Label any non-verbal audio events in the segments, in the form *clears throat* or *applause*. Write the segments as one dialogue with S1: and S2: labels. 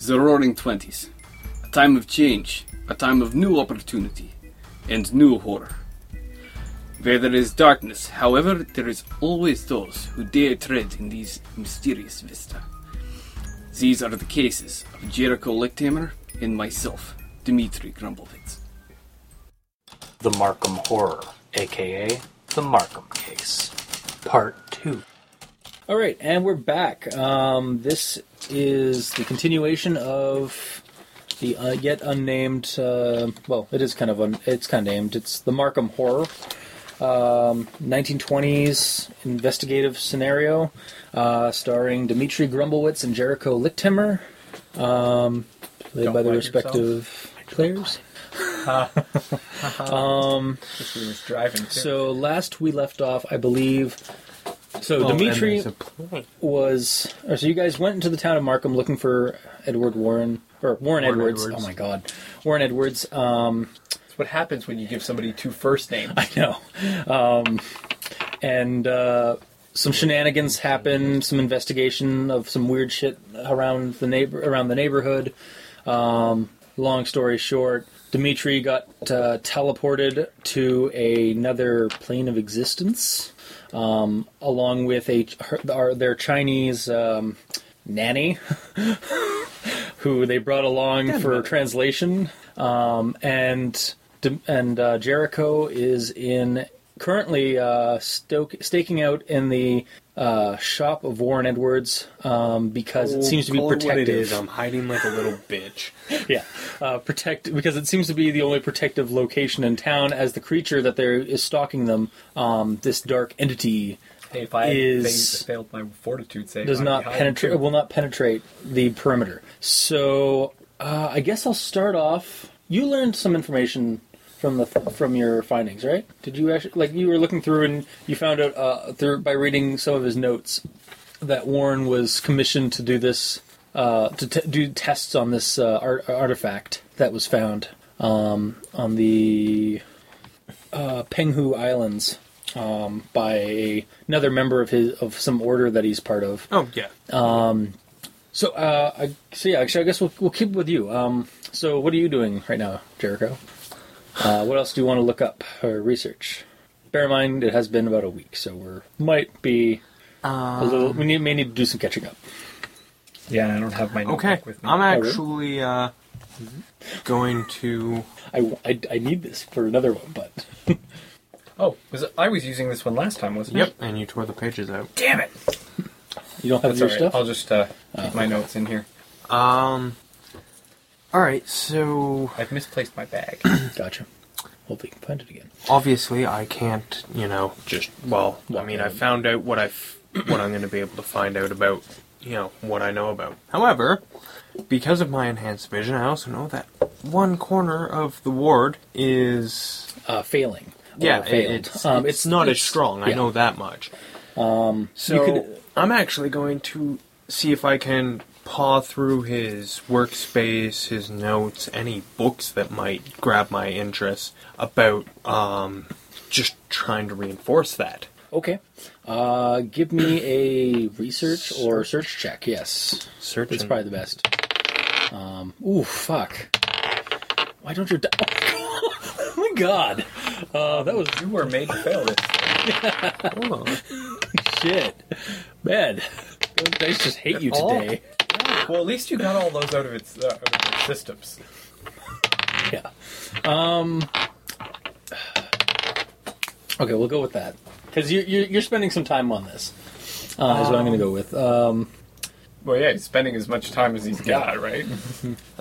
S1: the Roaring Twenties. A time of change, a time of new opportunity, and new horror. Where there is darkness, however, there is always those who dare tread in these mysterious vista. These are the cases of Jericho Lichthammer and myself, Dmitri Grumblovitz.
S2: The Markham Horror, aka The Markham Case, Part 2.
S3: All right, and we're back. Um, this is the continuation of the uh, yet unnamed. Uh, well, it is kind of un- it's kind of named. It's the Markham Horror, um, 1920s investigative scenario, uh, starring Dimitri Grumblewitz and Jericho Lichthimmer, um, played
S4: Don't
S3: by the
S4: wet
S3: respective players.
S4: This was driving. Too.
S3: So last we left off, I believe. So
S2: Oh, and
S3: Dimitri
S2: there's a play.
S3: was. Or so you guys went into the town of Markham looking for Edward Warren or Warren, Edwards.
S4: Edwards.
S3: Oh my God, Warren Edwards. Um,
S4: That's what happens when you give somebody two first names.
S3: *laughs* I know. Um, and uh, some shenanigans happened. Some investigation of some weird shit around the neighbor around the neighborhood. Um, long story short, Dimitri got uh, teleported to another plane of existence. um, along with a her, our, their Chinese um, nanny, *laughs* who they brought along for translation. Um, and D- and uh, Jericho is in currently uh, stoke, staking out in the uh, shop of Warren Edwards um, because it seems to be
S5: Oh, Call it what it
S3: protective.
S5: is, I'm hiding like a little bitch.
S3: *laughs* yeah, uh, protect because it seems to be the only protective location in town as the creature that there is stalking them. Um, this dark entity
S4: Hey, if I had
S3: Is-
S4: fa- failed my fortitude save,
S3: does
S4: I'd
S3: not
S4: be high
S3: penetrate
S4: too.
S3: will not penetrate the perimeter. So uh, I guess I'll start off. You learned some information from the from your findings, right? Did you actually like you were looking through and you found out uh, through by reading some of his notes that Warren was commissioned to do this uh, to t- do tests on this uh, ar- artifact that was found um, on the uh, Penghu Islands um, by a, another member of his of some order that he's part of.
S5: Oh yeah.
S3: So, uh, I, so yeah, actually, I guess we'll, we'll keep with you. Um, so, what are you doing right now, Jericho? Uh, what else do you want to look up or research? Bear in mind, it has been about a week, so we're might be a
S5: Um,
S3: little. We need, may need to do some catching up.
S4: Yeah, I don't have my notebook
S5: Okay.
S4: with me.
S5: I'm
S3: really?
S5: actually uh, going to.
S3: I, I, I need this for another one, but
S4: oh, was it, I was using this one last time, wasn't
S5: Yep.
S4: it?
S5: And you tore the pages out.
S4: Damn it!
S3: you don't have
S4: That's
S3: your
S4: all right.
S3: stuff. Oh.
S4: I'll just uh, keep my notes in here.
S5: Um. All right. So
S4: I've misplaced my
S3: *coughs*
S4: bag.
S3: Gotcha. Hopefully, you can find it again.
S5: obviously I can't. You know, just well. I mean, I found out what I f- what I'm going to be able to find out about. You know what I know about. However, because of my enhanced vision, I also know that one corner of the ward is
S3: Uh, failing. or
S5: Yeah, it-
S3: failed. Um,
S5: it's, it's, not as strong. I
S3: yeah.
S5: know that much. Um, so
S3: could-
S5: I'm actually going to see if I can paw through his workspace, his notes, any books that might grab my interest about um, just trying to reinforce that.
S3: Okay. Uh, give me a research or search check. Yes.
S5: Search.
S3: That's
S5: and-
S3: probably the best. Um, ooh, fuck. Why don't you die? Oh *laughs* my god. Uh, that was
S4: you were made to fail this.
S5: *laughs* Oh,
S3: shit. Man, *laughs* those dice just hate you
S4: Oh.
S3: today.
S4: Well, at least you got all those out of its, uh, out of its systems.
S3: Yeah. Um, okay, we'll go with that. Because you're, you're, you're spending some time on this, uh, is what I'm going to go with. Um,
S4: Well, yeah, he's spending as much time as he's got, right?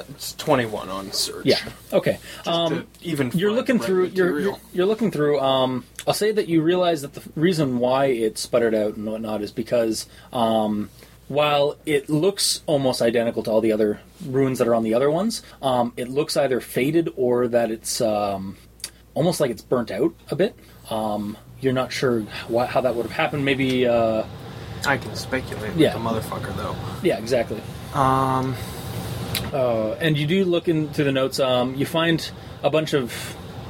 S5: it's 21 on search.
S3: yeah. Okay. Um,
S5: To even
S3: you're
S5: find
S3: looking
S5: the right
S3: through you're,
S5: material.
S3: you're you're looking through um i'll say that you realize that the f- reason why it sputtered out and whatnot is because um while it looks almost identical to all the other runes that are on the other ones um it looks either faded or that it's um almost like it's burnt out a bit um you're not sure why, how that would have happened maybe uh
S5: I can speculate.
S3: Yeah.
S5: Yeah. The motherfucker though.
S3: yeah exactly
S5: Um.
S3: Uh, and you do look into the notes. Um, you find a bunch of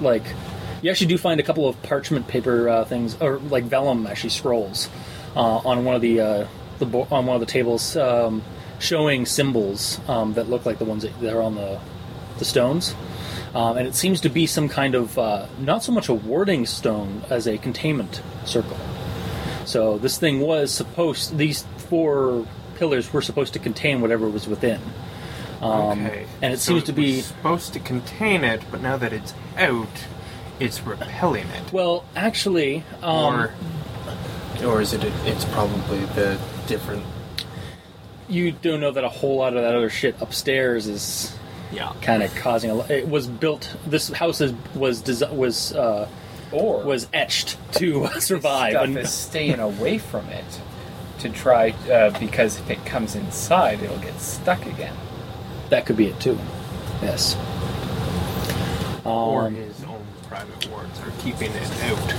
S3: like, you actually do find a couple of parchment paper uh, things, or like vellum actually scrolls, uh, on one of the uh, the bo- on one of the tables. Um, showing symbols um, that look like the ones that that are on the the stones, um, and it seems to be some kind of uh, not so much a warding stone as a containment circle. So this thing was supposed; these four pillars were supposed to contain whatever was within. Um, And it
S5: so
S3: seems to
S5: was
S3: be
S5: supposed to contain it, but now that it's out, it's repelling it.
S3: well, actually, um,
S5: or, or is it? It's probably the different.
S3: you do know that a whole lot of that other shit upstairs is
S5: Yeah.
S3: kind of causing a lot. It was built. This house is, was desi- was uh,
S6: Or
S3: was etched to *laughs* survive.
S6: stuff
S3: And-
S6: is staying away from it to try uh, because if it comes inside, it'll get stuck again.
S3: that could be it too. Yes.
S5: Or
S3: Um,
S5: his own private wards are keeping it out.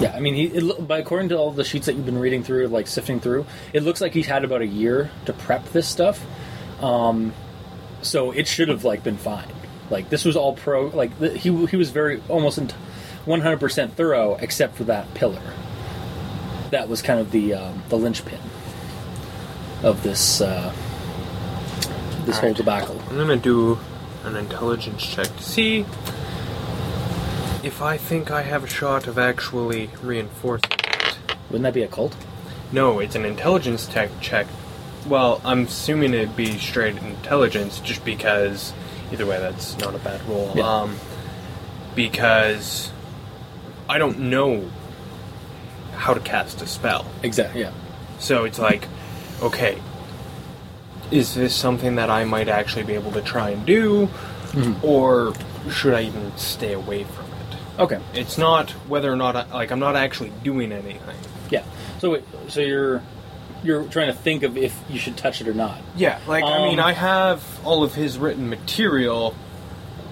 S3: yeah, I mean, he, it, loo- by according to all the sheets that you've been reading through, like sifting through, it looks like he's had about a year to prep this stuff. Um, so it should have like been fine. Like this was all pro. Like th- he w- he was very almost one hundred percent thorough, except for that pillar. That was kind of the um, the linchpin of this uh, this whole
S5: Alright.
S3: debacle.
S5: I'm gonna do an intelligence check to see if I think I have a shot of actually reinforcing it.
S3: Wouldn't that be a cult?
S5: No, it's an intelligence tech check. Well, I'm assuming it'd be straight intelligence, just because either way, that's not a bad roll.
S3: Yeah.
S5: Um, because I don't know how to cast a spell,
S3: Exactly. Yeah.
S5: so it's like, okay, is this something that I might actually be able to try and do, or should I even stay away from it?
S3: Okay.
S5: It's not whether or not I, like I'm not actually doing anything.
S3: Yeah. So wait, so you're you're trying to think of if you should touch it or not.
S5: Yeah, like I mean,
S3: Um,
S5: I have all of his written material.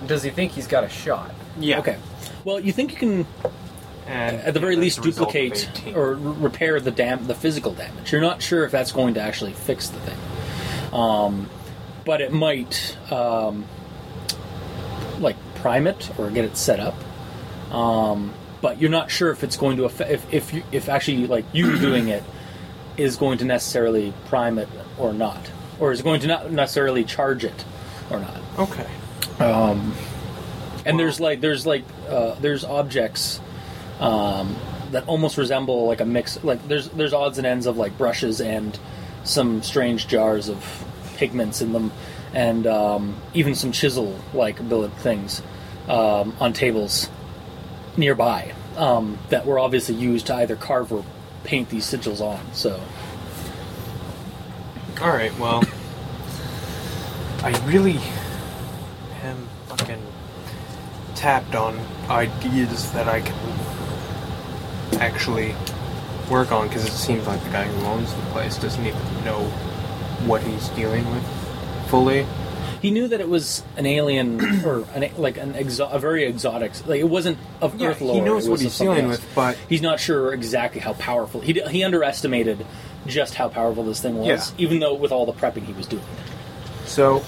S6: Does he think he's got a shot?
S5: Yeah.
S3: Okay. Well, you think you can
S5: And
S3: at the very
S5: that's
S3: least
S5: a result of
S3: duplicate
S5: 18.
S3: or r- repair the dam the physical damage. You're not sure if that's going to actually fix the thing. Um, but it might um, like prime it or get it set up. Um, but you're not sure if it's going to affect if if you, if actually like you *clears throat* doing it is going to necessarily prime it or not, or is going to not necessarily charge it or not. Um,
S5: Okay.
S3: And there's like there's like uh, there's objects um, that almost resemble like a mix. Like there's there's odds and ends of like brushes and some strange jars of pigments in them, and um, even some chisel like billet things um, on tables nearby um, that were obviously used to either carve or paint these sigils on. So
S5: All right. Well, I really am fucking tapped on ideas that I can actually work on because it seems like the guy who owns the place doesn't even know what he's dealing with fully.
S3: he knew that it was an alien *clears throat* or an, a- like an exo- a very exotic. Like it wasn't of
S5: Yeah,
S3: Earth
S5: he
S3: lore.
S5: knows
S3: it
S5: what
S3: was of
S5: he's
S3: something
S5: dealing
S3: else.
S5: with, but-
S3: he's not sure exactly how powerful. He d- he underestimated just how powerful this thing was,
S5: Yeah.
S3: even though with all the prepping he was doing.
S5: So,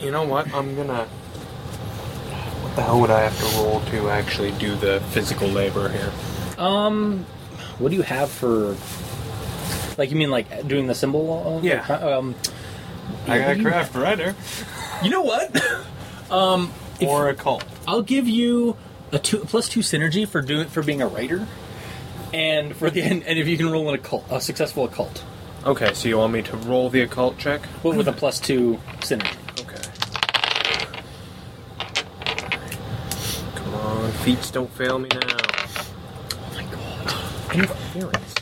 S5: you know what? I'm gonna. What the hell would I have to roll to actually do the physical labor here?
S3: Um, what do you have for? Like you mean like doing the symbol? uh,
S5: Yeah.
S3: Um,
S5: I got a craft writer
S3: you know what?
S5: *coughs* or a cult.
S3: I'll give you a two plus two synergy for doing for being a writer, and for the and, and if you can roll an occult, a successful occult,
S5: Okay, so you want me to roll the occult check?
S3: but with a plus two synergy.
S5: Okay. Come on, feats don't fail me now.
S3: Oh my god.
S5: Interference.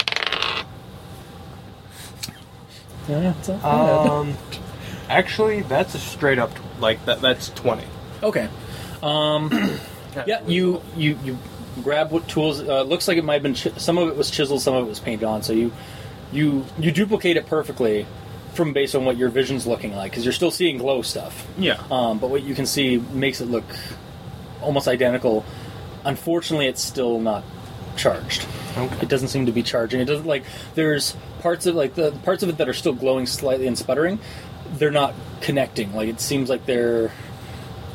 S3: Yeah, it's not bad.
S5: Um, *laughs* actually, that's a straight up like that. That's twenty.
S3: okay. Yeah, you you you grab what tools. Uh, looks like it might have been chi- some of it was chiseled, some of it was painted on. So you you you duplicate it perfectly from based on what your vision's looking like because you're still seeing glow stuff.
S5: Yeah.
S3: Um, but what you can see makes it look almost identical. Unfortunately, it's still not charged. It doesn't seem to be charging. It doesn't like there's parts of like the parts of it that are still glowing slightly and sputtering. They're not connecting. Like it seems like they're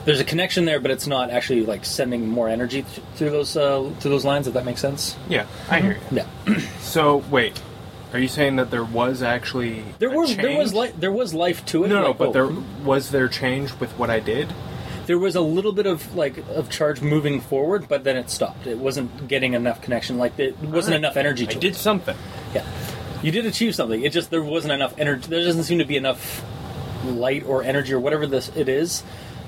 S3: There's a connection there, but it's not actually like sending more energy th- through those uh, through those lines. If that makes sense.
S5: Yeah, I hear you.
S3: Yeah.
S5: So wait, are you saying that there was actually
S3: There
S5: a
S3: was there was
S5: change?
S3: li- there was life to it.
S5: no, no,
S3: like,
S5: but
S3: oh,
S5: there was there change with what I did.
S3: there was a little bit of like of charge moving forward, but then it stopped. It wasn't getting enough connection. Like it wasn't
S5: Alright.
S3: enough energy. To
S5: I did
S3: It.
S5: something.
S3: Yeah. You did achieve something. It just there wasn't enough energy. There doesn't seem to be enough light or energy or whatever this it is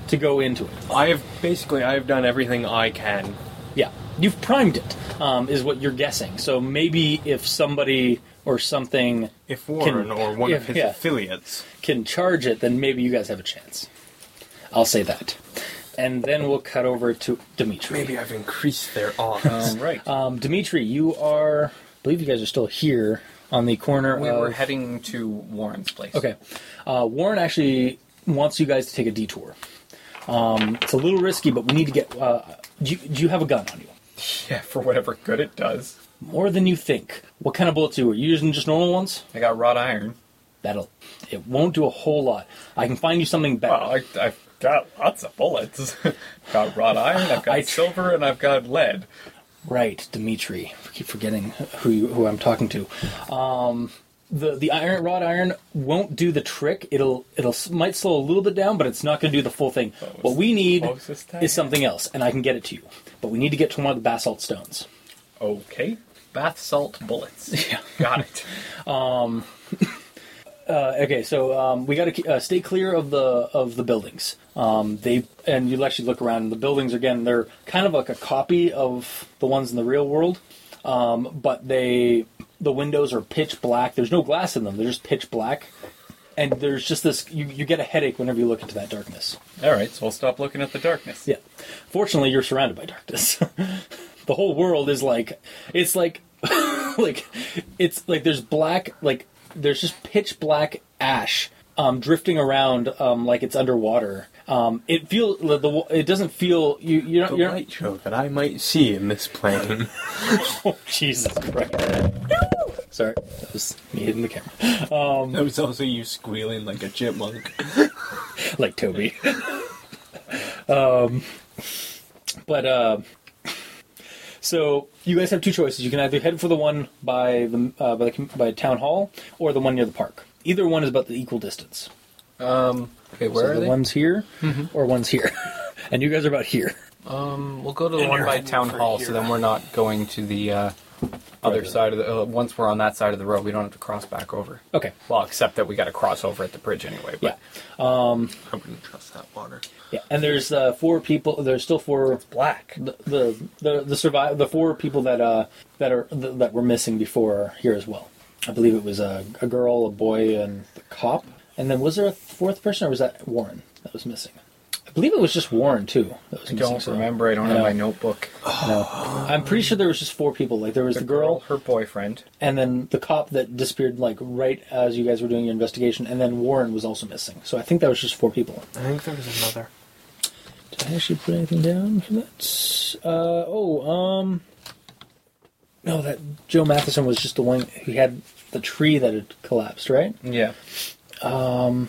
S3: to go into it.
S5: I have basically I have done everything I can.
S3: Yeah, you've primed it, um, is what you're guessing. So maybe if somebody or something
S5: If Warren or one of
S3: yeah,
S5: his
S3: yeah.
S5: affiliates,
S3: can charge it, then maybe you guys have a chance. I'll say that, and then we'll cut over to Dimitri.
S5: maybe I've increased their odds.
S6: All right.
S3: Um, Dimitri, you are. I believe you guys are still here on the corner.
S6: we
S3: of,
S6: were heading to Warren's place.
S3: Okay. Uh, Warren actually wants you guys to take a detour. Um, it's a little risky, but we need to get. Uh, do, you, do you have a gun on you?
S4: *laughs* Yeah, for whatever good it does.
S3: More than you think. What kind of bullets are you? Are you using just normal ones?
S4: I got wrought iron.
S3: That'll. It won't do a whole lot. I can find you something better.
S4: Well, I, I've got lots of bullets. *laughs* got wrought iron, I've got
S3: I tr-
S4: silver, and I've got lead.
S3: Right, Dimitri. I keep forgetting who you, who I'm talking to. Um, the the iron rod iron won't do the trick. It'll it'll s- might slow a little bit down, but it's not going to do Oh, the full thing.
S4: was
S3: What we need
S4: closest thing?
S3: is something else, and I can get it to you. But we need to get to one of the basalt stones.
S4: Okay.
S6: Bath salt bullets.
S3: *laughs* Yeah.
S4: Got it.
S3: Uh, okay, so um, we got to uh, stay clear of the of the buildings. Um, they and you'll actually look around. and The buildings again, they're kind of like a copy of the ones in the real world, um, but they the windows are pitch black. There's no glass in them. They're just pitch black, and there's just this. You, you get a headache whenever you look into that darkness.
S4: All right, so we'll stop looking at the darkness.
S3: Yeah. Fortunately, you're surrounded by darkness. *laughs* the whole world is like it's like *laughs* like it's like there's black like there's just pitch black ash um, drifting around um, like it's underwater. Um, it feel the, the it doesn't feel you you're not,
S5: the
S3: *laughs* you're
S5: light show that I might see in this plane.
S3: oh, Jesus Christ. Sorry, that was me hitting the camera.
S5: *laughs* that was also you squealing like a chipmunk.
S3: like Toby. *laughs* um, but uh, so you guys have two choices. You can either head for the one by the uh, by the com- by town hall or the one near the park. Either one is about the equal distance.
S6: Okay,
S3: so
S6: where
S3: the
S6: are they?
S3: one's here or one's here, *laughs* and you guys are about here.
S6: We'll go to the one by town hall, so then we're not going to the uh, other side of the. Uh, once we're on that side of the road, we don't have to cross back over.
S3: Okay.
S6: Well, except that we got to cross over at the bridge anyway. But
S3: Yeah,
S5: I wouldn't trust that water.
S3: yeah. And there's uh, four people. There's still four.
S4: Black.
S3: The the the, the survive the four people that uh that are th- that were missing before are here as well. I believe it was a, a girl, a boy, and the cop. And then was there a fourth person, or was that Warren that was missing? I believe it was just Warren too. That was
S6: I
S3: missing,
S6: don't
S3: so-
S6: remember. I don't
S3: No.
S6: have my notebook.
S3: No, I'm pretty sure there was just four people. Like there was the, girl,
S4: her boyfriend.
S3: and then the cop that disappeared like right as you guys were doing your investigation, and then Warren was also missing. So I think that was just four people.
S5: I think there was another.
S3: Did I actually put anything down for that? Uh, oh, um, no, that Joe Matheson was just the one who had the tree that had collapsed, right?
S4: Yeah.
S6: Um,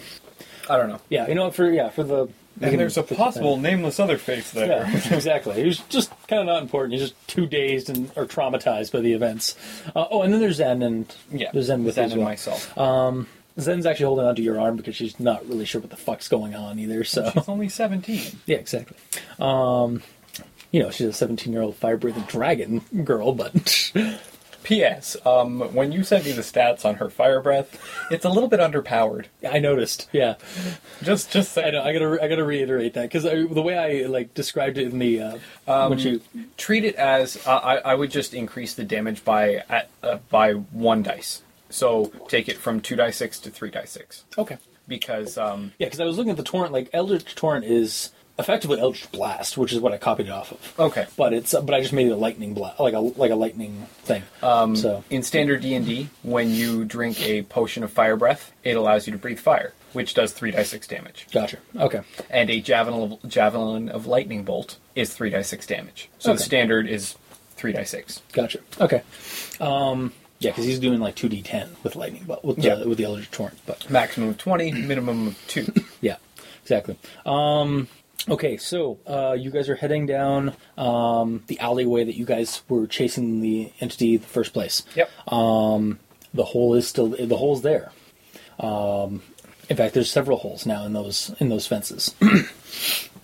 S6: I don't know.
S3: Yeah, you know what, for yeah for the.
S4: And there's a possible nameless other face there.
S3: Yeah, exactly. He was just kind of not important. He's just too dazed and or traumatized by the events. Uh, oh, and then there's Zen and
S4: Yeah,
S3: there's Zen with
S4: Zen
S3: you as
S4: and
S3: well.
S4: myself. Uh,
S3: Zen's actually holding onto your arm because she's not really sure what the fuck's going on either.
S4: *laughs*
S3: So
S4: She's only 17.
S3: Yeah, exactly. Um, you know, she's a 17 year old fire breathing dragon girl, but *laughs*
S4: P.S. Um, when you sent me the stats on her fire breath, it's a little bit underpowered.
S3: I noticed. Yeah,
S4: Just, just
S3: I
S4: saying.
S3: know. I gotta, re- I gotta reiterate that because the way I like described it in the uh, when she,
S6: Treat it as uh, I, I would just increase the damage by at, uh, by one dice. So take it from two die six to three die six
S3: okay,
S6: because um,
S3: yeah, because I was looking at the torrent. Like Eldritch Torrent is effectively Eldritch Blast, which is what I copied it off of.
S6: okay
S3: But it's, but I just made it a lightning blast, like a like a lightning thing. Um, so
S6: in standard D and D when you drink a potion of fire breath it allows you to breathe fire which does three die six damage
S3: gotcha. Okay,
S6: and a javelin of, javelin of lightning bolt is three die six damage. So the
S3: Okay.
S6: standard is three die six.
S3: gotcha. Okay, um, yeah, because he's doing like 2d10 with lightning, but with the,
S6: Yeah.
S3: with the Eldritch Torrent, but.
S6: Maximum of twenty, minimum of two.
S3: Yeah, exactly. Um, Okay, so uh, you guys are heading down um, the alleyway that you guys were chasing the entity in the first place.
S6: Yep.
S3: The hole is still the hole's there. Um, in fact, there's several holes now in those in those fences. *clears throat*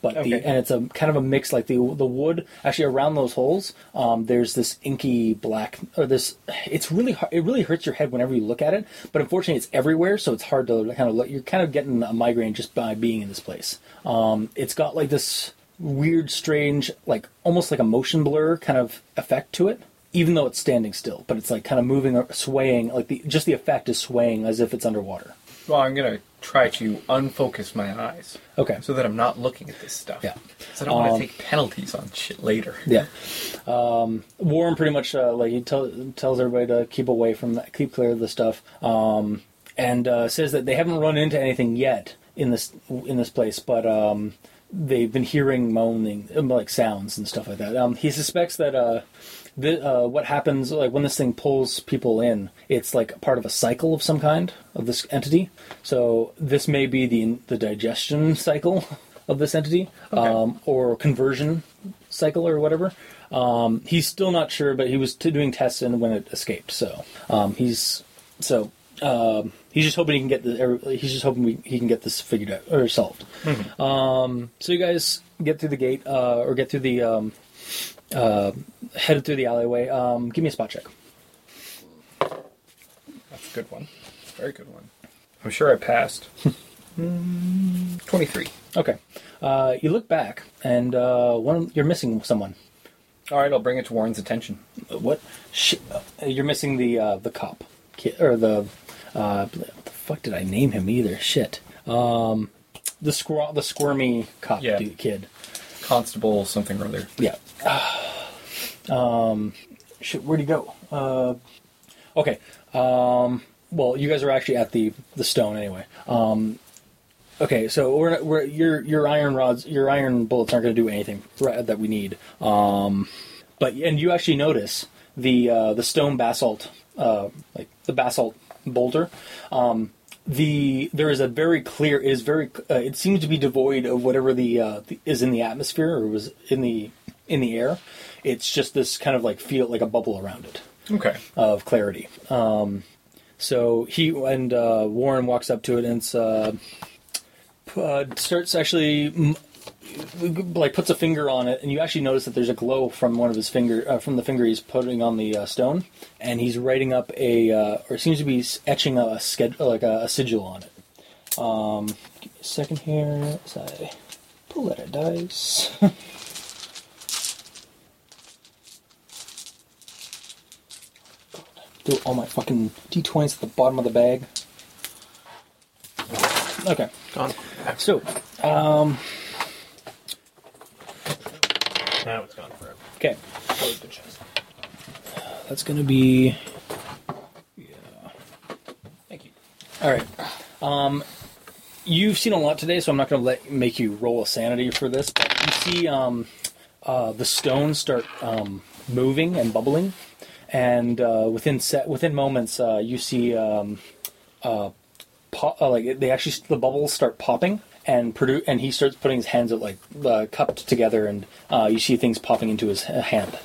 S3: but
S6: Okay.
S3: the and it's a kind of a mix like the the wood actually around those holes. Um, there's this inky black or this. It's really har it really hurts your head whenever you look at it. But unfortunately, it's everywhere, so it's hard to kind of look. You're kind of getting a migraine just by being in this place. Um, it's got like this weird, strange, like almost like a motion blur kind of effect to it. Even though it's standing still, but it's like kind of moving or swaying, like the just the effect is swaying as if it's underwater.
S6: Well, I'm gonna try to unfocus my eyes
S3: Okay.
S6: so that I'm not looking at this stuff.
S3: Yeah.
S6: So I don't want
S3: Um,
S6: to take penalties on shit later.
S3: Yeah. Um, Warren pretty much uh, like he tell, tells everybody to keep away from that, keep clear of the stuff, um, and uh, says that they haven't run into anything yet in this in this place, but um, they've been hearing moaning um, like sounds and stuff like that. Um, he suspects that. Uh, the, uh, what happens like when this thing pulls people in it's like part of a cycle of some kind of this entity so this may be the the digestion cycle *laughs* of this entity um, or conversion cycle or whatever um, he's still not sure but he was t- doing tests and when it escaped so um, he's so um, he's just hoping he can get the er, he's just hoping we, he can get this figured out or solved um, so you guys get through the gate uh, or get through the um, headed through the alleyway. Um, give me a spot check.
S6: That's a good one. Very good one. I'm sure
S3: *laughs*
S6: I passed. Mm, 23.
S3: Okay. Uh, you look back, and uh, one you're missing someone.
S6: All right, I'll bring it to Warren's attention.
S3: Uh, What? Shit. Uh, You're missing the uh, the cop kid or the uh, what the fuck did I name him either? Shit. Um, the squir- the squirmy cop
S6: Yeah.
S3: dude, kid.
S6: Constable, something or other.
S3: Yeah. *sighs* um, shit, where'd he go? Uh, okay. Um, well, you guys are actually at the the stone anyway. Um, okay, so we're, we're your your iron rods, your iron bullets aren't going to do anything right, that we need. Um, but and you actually notice the uh, the stone basalt, uh, like the basalt boulder. Um, the there is a very clear it is very uh, it seems to be devoid of whatever the, uh, the is in the atmosphere or was in the in the air. It's just this kind of like feel like a bubble around it
S6: Okay.
S3: of clarity. Um, so he and uh, Warren walks up to it and it's, uh, p- uh, starts actually mm, like puts a finger on it, and you actually notice that there's a glow from one of his finger uh, from the finger he's putting on the uh, stone, and he's writing up a uh, or seems to be s- etching a schedule like a, a sigil on it. Um, give me a second here as I pull out a dice. do all my fucking d20s at the bottom of the bag. Okay.
S5: Gone.
S3: So,
S5: Now it's gone forever.
S3: okay.
S5: Close the chest.
S3: That's going to be. Yeah. Thank you. All right. Um, you've seen a lot today, so I'm not going to let make you roll a sanity for this. But you see, um, uh, the stones start um, moving and bubbling, and uh, within set within moments, uh, you see um, uh, pop, uh, like they actually the bubbles start popping. And produ- and he starts putting his hands at like uh, cupped together, and uh, you see things popping into his uh, hand.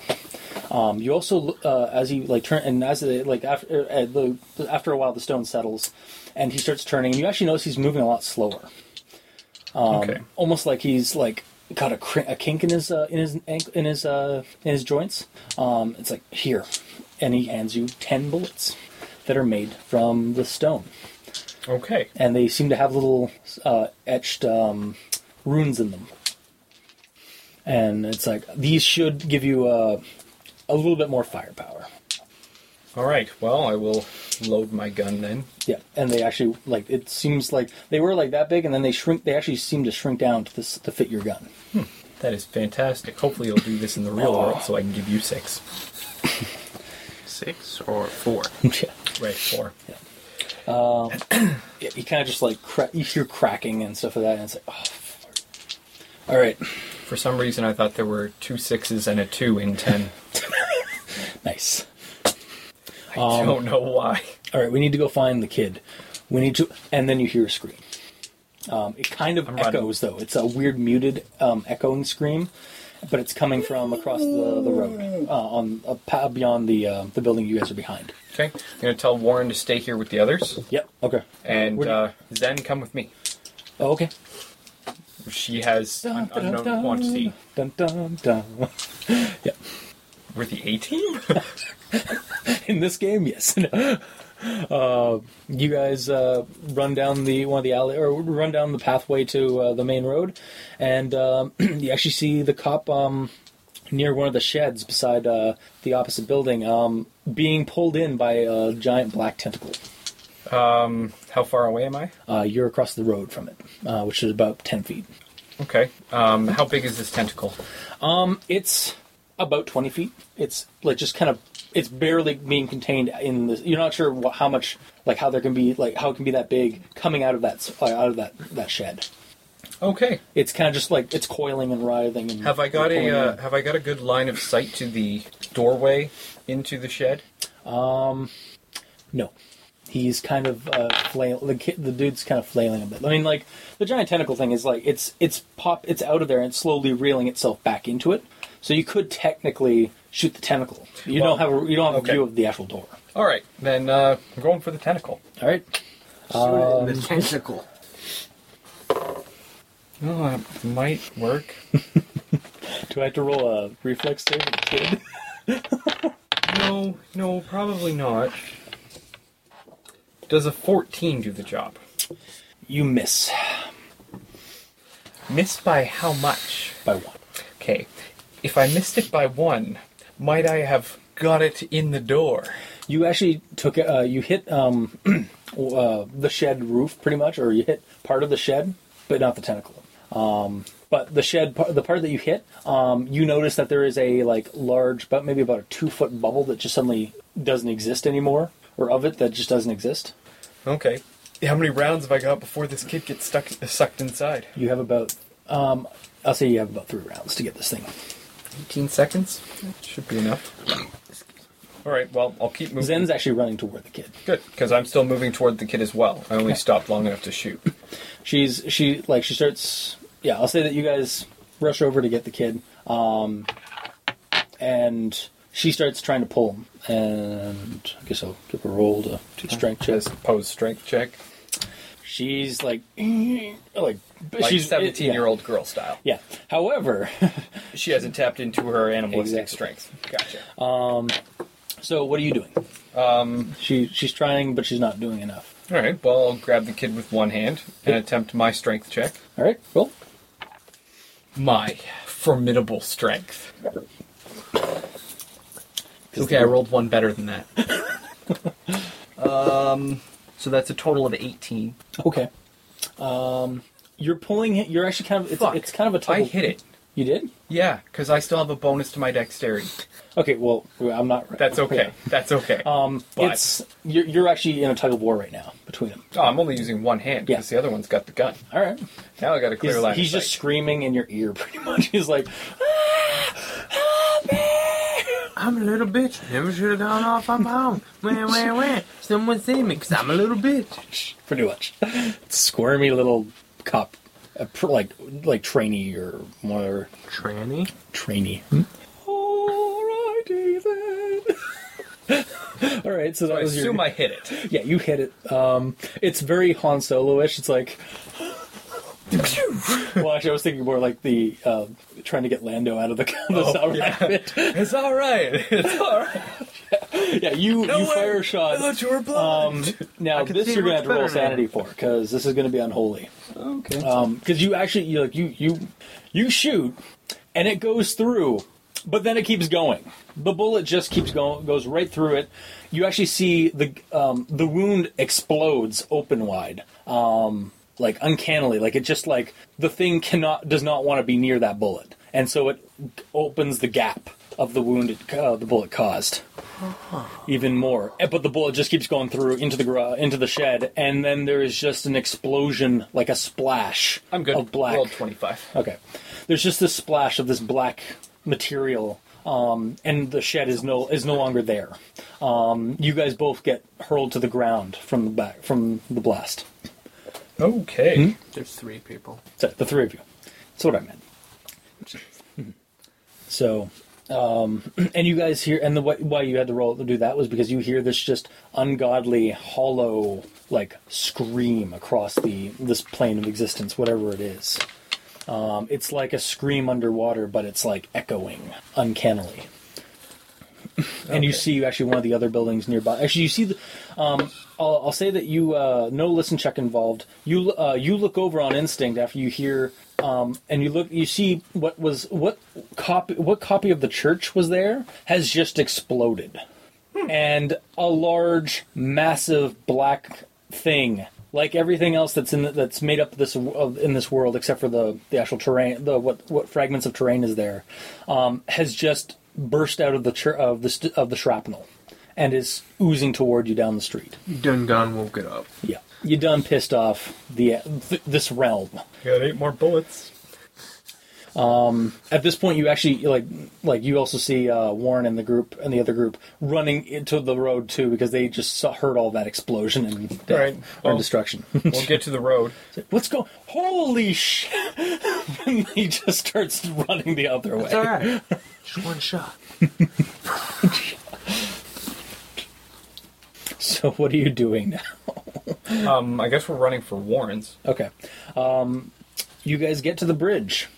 S3: Um, you also, uh, as he like turn, and as they, like after uh, the, after a while, the stone settles, and he starts turning. And you actually notice he's moving a lot slower,
S6: okay.
S3: almost like he's like got a, cr- a kink in his uh, in his ankle, in his uh, in his joints. Um, it's like here, and he hands you ten bullets that are made from the stone,
S6: Okay.
S3: and they seem to have little uh, etched um, runes in them. And it's like these should give you uh, a little bit more firepower.
S6: All right. Well, I will load my gun then.
S3: Yeah, and they actually like it seems like they were like that big, and then they shrink. They actually seem to shrink down to this to fit your gun. *laughs*
S6: That is fantastic. Hopefully, you'll do this in the real world so I can give you six.
S5: *laughs* Six or four.
S3: yeah,
S6: Right, four.
S3: yeah. You kind of just like cra- you hear cracking and stuff like that, and it's like, oh, fart. all right,
S6: For some reason, I thought there were two sixes and a two in ten.
S3: nice. Um,
S6: I don't know why.
S3: All right, we need to go find the kid. We need to, and then you hear a scream. Um, it kind of echoes, though. It's a weird muted um, echoing scream, but it's coming from across the, the road, uh, on uh, pa- beyond the uh, the building you guys are behind.
S6: Okay. I'm going to tell Warren to stay here with the others,
S3: Yep. Okay.
S6: and
S3: Where do-
S6: uh, Zen come with me.
S3: Oh, okay.
S6: She has
S3: Dun,
S6: an
S3: dun,
S6: unknown
S3: dun.
S6: quantity.
S3: Dun dun dun.
S6: We're the A team.
S3: *laughs* in this game, yes. uh, you guys uh, run down the one of the alley or run down the pathway to uh, the main road, and um, *clears throat* you actually see the cop um, near one of the sheds beside uh, the opposite building um, being pulled in by a giant black tentacle.
S6: How far away am I?
S3: Uh, you're across the road from it, uh, which is about ten feet.
S6: Okay. Um, how big is this tentacle?
S3: It's about 20 feet. It's like just kind of it's barely being contained in this. You're not sure what, how much like how there can be like how it can be that big coming out of that s- uh, out of that that shed.
S6: Okay.
S3: It's kind of just like it's coiling and writhing. And
S6: Have I got a
S3: pulling
S6: uh,
S3: in.
S6: Have I got a good line of sight to the doorway into the shed?
S3: no? He's kind of uh, flail. The ki- the dude's kind of flailing a bit. I mean, like the giant tentacle thing is like it's it's pop. It's out of there and it's slowly reeling itself back into it. So you could technically shoot the tentacle. You don't
S6: Well,
S3: have a, you don't have
S6: okay.
S3: a view of the actual door.
S6: All right, then uh, I'm going for the tentacle.
S3: All right.
S5: the tentacle.
S6: Oh, that might work.
S3: Do I have to roll a reflex save, kid?
S6: No, no, probably not. Does a 14 do the job?
S3: You miss
S6: Miss by how much?
S3: by one.
S6: Okay, if I missed it by one, might I have got it in the door?
S3: You actually took uh, you hit um, *clears throat* uh, the shed roof pretty much, or you hit part of the shed, but not the tentacle. Um, but the shed, par- the part that you hit, um, you notice that there is a like large, but maybe about a two foot bubble that just suddenly doesn't exist anymore, or of it that just doesn't exist.
S6: Okay. How many rounds have I got before this kid gets stuck sucked inside?
S3: You have about, um, I'll say you have about three rounds to get this thing.
S6: 18 seconds? Should be enough. All right, well, I'll keep moving.
S3: Zen's actually running toward the kid.
S6: Good, because I'm still moving toward the kid as well. I only stopped long enough to shoot.
S3: she's she like she starts yeah i'll say that you guys rush over to get the kid um and she starts trying to pull him and i guess i'll give her a roll to, to strength check
S6: Just pose strength check.
S3: she's like *clears throat* like,
S6: Like
S3: she's
S6: 17 year old girl style.
S3: yeah however *laughs*
S6: She hasn't tapped into her animalistic
S3: Exactly.
S6: strength. Uh, Gotcha.
S3: so what are you doing um she she's trying but she's not doing enough
S6: All right, well, I'll grab the kid with one hand and attempt my strength check.
S3: all right roll
S6: My formidable strength.
S3: 'Cause
S6: Okay,
S3: the-
S6: I rolled one better than that. um, *laughs* so that's a total of 18.
S3: okay um you're pulling it you're actually kind of it's,
S6: Fuck.
S3: it's kind of a tug
S6: I
S3: of-
S6: hit it.
S3: you did
S6: Yeah, because I still have a bonus to my dexterity.
S3: okay well i'm not
S6: That's *laughs* okay. That's okay.
S3: Um,
S6: But-
S3: it's you're, you're actually in a tug of war right now between them.
S6: oh, I'm only using one hand
S3: Yeah.
S6: because the other one's got the gun.
S3: All right,
S6: Now I got a clear
S3: he's,
S6: line.
S3: he's
S6: of
S3: just
S6: sight.
S3: screaming in your ear, *laughs* pretty much. He's like,
S5: I'm a little bitch. Never should have gone off my pound. Wah, wah, wah. Someone save me, because I'm a little bitch.
S3: *laughs* pretty much, squirmy little cop, uh, pr- like like trainee or more
S5: Tranny.
S3: trainee.
S6: Hmm?
S3: Alrighty then. *laughs* All right, so that
S6: I
S3: was your
S6: assume I hit it.
S3: yeah. You hit it. Um, it's very Han Solo-ish. It's like. *laughs* well, actually, I was thinking more like the uh, trying to get Lando out of the, *laughs* the Sauron pit.
S6: Oh, It's all right. It's all right.
S3: *laughs* Yeah, you you fire a shot.
S6: you were blind.
S3: now
S5: can
S3: this
S5: see
S3: you're gonna
S5: much
S3: have to roll
S5: better now.
S3: sanity for because this is gonna be unholy.
S6: okay.
S3: Um, because you actually you like you you you shoot and it goes through, but then it keeps going. The bullet just keeps going, goes right through it. You actually see the um the wound explodes open wide. Um, like uncannily, like it just like the thing cannot does not want to be near that bullet, and so it opens the gap of the wound it, uh, the bullet caused even more. Eh, But the bullet just keeps going through into the garage, into the shed, and then there is just an explosion, like a splash.
S6: I'm good.
S3: Of black.
S6: Rolled 25.
S3: Okay. There's just this splash of this black material, um, and the shed is no is no longer there. Um, you guys both get hurled to the ground from the back from the blast.
S4: Okay.
S6: Hmm?
S5: There's three people.
S3: So, the three of you. That's what I meant. Hmm. So, um, *clears throat* and you guys hear, and the wh- why you had to roll to do that was because you hear this just ungodly, hollow, like scream across the this plane of existence, whatever it is. Um, it's like a scream underwater, but it's like echoing uncannily. *clears throat* And you see actually one of the other buildings nearby. Actually, you see the, I'll, I'll say that you uh, no listen check involved. You uh, you look over on instinct after you hear um, and you look you see what was what copy what copy of the church was there has just exploded, and a large massive black thing like everything else that's in the, that's made up this of, in this world except for the the actual terrain the what what fragments of terrain is there um, has just burst out of the chur- of the st- of the shrapnel and is oozing toward you down the street.
S5: *laughs* Dungon won't get up.
S3: Yeah, you done pissed off the th- this realm.
S4: Got eight more bullets.
S3: At this point, you actually like like you also see uh, Warren and the group and the other group running into the road too because they just saw, heard all that explosion and death
S4: Right.
S3: or
S5: Oh.
S4: Well-
S3: destruction. *laughs*
S4: We'll get to the road.
S3: What's going? Holy shit! *laughs* and he just starts running the other way. *laughs*
S5: It's alright. Just one shot.
S3: So what are you doing now?
S4: Um, I guess we're running for Warren's.
S3: Okay. Um, you guys get to the bridge.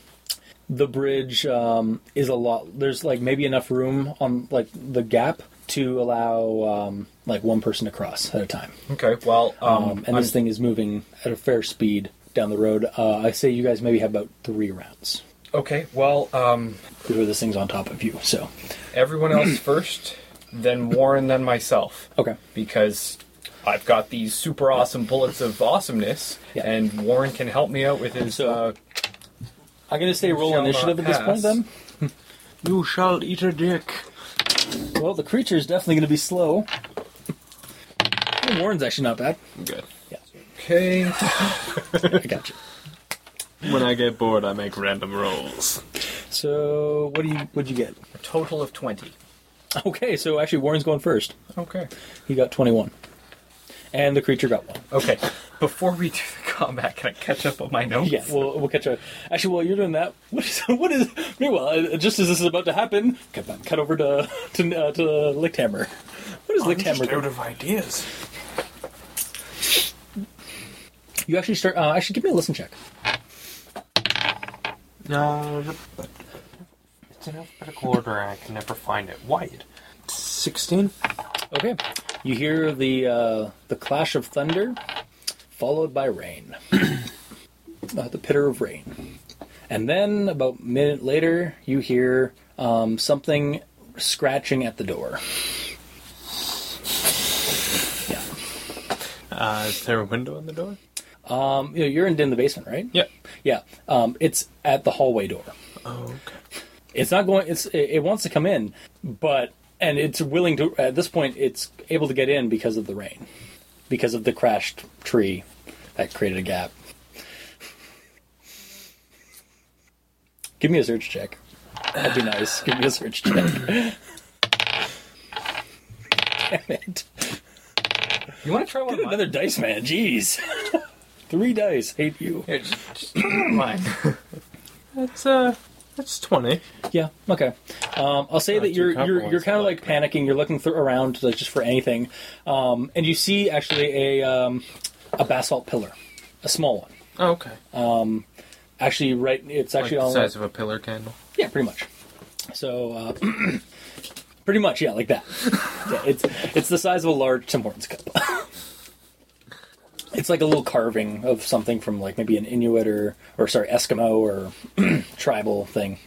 S3: The bridge um, is a lot. There's like maybe enough room on like the gap to allow um, like one person to cross at a time.
S4: Okay. Well, um,
S3: Um, and
S4: I'm-
S3: this thing is moving at a fair speed down the road. Uh, I say you guys maybe have about three rounds
S4: okay. Well, um,
S3: before this thing's on top of you. So
S4: everyone
S6: *clears throat*
S4: else first, then Warren, then myself.
S3: okay,
S4: Because I've got these super awesome bullets of awesomeness,
S3: Yeah.
S4: and Warren can help me out with his.
S3: So-
S4: Uh,
S3: I'm gonna say roll
S4: shall not
S3: initiative at this
S4: pass.
S3: point. Then
S5: You shall eat a dick.
S3: well, the creature is definitely gonna be slow. Warren's actually not bad.
S5: Good.
S4: okay.
S3: I got you.
S5: When I get bored, I make random rolls.
S3: So what do you what'd you get?
S6: A total of 20.
S3: Okay, so actually Warren's going first.
S4: Okay.
S3: He got 21. And the creature got one.
S6: Okay, before we do the combat, can I catch up on my notes?
S3: Yeah, we'll, we'll catch up. Actually, while you're doing that, *laughs* what is, what is meanwhile, uh, just as this is about to happen, cut, back- cut over to *laughs* to, uh, to Lichthammer. What is Lichthammer doing?
S5: of ideas.
S3: You actually start, uh, actually give me a listen check.
S5: No, but it's in alphabetical order, and I can never find it. White. Sixteen.
S3: Okay. You hear the uh, the clash of thunder, followed by rain. *clears throat* uh, the pitter of rain. And then, about a minute later, you hear um, something scratching at the door. Yeah.
S5: Uh, is there a window on the door?
S3: Um, you know, you're in, in the basement, right?
S5: Yeah.
S3: Yeah. Um, it's at the hallway door.
S5: Oh, okay.
S3: It's not going. It's it, it wants to come in, but and it's willing to. At this point, it's able to get in because of the rain, because of the crashed tree that created a gap. Give me a search check. That'd be nice. Give me a search check. Damn it!
S4: You want to try one?
S3: Get
S4: of mine?
S3: another dice, man. Jeez. *laughs* Three dice. Hate you.
S4: Here, just,
S5: *coughs*
S4: just try one of mine.
S5: *laughs* That's uh, that's twenty.
S3: Yeah. Okay. Um, I'll say that
S5: two
S3: you're
S5: copper
S3: you're you're
S5: ones,
S3: kind
S5: I
S3: of like
S5: like
S3: panicking. You're looking through around like, just for anything, um, and you see actually a um, a basalt pillar, a small one.
S5: Oh, okay.
S3: Actually, right. It's
S5: like
S3: actually
S5: the
S3: on
S5: size of a pillar candle.
S3: yeah, pretty much. So, uh, *clears throat* pretty much, yeah, like that. Yeah, it's it's the size of a large Tim Hortons cup. *laughs* it's like a little carving of something from like maybe an Inuit or or sorry Eskimo or *clears throat* tribal thing.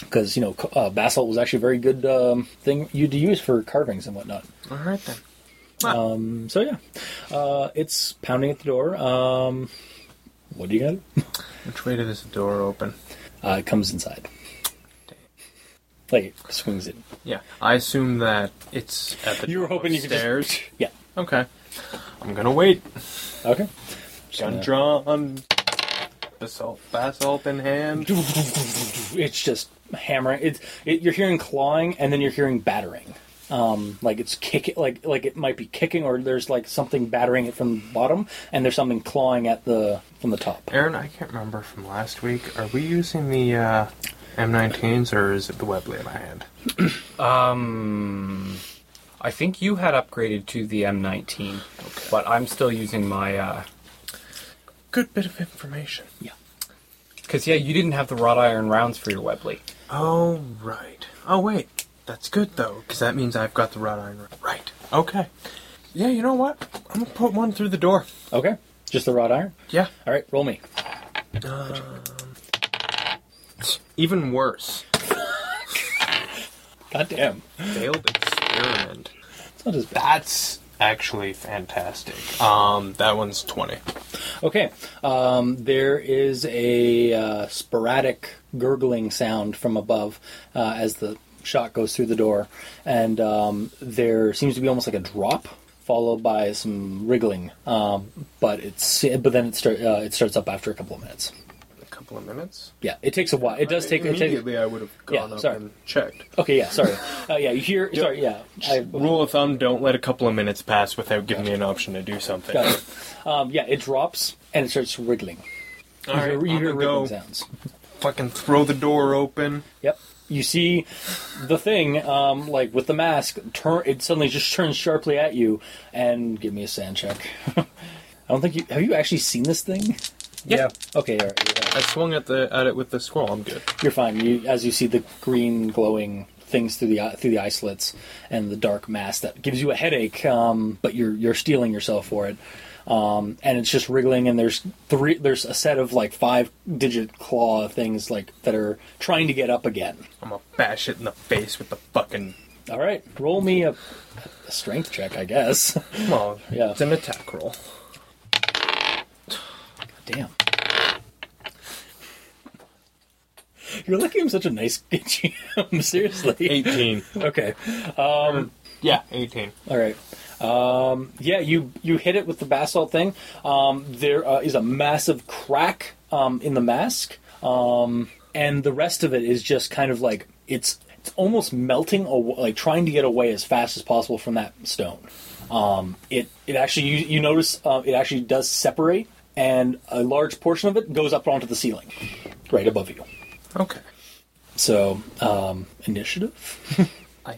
S3: Because you know c- uh, basalt was actually a very good um, thing you to use for carvings and whatnot.
S5: All right then.
S3: Um, so yeah, uh, it's pounding at the door. Um, what do you got?
S5: Which way does the door open?
S3: Uh, it comes inside, like it swings it.
S5: Yeah, I assume that it's at the.
S3: You were hoping you could just-
S5: stairs.
S3: *laughs* Yeah.
S5: Okay, I'm gonna wait.
S3: Okay.
S5: Gun
S3: Yeah.
S5: drawn. Basalt, basalt in hand.
S3: it's just hammering. It's it, you're hearing clawing, and then you're hearing battering. um, like it's kick like like it might be kicking, or there's like something battering it from the bottom, and there's something clawing at the from the top.
S5: Aaron, I can't remember from last week. Are we using the uh, M19s or is it the Webley in my hand?
S6: Um, I think you had upgraded to the M19, but I'm still using my. uh
S5: Good bit of information.
S6: 'cause Because yeah, you didn't have the wrought iron rounds for your Webley.
S5: Oh, right. Oh, wait. That's good, though, because that means I've got the wrought iron. Right. Okay. Yeah, you know what? I'm going to put one through the door.
S3: Okay, just the wrought iron.
S5: Yeah.
S3: All right, roll me.
S5: Even worse.
S3: Goddamn,
S5: Failed experiment.
S3: it's not as bad.
S5: That's actually fantastic. Um, that one's 20.
S3: Okay, um, there is a uh, sporadic gurgling sound from above uh, as the shot goes through the door, and um, there seems to be almost like a drop, followed by some wriggling. Um, but it's but then it start, uh, it starts up after a couple of minutes.
S5: A couple of minutes.
S3: Yeah, it takes a while. It does take. It takes,
S5: Immediately, I would have
S3: Yeah,
S5: gone up
S3: sorry.
S5: and checked.
S3: okay, yeah, sorry. Uh, yeah, you hear. Sorry, yeah. I,
S5: Rule of thumb: Don't let a couple of minutes pass without giving me an option to do something.
S3: got it. Um, yeah, it drops and it starts wriggling.
S5: All
S3: You hear-
S5: right,
S3: you
S5: I'm
S3: hear
S5: gonna
S3: wriggling
S5: go.
S3: sounds.
S5: Fucking throw the door open.
S3: Yep. You see the thing, um, like with the mask, turn. It suddenly just turns sharply at you, and give me a sand check. *laughs* I don't think you have you actually seen this thing.
S5: Yeah.
S3: Okay, all right, you're,
S5: I swung at the at it with the squirrel. I'm good.
S3: you're fine. You as you see the green glowing things through the eye- through the eye slits and the dark mass that gives you a headache, um, but you're you're stealing yourself for it. Um, and it's just wriggling, and there's three. There's a set of like five digit claw things like that are trying to get up again.
S5: I'm gonna bash it in the face with the fucking.
S3: All right, roll me a, a strength check, I guess. *laughs*
S5: Well,
S3: Yeah.
S5: it's an attack roll.
S3: Damn. You're lucky I'm such a nice *laughs* GM, seriously.
S5: Eighteen. *laughs*
S3: Okay.
S5: yeah, eighteen.
S3: All right. Um, yeah, you you hit it with the basalt thing. Um, there uh, is a massive crack um, in the mask, um, and the rest of it is just kind of like it's it's almost melting, aw- like trying to get away as fast as possible from that stone. Um, it it actually you, you notice uh, it actually does separate, and a large portion of it goes up onto the ceiling, right above you.
S5: Okay.
S3: So um, initiative.
S5: I,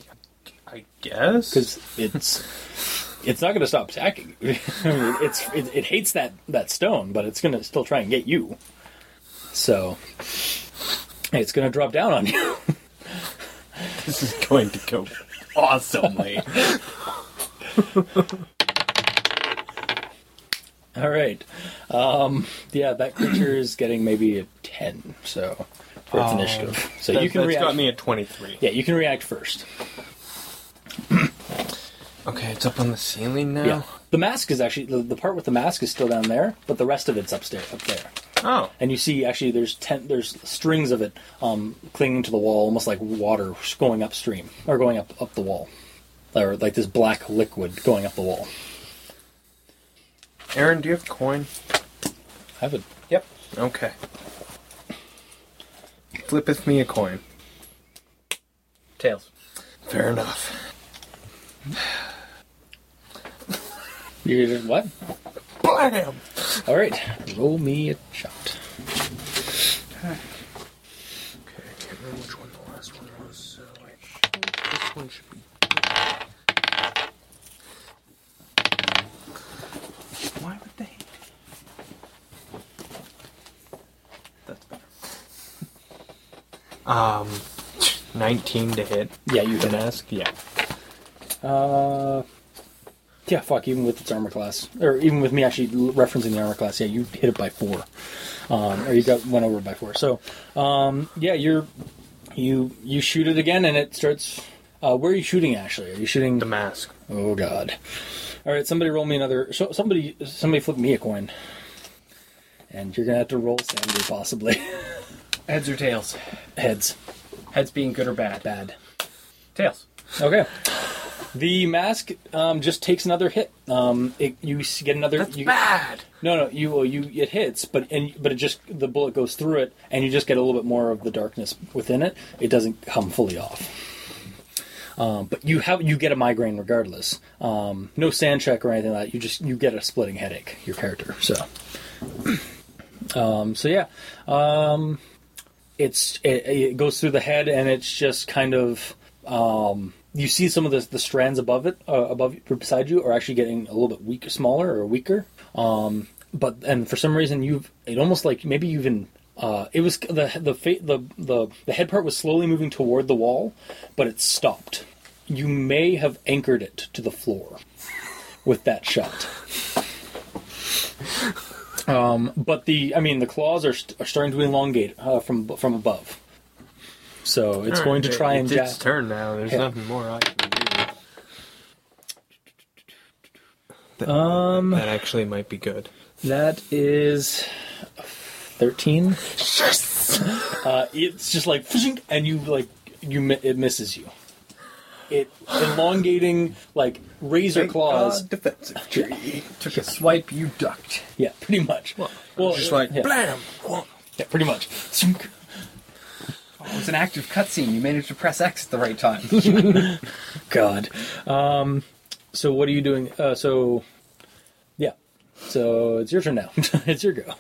S5: I guess.
S3: because it's it's not going to stop attacking. *laughs* you. I mean, it's it, it hates that that stone, but it's going to still try and get you. So it's going to drop down on *laughs* you.
S5: this is going to go
S3: *laughs*
S5: awesomely.
S3: All right. Um, yeah, that creature is getting maybe a ten. So for its initiative, so
S5: Oh. that,
S3: you can
S5: that's
S3: react.
S5: got me at twenty-three.
S3: Yeah, you can react first.
S5: Okay, it's up on the ceiling now.
S3: Yeah, the mask is actually the, the part with the mask is still down there, but the rest of it's upstairs up there.
S5: Oh.
S3: and you see actually there's ten, there's strings of it um, clinging to the wall, almost like water going upstream or going up up the wall, or like this black liquid going up the wall.
S5: Aaron, do you have a coin?
S3: I have a
S6: Yep.
S5: Okay. Flippeth me a coin.
S6: Tails.
S5: Fair enough.
S3: you did what?
S5: Blam!
S3: All right, roll me a shot.
S5: Okay, I can't remember which one the last one was, so I think this one should be. Why would they? That's better. *laughs* Um, 19 to hit.
S3: Yeah, you
S5: The
S3: can.
S5: mask? Yeah.
S3: Uh, yeah, fuck. Even with its armor class, or even with me actually l- referencing the armor class, yeah, you hit it by four, um, or you got went over by four. So, um, yeah, you're you you shoot it again, and it starts. Uh, where are you shooting, Ashley? Are you shooting?
S5: The mask.
S3: Oh God! All right, somebody roll me another. So, somebody, somebody flip me a coin, and you're gonna have to roll Sandy possibly *laughs*
S6: Heads or tails?
S3: heads.
S6: Heads being good or bad.
S3: Bad.
S6: Tails.
S3: Okay. The mask um, just takes another hit. Um, it, you s- get another. you,
S5: Bad!
S3: No, no, you well, you it hits, but and but it just the bullet goes through it, and you just get a little bit more of the darkness within it. It doesn't come fully off. Um, but you have you get a migraine regardless. Um, no sand check or anything like that. You just you get a splitting headache. Your character. So. *clears throat* um, so yeah, um, it's it, it goes through the head and it's just kind of you see some of the, the strands above it, uh, above beside you, are actually getting a little bit weaker, smaller or weaker. Um, but and for some reason, you've it almost like maybe you've even uh, it was the the, fa- the the the head part was slowly moving toward the wall, but it stopped. You may have anchored it to the floor with that shot. Um, but the I mean the claws are, st- are starting to elongate uh, from from above. So it's going to try and
S5: it's its
S3: jab-
S5: turn now. There's
S3: Yeah.
S5: nothing more I can do. um, that actually might be good.
S3: That is 13. Uh, it's just like, "Fishing," and you like, you mi- it misses you. It elongating like razor claws.
S5: Uh,
S4: defensive tree.
S6: Took a swipe, you ducked.
S3: Yeah, pretty much. Well,
S5: Just like
S3: yeah,
S5: blam.
S3: yeah, pretty much. Shunk.
S6: It was Oh, an active cutscene. You managed to press X at the right time.
S3: *laughs* God. Um, so what are you doing? Uh, so, yeah. So it's your turn now. *laughs* it's your go.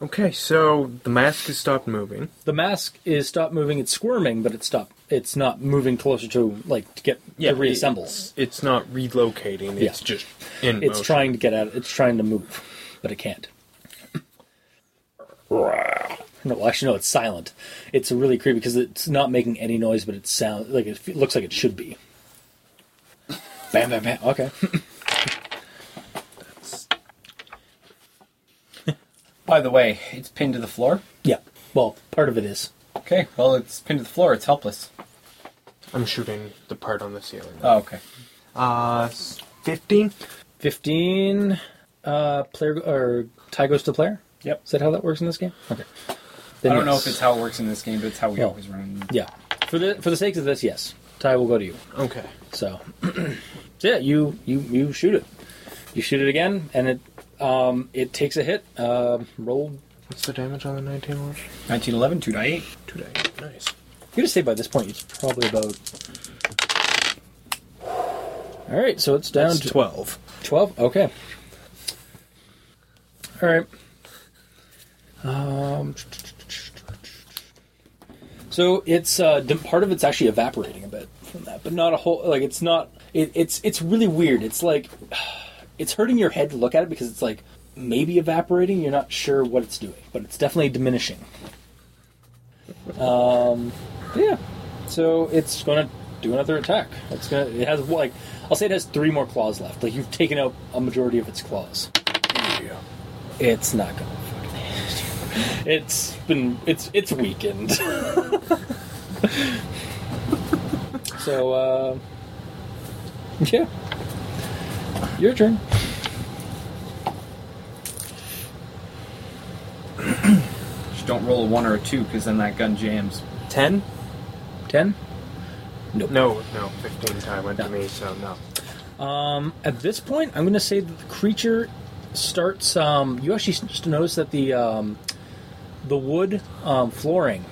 S5: Okay, so the mask has stopped moving.
S3: The mask is stopped moving. It's squirming, but it's stopped. It's not moving closer to like to get to reassemble.
S5: It's, it's not relocating. It's just in
S3: It's
S5: motion.
S3: trying to get at it. It's trying to move, but it can't. No, well, actually, no. It's silent. It's really creepy because it's not making any noise, but it sounds like it f- looks like it should be. Bam, bam, bam. Okay.
S6: By the way, it's pinned to the floor.
S3: yeah. Well, part of it is.
S6: Okay, well, it's pinned to the floor. It's helpless.
S5: I'm shooting the part on the ceiling.
S6: Oh, okay.
S5: Uh, fifteen.
S3: Fifteen. Uh, player or tie goes to player.
S6: Yep.
S3: Is that how that works in this game? Okay.
S6: I
S3: Then
S6: don't know
S3: yes.
S6: if it's how it works in this game, but it's how we
S3: Well,
S6: always run.
S3: Yeah. For the for the sakes of this, yes. Ty will go to you.
S5: Okay.
S3: So, *clears throat* so yeah, you, you you shoot it. You shoot it again, and it um, it takes a hit. Um roll.
S5: What's the damage on the nineteen launch?
S6: 1911, 2 die 8.
S5: Two die. Nice.
S3: You're gonna say by this point it's probably about. *sighs* All right, so it's down
S5: That's
S3: to
S5: twelve.
S3: twelve. Okay. All right. Um, so it's uh, d- part of it's actually evaporating a bit from that, but not a whole. Like it's not. It, it's it's really weird. It's like *sighs* it's hurting your head to look at it because it's like maybe evaporating. You're not sure what it's doing, but it's definitely diminishing. Um, yeah. So it's gonna do another attack. It's gonna. It has like I'll say it has three more claws left. Like you've taken out a majority of its claws. It's not gonna. fucking hit you. It's been it's it's weakened. *laughs* so uh, yeah, your turn.
S6: Just don't roll a 1 or a 2, because then that gun jams.
S5: Ten.
S3: Ten.
S5: No, no. Fifteen time went to me, so no.
S3: Um, At this point, I'm going to say that the creature starts. Um, you actually just notice that the um, the wood um, flooring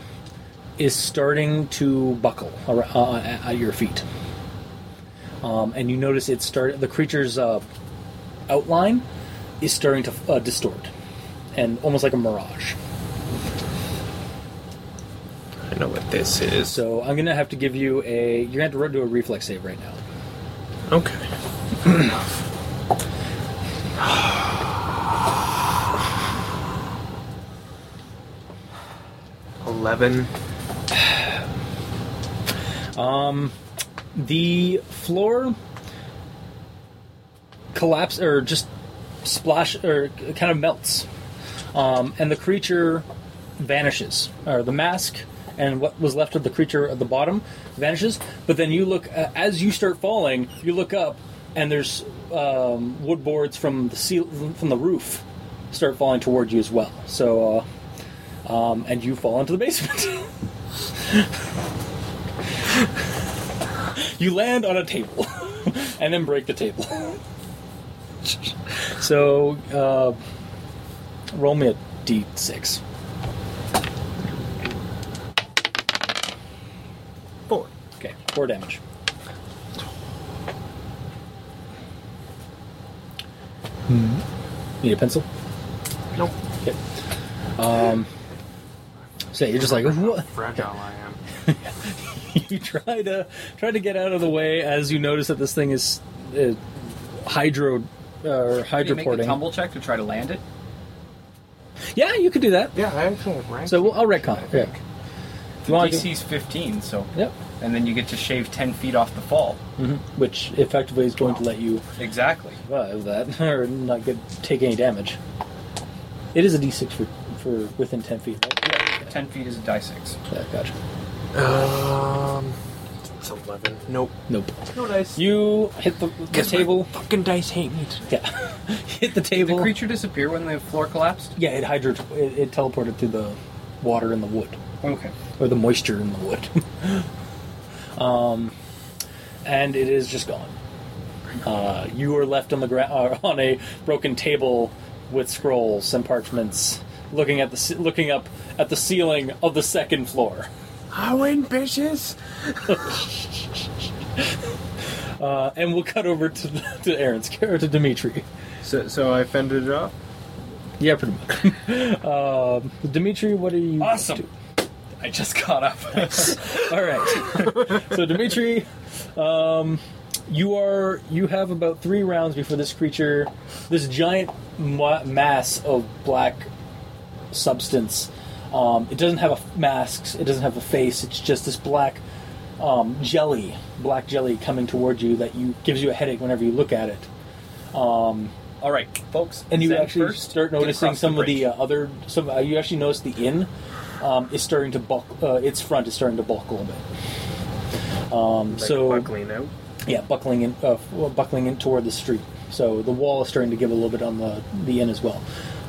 S3: is starting to buckle ar- uh, at at your feet, um, and you notice it start. The creature's uh, outline is starting to uh, distort, and almost like a mirage.
S5: I know what this is.
S3: So I'm going to have to give you a. You're going to have to do a reflex save right now.
S5: Okay. Eleven.
S3: The floor collapse or just splash or kind of melts, um, and the creature vanishes, or the mask and what was left of the creature at the bottom vanishes. But then you look uh, as you start falling, you look up, and there's um, wood boards from the ceil from the roof start falling toward you as well. So, uh, um, and you fall into the basement. *laughs* you land on a table *laughs* and then break the table. so, uh, roll me a d6.
S5: Four.
S3: Okay, four damage. Hmm. Need a pencil?
S5: Nope.
S3: Okay. Um, so you're just like, what?
S5: Fragile I am.
S3: *laughs* you try to try to get out of the way as you notice that this thing is uh, hydro uh, or
S6: Can you make a
S3: hydroporting.
S6: tumble check to try to land it?
S3: yeah, you could do that.
S5: Yeah, I actually have rank.
S3: So we'll, I'll retcon. Yeah. If you want to-
S6: DC's 15, so.
S3: Yep.
S6: And then you get to shave 10 feet off the fall.
S3: Which effectively is going to let you
S6: Exactly.
S3: survive that *laughs* or not get take any damage. It is a D6 for, for within 10 feet. Right?
S6: 10 feet is a die 6.
S3: Yeah, gotcha.
S5: Um, it's eleven. Nope.
S3: Nope.
S5: No dice.
S3: You hit the, the table.
S5: fucking dice hate me.
S3: *laughs* Yeah. *laughs* hit the
S6: Did the
S3: table.
S6: creature disappear when the floor collapsed?
S3: yeah, it hydro it, it teleported through the water in the wood.
S6: Okay.
S3: or the moisture in the wood. um, *laughs* and it is just gone. Uh, you are left on the ground uh, *laughs* on a broken table with scrolls and parchments, looking at the ce- looking up at the ceiling of the second floor.
S5: I win, bitches.
S3: Uh, and we'll cut over to to Aaron's *laughs* or to Dimitri.
S5: So, so I fended it off.
S3: Yeah, pretty much. *laughs* um, Dimitri, what are you? up
S6: Awesome.
S3: to?
S6: I just got up.
S3: *laughs* All right. *laughs* so Dimitri, um, you are you have about three rounds before this creature, this giant ma- mass of black substance. Um, it doesn't have a f- masks. It doesn't have a face. It's just this black um, jelly, black jelly coming toward you that you gives you a headache whenever you look at it.
S6: All right, folks.
S3: And you
S6: Zen
S3: actually
S6: first,
S3: start
S6: get
S3: noticing
S6: across
S3: some of the
S6: bridge.
S3: uh, other some. Uh, you actually notice the inn um, is starting to bulk. Uh, its front is starting to bulk a little bit. Um, so
S5: buckling out.
S3: Yeah, buckling in, uh, well, buckling in toward the street. So the wall is starting to give a little bit on the the inn as well.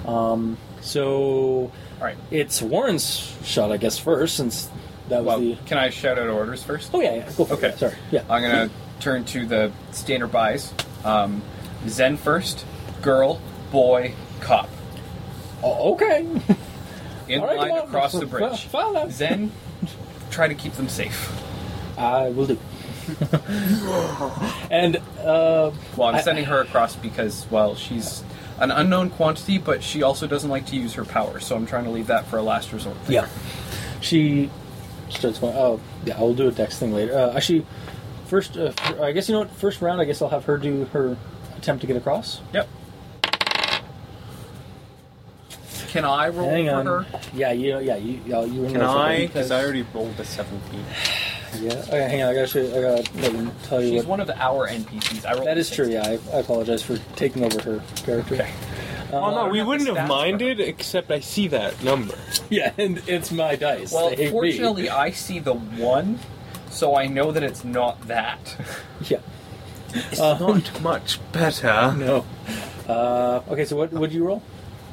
S3: Um, so
S6: All right.
S3: it's Warren's shot, I guess, first since that was
S6: Well,
S3: the.
S6: can I shout out orders first?
S3: Oh yeah, yeah. Go for
S6: Okay.
S3: It. Sorry. Yeah.
S6: I'm gonna turn to the standard buys. Um, Zen first, girl, boy, cop.
S3: Oh, okay.
S6: In
S3: All right, come
S6: line
S3: on. *laughs*
S6: across the
S3: F-
S6: bridge.
S3: Found out.
S6: Zen, try to keep them safe.
S3: I will
S6: *laughs*
S3: do. and uh,
S6: Well, I'm
S3: I-
S6: sending her across because, well, she's an unknown quantity, but she also doesn't like to use her power, so I'm trying to leave that for a last resort. thing.
S3: yeah, she starts going. Oh yeah, I'll do a dex thing later. Uh, actually, first, uh, fir- I guess you know what. First round, I guess I'll have her do her attempt to get across.
S6: Yep. Can I roll
S3: Hang
S6: for
S3: on.
S6: her?
S3: Yeah, you, yeah, you, yeah, you
S5: Can I? Because I
S3: yeah.
S5: already rolled a seventeen.
S3: Okay, hang on. I gotta, show, I gotta let you tell you
S6: She's
S3: what.
S6: one of our NPCs. I rolled
S3: that is
S6: a
S3: true.
S6: 16.
S3: Yeah, I, I apologize for taking over her character.
S6: Okay.
S5: Well,
S6: I
S5: Oh, no,
S6: don't
S5: we
S6: have the
S5: wouldn't
S6: stats
S5: have
S6: for
S5: minded, except I see that number.
S3: *laughs* Yeah, and it's my dice.
S6: Well,
S3: They hate me.
S6: fortunately, I see the one, so I know that it's
S5: *laughs*
S6: not that.
S3: *laughs* yeah.
S5: It's not much better.
S3: No. Uh, okay, so what would you roll?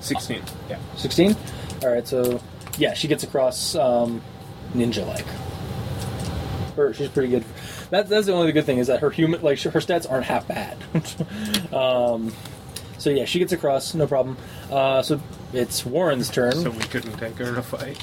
S5: Sixteen.
S6: Yeah.
S3: Sixteen. All right, so yeah, she gets across um, ninja like. Her, she's pretty good. That, that's the only good thing is that her human like her stats aren't half bad. *laughs* um, so yeah, she gets across, no problem. Uh, so it's Warren's turn.
S5: So we couldn't take her in a fight.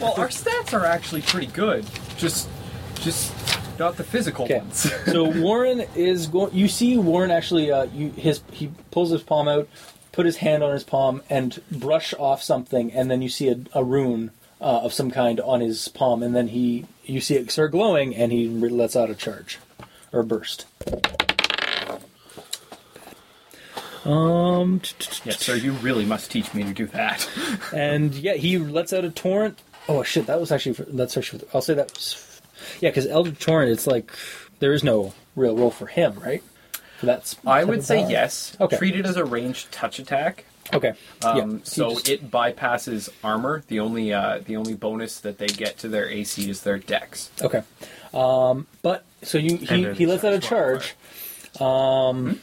S6: well, our stats are actually pretty good. Just, just not the physical
S3: Okay.
S6: ones. *laughs*
S3: so Warren is going. You see Warren actually. Uh, you his he pulls his palm out, put his hand on his palm, and brush off something, and then you see a, a rune uh, of some kind on his palm, and then he you see it start glowing, and he re- lets out a charge or burst. Um, t- t- t-
S6: yes, sir. You really must teach me to do that.
S3: and yeah, he lets out a torrent. Oh shit, that was actually for, that's actually. I'll say that. Was, yeah, because Elder Torrent, it's like there is no real role for him, right? For that's
S6: I would say yes.
S3: Okay.
S6: Treat it as a ranged touch attack.
S3: Okay.
S6: Um,
S3: yeah.
S6: So
S3: you just-
S6: it bypasses armor. The only uh, the only bonus that they get to their AC is their dex.
S3: okay. Um, but so you
S5: And
S3: he,
S5: it
S3: he lets out a
S5: attacks modifier.
S3: charge,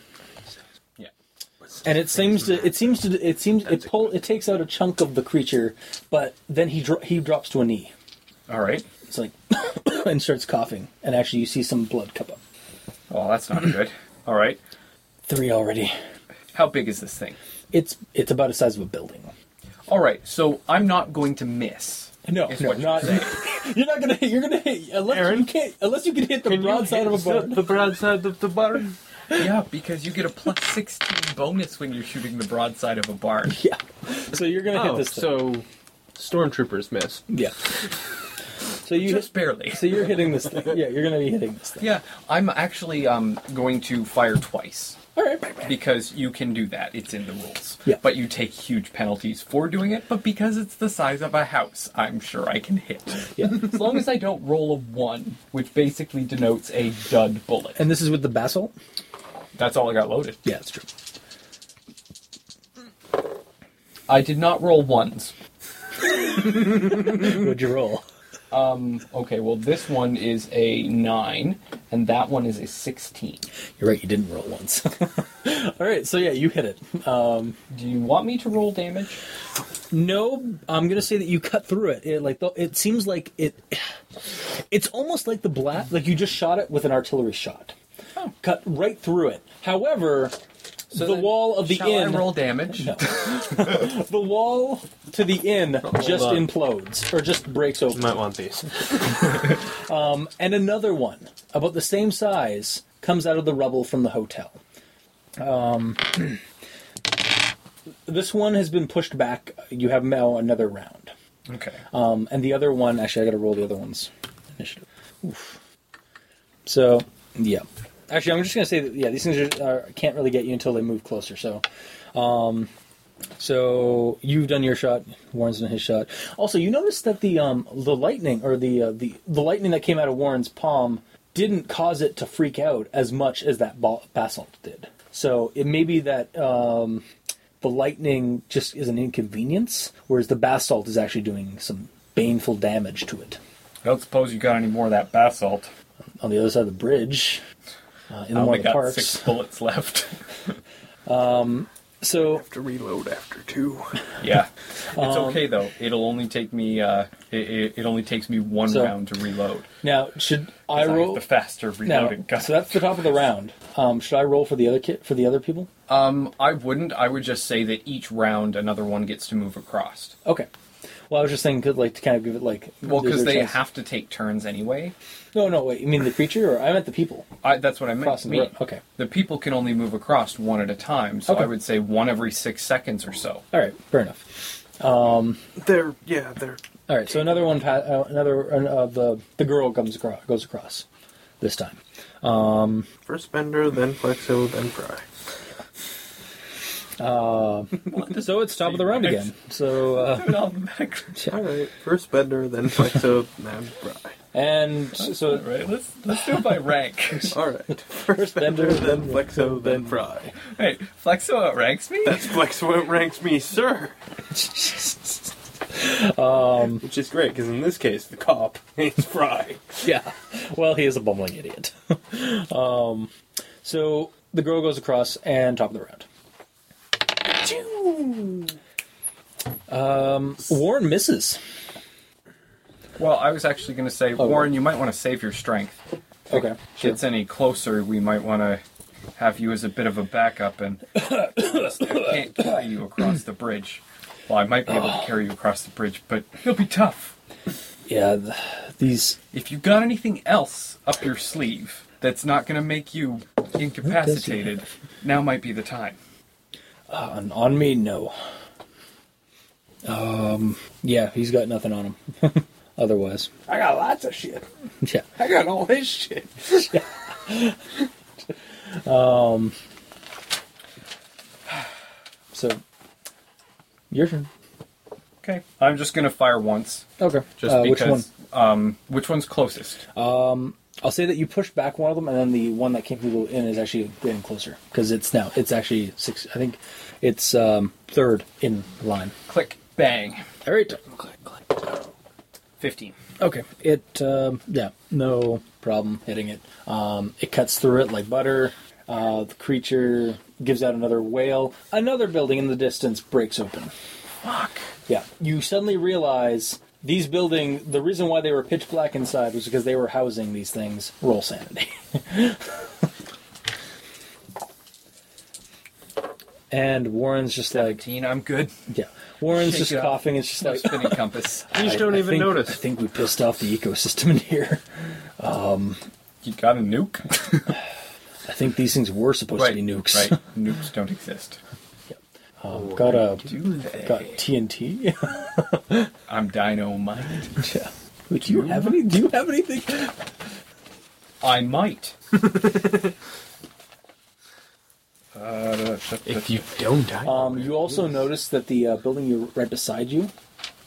S6: Yeah.
S3: and it seems to it seems to it seems it pull it takes out a chunk of the creature, but then he dro- he drops to a knee.
S6: All right.
S3: It's like *coughs* and starts coughing, and actually you see some blood come up.
S6: Well, that's not good. All right.
S3: Three already.
S6: How big is this thing?
S3: It's it's about the size of a building.
S6: All right. So I'm not going to miss.
S3: No,
S6: Is
S3: no,
S6: what you're
S3: not *laughs* You're not gonna hit. You're gonna hit unless
S5: Aaron?
S3: you can't. Unless you can hit the broadside of a boat.
S5: The broadside of the barn.
S6: yeah, because you get a plus 16 bonus when you're shooting the broadside of a barn.
S3: *laughs* Yeah. So you're gonna hit
S5: Oh,
S3: this. Thing.
S5: so stormtroopers miss.
S3: yeah. So you.
S6: Just barely.
S3: so you're hitting this thing. Yeah, you're gonna be hitting this thing.
S6: Yeah, I'm actually um, going to fire twice
S3: All right.
S6: because you can do that. It's in the rules.
S3: Yeah.
S6: But you take huge penalties for doing it, but because it's the size of a house, I'm sure I can hit.
S3: Yeah.
S6: as long as I don't roll a 1, which basically denotes a dud bullet.
S3: *laughs* And this is with the basalt.
S6: That's all I got loaded.
S3: Yeah, that's true.
S6: I did not roll ones.
S3: What'd you roll?
S6: Okay, well, this one is a 9, and that one is a 16.
S3: You're right. You didn't roll once. *laughs* All right. So yeah, you hit it.
S6: Do you want me to roll damage?
S3: No, I'm gonna say that you cut through it. It like the, it seems like it. It's almost like the blast, like you just shot it with an artillery shot, cut right through it. However, the
S6: Oh. then
S3: wall of the
S6: Shall
S3: inn,
S6: I roll damage?
S3: the wall to the inn, just
S5: on.
S3: implodes or just breaks
S5: You
S3: open,
S5: might want these.
S3: and another one about the same size comes out of the rubble from the hotel. Um, *clears throat* this one has been pushed back. You have now another round.
S6: Okay.
S3: Um, and the other one, actually, I got to roll the other one's initiative. Oof. So, yeah. Actually, I'm just gonna say that yeah, these things are, are, can't really get you until they move closer. So, um, so you've done your shot. Warren's done his shot. Also, you noticed that the um, the lightning or the uh, the the lightning that came out of Warren's palm didn't cause it to freak out as much as that ba- basalt did. So it may be that um, the lightning just is an inconvenience, whereas the basalt is actually doing some baneful damage to it.
S7: Don't suppose you got any more of that basalt.
S3: On the other side of the bridge, uh, in
S6: I
S3: one
S6: only
S3: of the
S6: got
S3: parks.
S6: six bullets left.
S3: So
S5: To reload after two. *laughs*
S6: yeah, *laughs* it's
S3: Um,
S6: okay though. It'll only take me. Uh, it, it, it only takes me one
S3: So-
S6: round to reload.
S3: now should I
S6: As have
S3: roll?
S6: the faster
S3: Now,
S6: reloading gun.
S3: so that's
S6: *laughs*
S3: the top of the round. Um, should I roll for the other kid for the other people?
S6: um, I wouldn't. I would just say that each round another one gets to move across.
S3: Okay. Well, I was just saying, could like to kind of give it like
S6: Well,
S3: there's
S6: because
S3: their
S6: they
S3: chance.
S6: have to take turns anyway.
S3: No, no, wait. You mean the creature, or I meant the people
S6: I, that's what I meant.
S3: crossing
S6: Me.
S3: the road? Okay.
S6: The people can only move across one at a time, so
S3: Okay.
S6: I would say one every six seconds
S3: *laughs*
S6: or so.
S3: All right. Fair enough.
S5: They're yeah, they're
S3: All right, so another one, pa- uh, another uh, the the girl comes across, goes across, this time.
S5: first Bender, then Plexo, then Fry.
S3: So it's top of the round again. So uh,
S5: All right, first Bender, then Plexo, *laughs* then Fry.
S3: and so
S6: Right. Let's let's do it by rank. *laughs*
S5: All *laughs* right, first
S3: Bender,
S5: Bender, then Plexo, then Fry.
S6: Wait, Flexo
S3: *laughs*
S6: outranks me.
S5: That's Plexo outranks me, sir. *laughs* Um, which is great because in this case, the cop *laughs* is Fry.
S3: yeah, well he is a bumbling idiot. *laughs* um, so the girl goes across and top of the round. Um, Warren misses.
S6: Well, I was actually going to say,
S3: Oh,
S6: Warren, you might want to save your strength.
S3: Okay,
S6: If it's any closer, we might want to have you as a bit of a backup and I can't carry you across the bridge. Well, I might be able to carry you across the bridge, but it'll be tough.
S3: yeah, th- these
S6: If you got anything else up your sleeve that's not going to make you incapacitated, now might be the time.
S3: on, on me, no. Um, yeah, he's got nothing on him. *laughs* Otherwise,
S5: I got lots of shit.
S3: yeah.
S5: I got all his
S3: *laughs*
S5: shit.
S3: Um, So, your turn.
S6: Okay, I'm just going to fire once,
S3: Okay.
S6: just
S3: uh,
S6: because.
S3: which one?
S6: Um, which one's closest?
S3: I'll say that you pushed back one of them, and then the one that came through the inn is actually getting closer because it's now it's actually six. I think it's um, third in line.
S6: Click, bang,
S3: All right.
S6: 15.
S3: Okay. It um, yeah, no problem hitting it. Um, it cuts through it like butter. Uh, the creature gives out another wail. Another building in the distance breaks open.
S6: Fuck.
S3: Yeah. You suddenly realize these building the reason why they were pitch black inside was because they were housing these things. Roll sanity. *laughs* And Warren's just like,
S6: 17, I'm good.
S3: yeah. Warren's just
S6: Shake it off.
S3: coughing. It's just
S6: No
S3: like,
S6: spinning compass.
S5: You just don't
S3: I
S5: even
S3: think- I
S5: notice.
S3: think we pissed off the ecosystem in here.
S6: You got a nuke?
S3: I think these things were supposed to be nukes.
S6: Right. Nukes don't exist.
S3: Um, got a
S6: Do they?
S3: got *laughs* TNT.
S6: I'm dynamite.
S3: yeah. Do you have any? Do you have anything?
S6: I might.
S5: If you don't, I
S3: Um, you also notice that the uh, building you're right beside you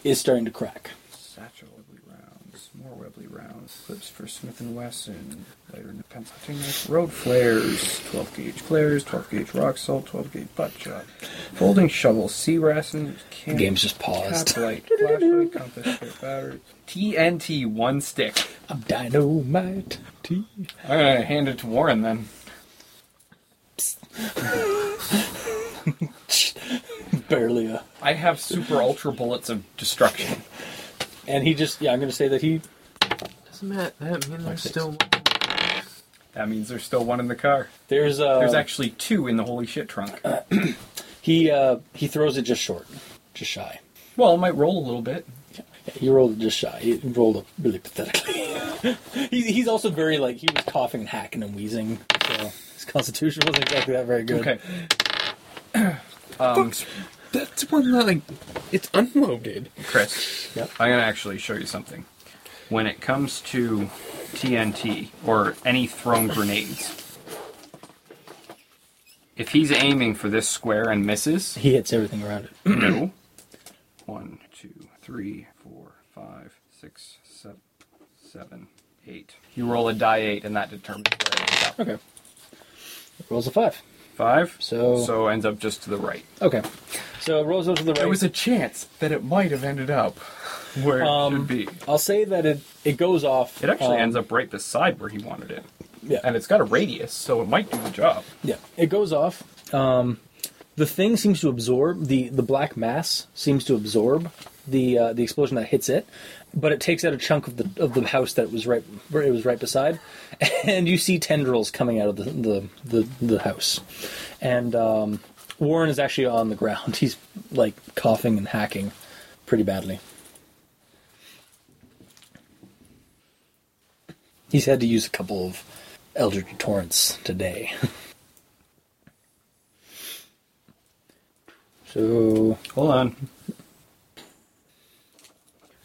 S3: is starting to crack.
S6: Satchel Webley rounds, more Webley rounds, clips for Smith and Wesson, later in the Pennsylvania, road flares, 12 gauge flares, 12 gauge rock salt, 12 gauge butt shot, folding shovel, sea rasin, can
S3: The game's just paused.
S6: cap light, flashlight, compass, strip battery, TNT one stick.
S3: I'm dynamite. T.
S6: I'm gonna hand it to Warren then.
S3: Barely uh, a.
S6: I have super ultra bullets of destruction.
S3: And he just yeah. I'm gonna say that he
S5: Doesn't that, that mean there's
S3: six.
S5: still
S6: That means there's still one in the car.
S3: there's uh
S6: There's actually two in the holy shit trunk.
S3: he uh he throws it just short, just shy.
S6: Well, it might roll a little bit.
S3: He rolled it just shy. He rolled up really pathetically. *laughs* he's, he's also very like he was coughing and hacking and wheezing. So his constitution wasn't exactly that very good.
S6: Okay. *coughs* Um,
S5: That's one that like it's unloaded.
S6: Chris,
S3: Yep.
S6: I'm going to actually show you something. When it comes to TNT or any thrown grenades, if he's aiming for this square and misses,
S3: He hits everything around it.
S6: no. One, two, three, four, five, six, seven, seven, eight. You roll a die eight, and that determines where it ends up.
S3: Okay. Rolls a five.
S6: Five.
S3: So-
S6: so ends up just to the right.
S3: Okay. So it rolls over to the right.
S6: There was a chance that it might have ended up where
S3: Um,
S6: it should be.
S3: I'll say that it it goes off.
S6: It actually
S3: um,
S6: ends up right beside where he wanted it.
S3: Yeah.
S6: And it's got a radius, so it might do the job.
S3: Yeah, it goes off. Um, the thing seems to absorb the the black mass seems to absorb the uh, the explosion that hits it, but it takes out a chunk of the of the house that was right where it was right beside, *laughs* and you see tendrils coming out of the the the, the house, and um, Warren is actually on the ground. *laughs* He's like coughing and hacking pretty badly. He's had to use a couple of Eldritch Torrents today. so
S6: Hold on.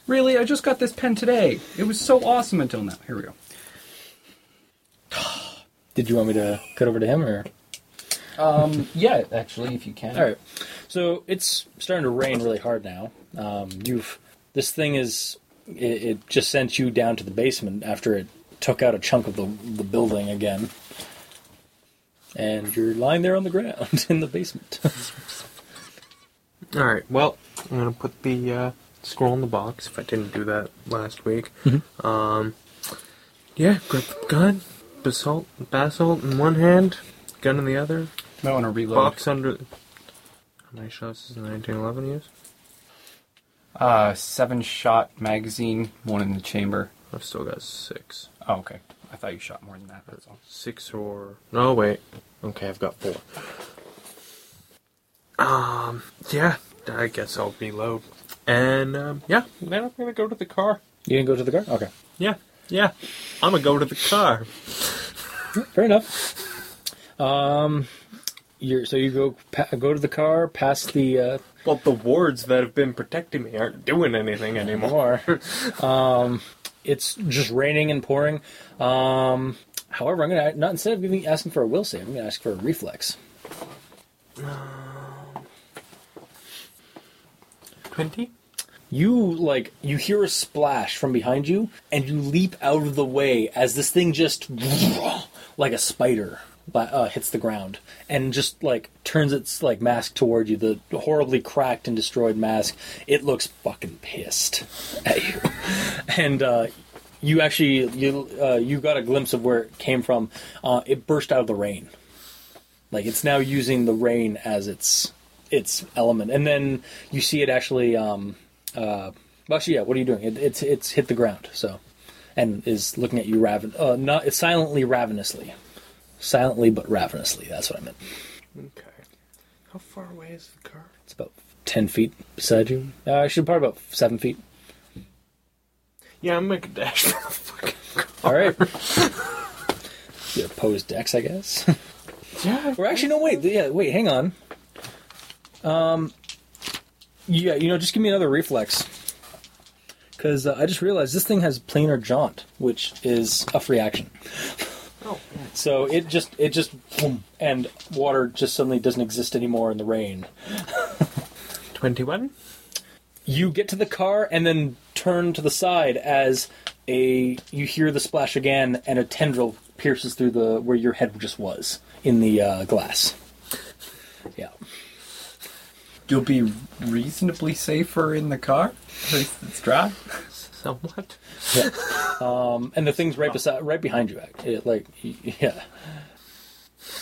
S6: Really? I just got this pen today. It was so awesome until now. Here we go.
S3: Did you want me to cut over to him or?
S6: Um, Yeah, actually, if you can.
S3: All right. So it's starting to rain really hard now. Um, you've this thing is it, it just sent you down to the basement after it took out a chunk of the the building again, and you're lying there on the ground *laughs* in the basement.
S5: All right. Well, I'm gonna put the uh, scroll in the box. If I didn't do that last week, um, yeah, grip the gun, basalt, basalt in one hand, gun in the other,
S6: I want to reload.
S5: box under. How many shots does the 1911 use?
S6: Uh, seven shot magazine, one in the chamber.
S5: I've still got six,
S6: Oh, okay. I thought you shot more than that. That's all.
S5: six or no wait. Okay, I've got four. Um, yeah, I guess I'll reload, and um, yeah, then I'm gonna go to the car.
S3: you didn't go to the car. Okay.
S5: Yeah, yeah, I'm gonna go to the car.
S3: Fair enough. Um, you're so you go pa- go to the car, past the uh,
S5: Well, the wards that have been protecting me aren't doing anything anymore.
S3: more. *laughs* um, it's just raining and pouring. Um, however, I'm gonna not instead of giving, asking for a will save, I'm gonna ask for a reflex.
S5: 20?
S3: You like you hear a splash from behind you, and you leap out of the way as this thing just *sniffs* like a spider but, uh, hits the ground and just like turns its like mask toward you. The horribly cracked and destroyed mask. It looks fucking pissed *laughs* at you, and uh, you actually you uh, you got a glimpse of where it came from. Uh, it burst out of the rain. Like it's now using the rain as its its element, and then you see it actually. Um, uh, well, actually, yeah. What are you doing? It, it's it's hit the ground, so and is looking at you raven. Uh, not it's silently, ravenously, silently but ravenously. That's what I meant.
S5: Okay. How far away is the car?
S3: It's about ten feet beside you. Uh, actually, probably about seven feet.
S5: Yeah, I'm making a dash *laughs* for the fucking car.
S3: All right. Your opposed decks, I guess.
S5: Yeah.
S3: Or actually, no, wait. Yeah, wait. Hang on. Um. Yeah, you know, just give me another reflex. Because uh, I just realized this thing has planar jaunt, which is a free action.
S5: Oh,
S3: So it just it just boom, and water just suddenly doesn't exist anymore in the rain.
S5: 21?
S3: You get to the car and then turn to the side as a you hear the splash again and a tendril pierces through the where your head just was in the uh, glass. Yeah.
S4: You'll be reasonably safer in the car. At least it's dry.
S5: Somewhat.
S3: Yeah. um, and the thing's right beside, right behind you. act- It, like, y- yeah.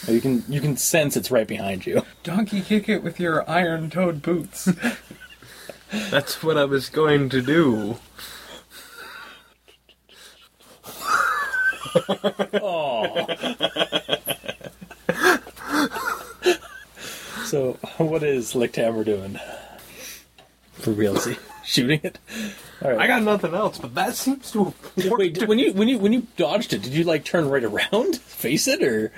S3: You can you can sense it's right behind you.
S4: Donkey kick it with your iron-toed
S6: *laughs*
S4: boots.
S5: That's what I was going to do.
S3: So what is Lictammer doing? For realsy, *laughs* shooting it. All
S5: I
S3: right.
S5: got nothing else, but that seems to have worked.
S3: Wait, when you when you when you dodged it, did you like turn right around, *laughs* face it, or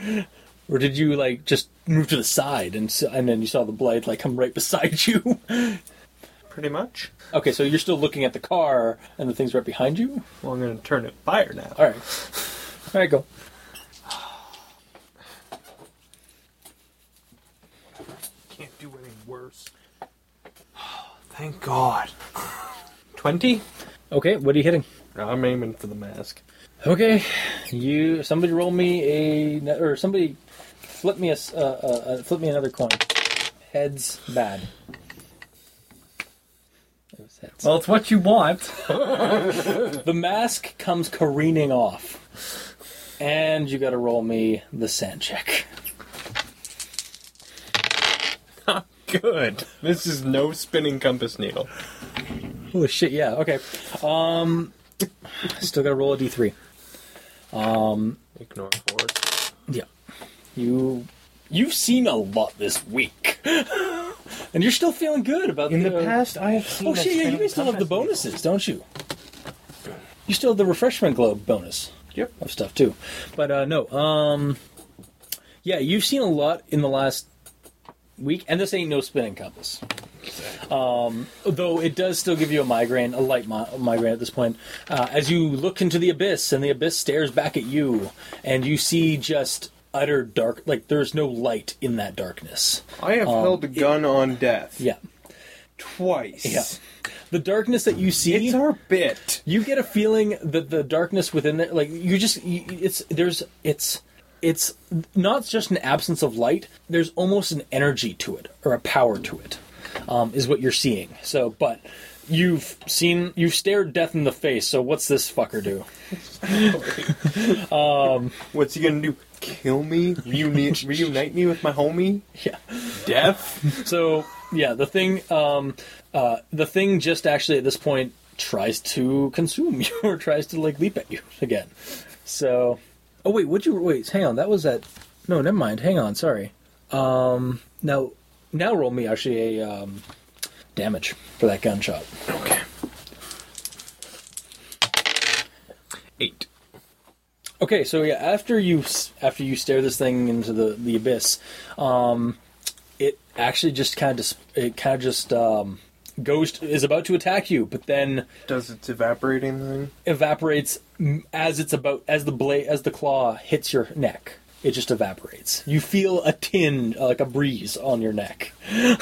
S3: or did you like just move to the side and s- and then you saw the blade like come right beside you? *laughs*
S5: Pretty much.
S3: okay, so you're still looking at the car and the thing's right behind you.
S5: Well, I'm going to turn it fire now.
S3: All right. All right, go.
S5: Can't do any worse. *sighs* Thank God. 20?
S3: Okay, what are you hitting?
S5: I'm aiming for the mask.
S3: Okay, you somebody roll me a or somebody flip me a s- uh, uh, uh, flip me another coin. Heads bad. It was heads.
S4: well, it's what you want.
S3: the mask comes careening off, and you got to roll me the sand check.
S5: Good. This is no spinning compass needle.
S3: Holy shit! Yeah. Okay. Um, still got to roll a d three.
S5: Ignore four.
S3: Yeah. You you've seen a lot this week, and you're still feeling good about
S2: In the
S3: the
S2: past, I have seen.
S3: Oh shit! Yeah, you guys still have the bonuses, don't you? You still have the refreshment globe bonus.
S5: Yep.
S3: Of stuff too, but uh, no. Um, yeah, you've seen a lot in the last week, and this ain't no spinning compass. Um, though it does still give you a migraine, a light mi- migraine at this point. Uh, as you look into the abyss, and the abyss stares back at you, and you see just utter dark. Like there's no light in that darkness.
S5: I have held a gun on death
S3: Yeah,
S5: twice.
S3: yeah. The darkness that you see.
S5: It's our bit.
S3: you get a feeling that the darkness within there like you just you, it's there's it's it's not just an absence of light there's almost an energy to it or a power to it um, is what you're seeing so but you've seen you've stared death in the face so what's this fucker do
S5: What's he gonna do? Kill me?
S3: *laughs*
S5: Reunite, reunite me with my homie?
S3: yeah
S5: Death?
S3: so yeah the thing um uh the thing just actually at this point tries to consume *laughs* you or tries to like leap at you again so oh wait would you wait hang on that was at no never mind hang on sorry um now now roll me actually a um damage for that gunshot
S5: Okay. Eight.
S3: Okay, so yeah, after you s- after you stare this thing into the the abyss, um, it actually just kind of it kind of just um, goes to, is about to attack you, but then
S5: Does its evaporating thing?
S3: evaporates m- as it's about as the blade as the claw hits your neck. It just evaporates. You feel a tin uh, like a breeze on your neck. *laughs*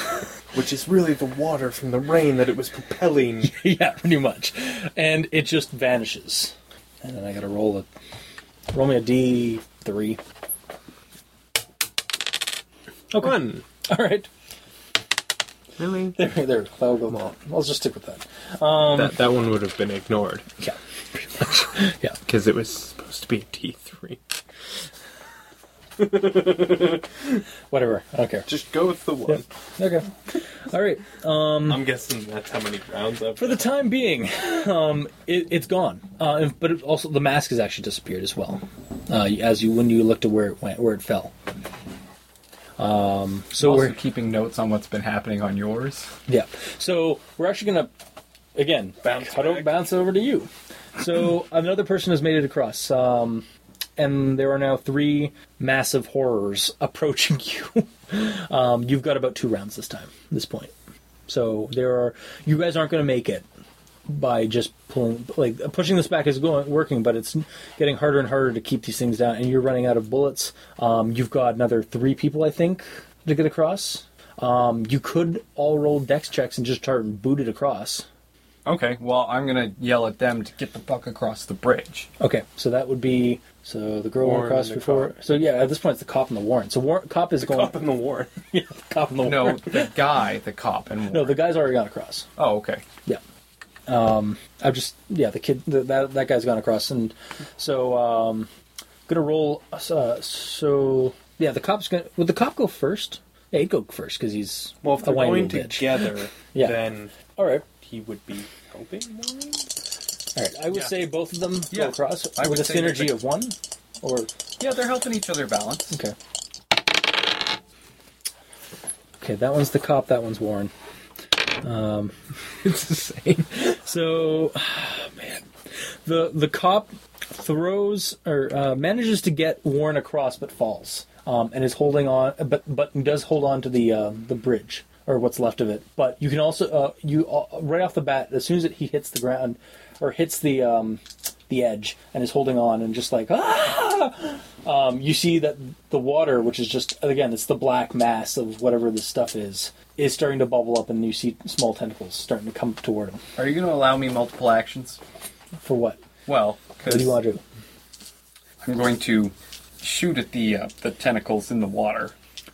S5: Which is really the water from the rain that it was propelling.
S3: yeah, pretty much, and it just vanishes. And then I gotta roll a roll me a d three. *laughs* Okay.
S5: One.
S3: All right.
S5: Really?
S3: There, there. That'll go well. I'll just stick with that.
S5: that, that one would have been
S3: Um,
S5: ignored. *laughs*
S3: Yeah. yeah.
S5: Because it was supposed to be a T3.
S3: Whatever. I don't care.
S5: Just go with the one.
S3: Okay. All right.
S5: I'm guessing that's how many rounds I've
S3: Um, For the time being, um, it, it's gone. Uh, and- but it also, the mask has actually disappeared as well. Uh, as you when you looked at where it went, where it fell. So
S6: also
S3: we're
S6: keeping notes on what's been happening on yours.
S3: yeah. So we're actually gonna again bounce cut over, bounce it over to you. So *laughs* another person has made it across, um, and there are now three massive horrors *laughs* approaching you. *laughs* um, you've got about two rounds this time. This point, so there are you guys aren't gonna make it by just pulling like pushing this back is going working but it's getting harder and harder to keep these things down and you're running out of bullets um, you've got another three people i think to get across um, you could all roll dex checks and just start and boot it across
S6: Okay, well, I'm gonna yell at them to get the fuck across the bridge.
S3: okay so that would be so the girl went
S5: Warren
S3: across
S5: and the
S3: before so yeah at this point it's the cop and the warrant so warrant cop is going
S5: Up in the war.
S3: yeah, the cop and the
S6: No,
S3: warrant
S6: *laughs* the guy, the cop, and
S3: no the guy's already gone across
S6: oh, okay.
S3: Yeah. Um, I've just yeah the kid the, that that guy's gone across and so um, gonna roll uh, so yeah the cop's gonna would the cop go first? Yeah, he'd go first because he's
S5: Well, if
S3: a
S5: they're
S3: whiny
S5: going
S3: little bitch.
S5: together,
S3: *laughs* Yeah.
S5: then
S3: All right,
S5: he would be helping. Maureen?
S3: all right. I would say both of them
S6: Yeah.
S3: go across
S6: I
S3: with
S6: would
S3: a
S6: say that
S3: synergy
S6: the-
S3: of one or
S6: Yeah, they're helping each other balance.
S3: okay. Okay, that one's the cop. That one's Warren. Um, *laughs*
S6: It's the same.
S3: So, man, the the cop throws or uh, manages to get Warren across, but falls um, and is holding on, but but does hold on to the uh, the bridge or what's left of it. But you can also uh, you uh, right off the bat, as soon as it, he hits the ground or hits the um, the edge and is holding on and just like ah, um, you see that the water, which is just again, it's the black mass of whatever this stuff is. Is starting to bubble up, and you see small tentacles starting to come toward him.
S6: Are you gonna allow me multiple actions?
S3: For what?
S6: Well,
S3: What do you
S6: because
S3: want to do?
S6: I'm going to shoot at the uh, the tentacles in the water.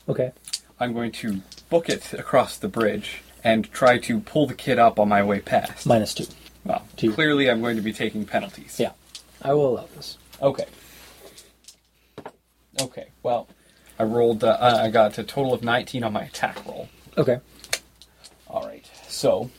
S3: Okay.
S6: I'm going to book it across the bridge and try to pull the kid up on my way past.
S3: Minus two.
S6: well,
S3: two.
S6: clearly I'm going to be taking penalties.
S3: Yeah. I will allow this.
S6: Okay. Okay. Well, I rolled. Uh, uh, I got a total of 19 on my attack roll.
S3: Okay.
S6: All right. So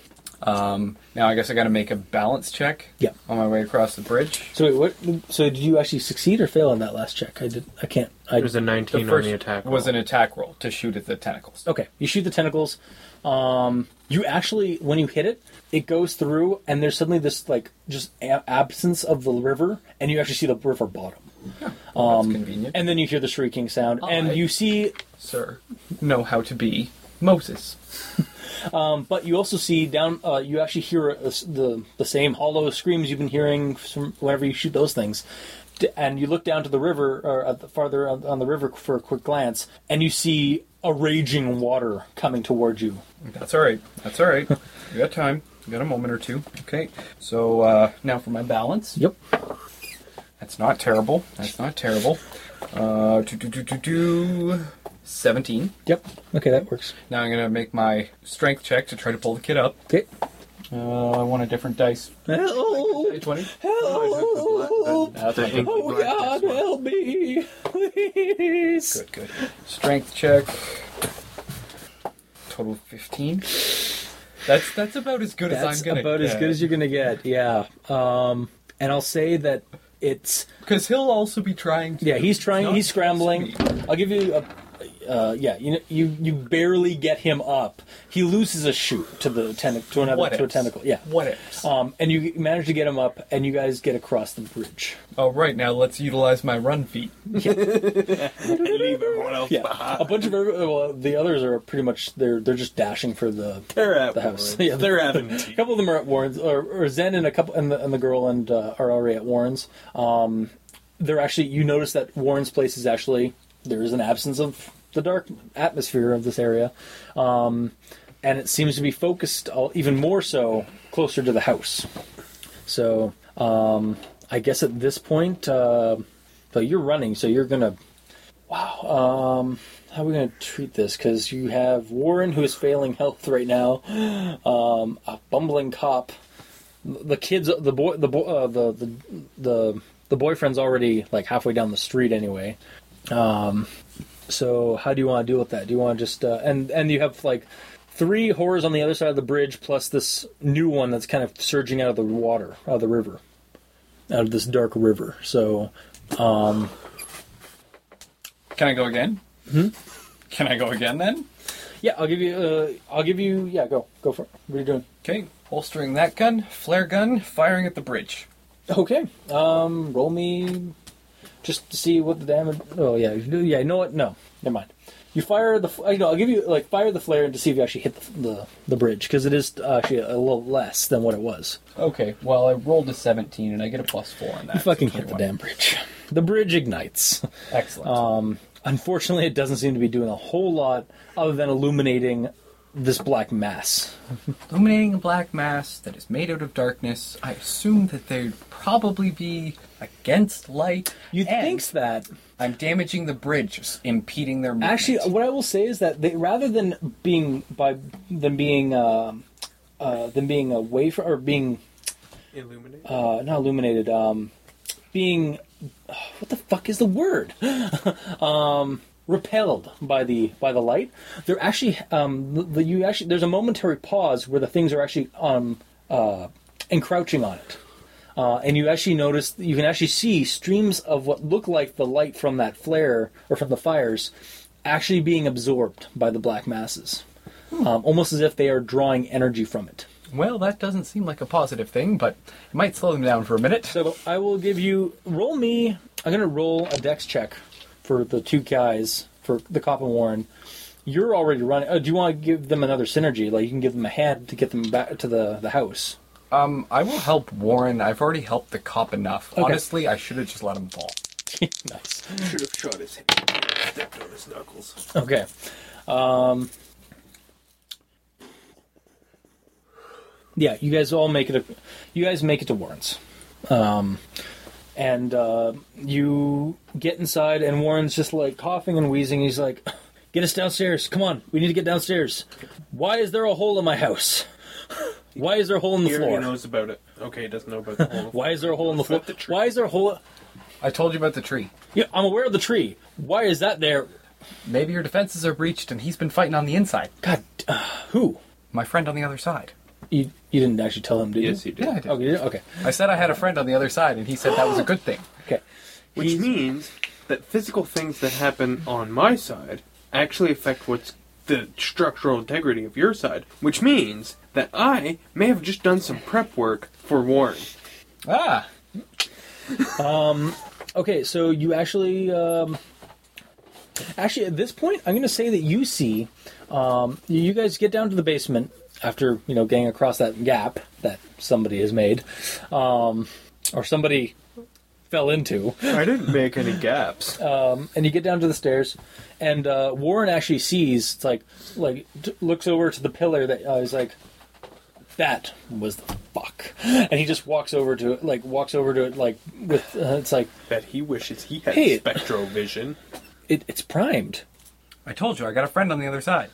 S6: um, now I guess I got to make a balance check.
S3: Yeah.
S6: On my way across the bridge.
S3: So wait, what? So did you actually succeed or fail on that last check? I did. I can't. I
S5: It was a 19 on the attack.
S6: was
S5: roll.
S6: an attack roll to shoot at the tentacles.
S3: Okay. You shoot the tentacles. Um, you actually, when you hit it, it goes through, and there's suddenly this like just a- absence of the river, and you actually see the river bottom,
S6: That's convenient.
S3: and then you hear the shrieking sound, and
S6: Hi.
S3: you see
S6: Sir, know how to be Moses.
S3: But you also see down. Uh, you actually hear a, the the same hollow screams you've been hearing from whenever you shoot those things, D- and you look down to the river or at the farther on, on the river for a quick glance, and you see a raging water coming toward you.
S6: That's all right. That's all right. you got time. You got a moment or two. Okay. So uh, now for my balance.
S3: Yep.
S6: That's not terrible. That's not terrible. Uh, do, do, do, do, do. 17.
S3: Yep. Okay, that works.
S6: Now I'm going to make my strength check to try to pull the kid up.
S3: Okay.
S6: Uh, I want a different dice.
S3: Help!
S6: 20?
S3: Help!
S6: That's
S5: The *laughs*
S6: my
S5: ink-
S3: Oh
S5: black
S3: God,
S5: text one.
S3: help me, please!
S6: Good, good. Strength check. Total 15. That's that's about as good
S3: That's
S6: as I'm going to
S3: about as good as you're gonna get. Yeah. Um, and I'll say that it's.
S6: Because he'll also be trying to.
S3: Yeah, he's trying.
S6: not
S3: He's scrambling. I'll give you a. Uh, yeah, you know, you you barely get him up. He loses a shoot to the ten- to another
S6: What
S3: to a
S6: ifs?
S3: tentacle. Yeah.
S6: What ifs?
S3: Um, and you manage to get him up, and you guys get across the bridge.
S6: All right, now let's utilize my run feet.
S5: leave everyone else
S3: Yeah,
S6: *laughs*
S3: a bunch of every, well, the others are pretty much they're they're just dashing for the.
S5: They're at
S3: The house.
S5: Warren's.
S3: Yeah.
S5: They're having
S3: A
S5: tea.
S3: couple of them are at Warren's, or, or Zen and a couple and the, and the girl and uh, are already at Warren's. Um, they're actually you notice that Warren's place is actually there is an absence of the dark atmosphere of this area, um, and it seems to be focused all, even more so closer to the house. So um, I guess at this point, uh, but you're running, so you're gonna. Wow. Um, how are we going to treat this? Because you have Warren, who is failing health right now, um, a bumbling cop. The kids, the boy, the boy, uh, the, the the the boyfriend's already like halfway down the street anyway. Um, so how do you want to deal with that? Do you want to just uh, and and you have like three horrors on the other side of the bridge, plus this new one that's kind of surging out of the water, out of the river, out of this dark river. So Hmm?
S6: Can I go again? Can I go again then?
S3: Yeah, I'll give you. Uh, I'll give you. Yeah, go. Go for it. What are you doing?
S6: Okay, holstering that gun, flare gun, firing at the bridge.
S3: Okay. Um, roll me just to see what the damage. Oh yeah, you do- yeah. You know what? No, never mind. You fire the. f- You know, I'll give you like fire the flare and to see if you actually hit the the, the bridge because it is actually a little less than what it was.
S6: Okay, well, I rolled a 17 and I get a plus 4 on that.
S3: You fucking hit the damn bridge. Uh, The bridge ignites. *laughs*
S6: Excellent.
S3: Unfortunately, it doesn't seem to be doing a whole lot other than illuminating this black mass.
S6: Illuminating a black mass that is made out of darkness, I assume that they'd probably be against light.
S3: You
S6: and
S3: think that
S6: I'm damaging the bridge, impeding their movement.
S3: Actually, um, what I will say is that they, rather than being by than being um uh, than being away from or being
S5: Illuminate.
S3: uh, not illuminated, um, being what the fuck is the word? *laughs* um, repelled by the by the light. They're actually um, the- the, you actually there's a momentary pause where the things are actually um uh, encroaching on it. Uh, and you actually notice you can actually see streams of what look like the light from that flare or from the fires actually being absorbed by the black masses, um, almost as if they are drawing energy from it.
S6: well, that doesn't seem like a positive thing, but it might slow them down for a minute.
S3: So I will give you roll me. I'm gonna roll a dex check for the two guys for the cop and Warren. You're already running. Oh, do you want to give them another synergy? Like you can give them a hand to get them back to the the house.
S6: Um, I will help Warren. I've already helped the cop enough. Honestly, I should have just let him fall.
S3: nice.
S1: Should have shot his head. Stepped on his knuckles.
S3: Okay. Um, yeah, you guys all make it. A, you guys make it to Warren's, um, and uh, you get inside, and Warren's just like coughing and wheezing. He's like, "Get us downstairs! Come on, we need to get downstairs. Why is there a hole in my house? *laughs* Why is there a hole in the
S5: He already
S3: floor?
S5: knows about it. Okay, he doesn't know about
S3: *laughs*
S5: the whole.
S3: Why is there a hole in the floor?
S5: Flip the tree.
S3: Why is there a hole?
S6: I told you about the tree.
S3: Yeah, I'm aware of the tree. Why is that there?
S6: Maybe your defenses are breached and he's been fighting on the inside.
S3: God, uh, who?
S6: My friend on the other side.
S3: You you didn't actually tell him, did
S5: Yes,
S3: you?
S5: he did.
S6: I did.
S4: Oh,
S3: Okay, you did? okay.
S6: I said I had a friend on the other side, and he said that was *gasps* a good thing.
S3: Okay.
S5: Which means that physical things that happen on my side actually affect what's the structural integrity of your side. Which means that I may have just done some prep work for Warren.
S6: Ah,
S3: Okay, so you actually, um, actually at this point, I'm going to say that you see, um, you guys get down to the basement after you know getting across that gap that somebody has made, um, or somebody fell into,
S5: I didn't make any gaps.
S3: and you get down to the stairs, and uh, Warren actually sees, it's like, like t- looks over to the pillar that uh, is like, that was the fuck, and he just walks over to it, like walks over to it, like with uh, it's like
S5: that he wishes he had
S3: Hey.
S5: spectrovision.
S3: it, it's
S6: *laughs*
S3: primed.
S6: I told you I got a friend on the other side.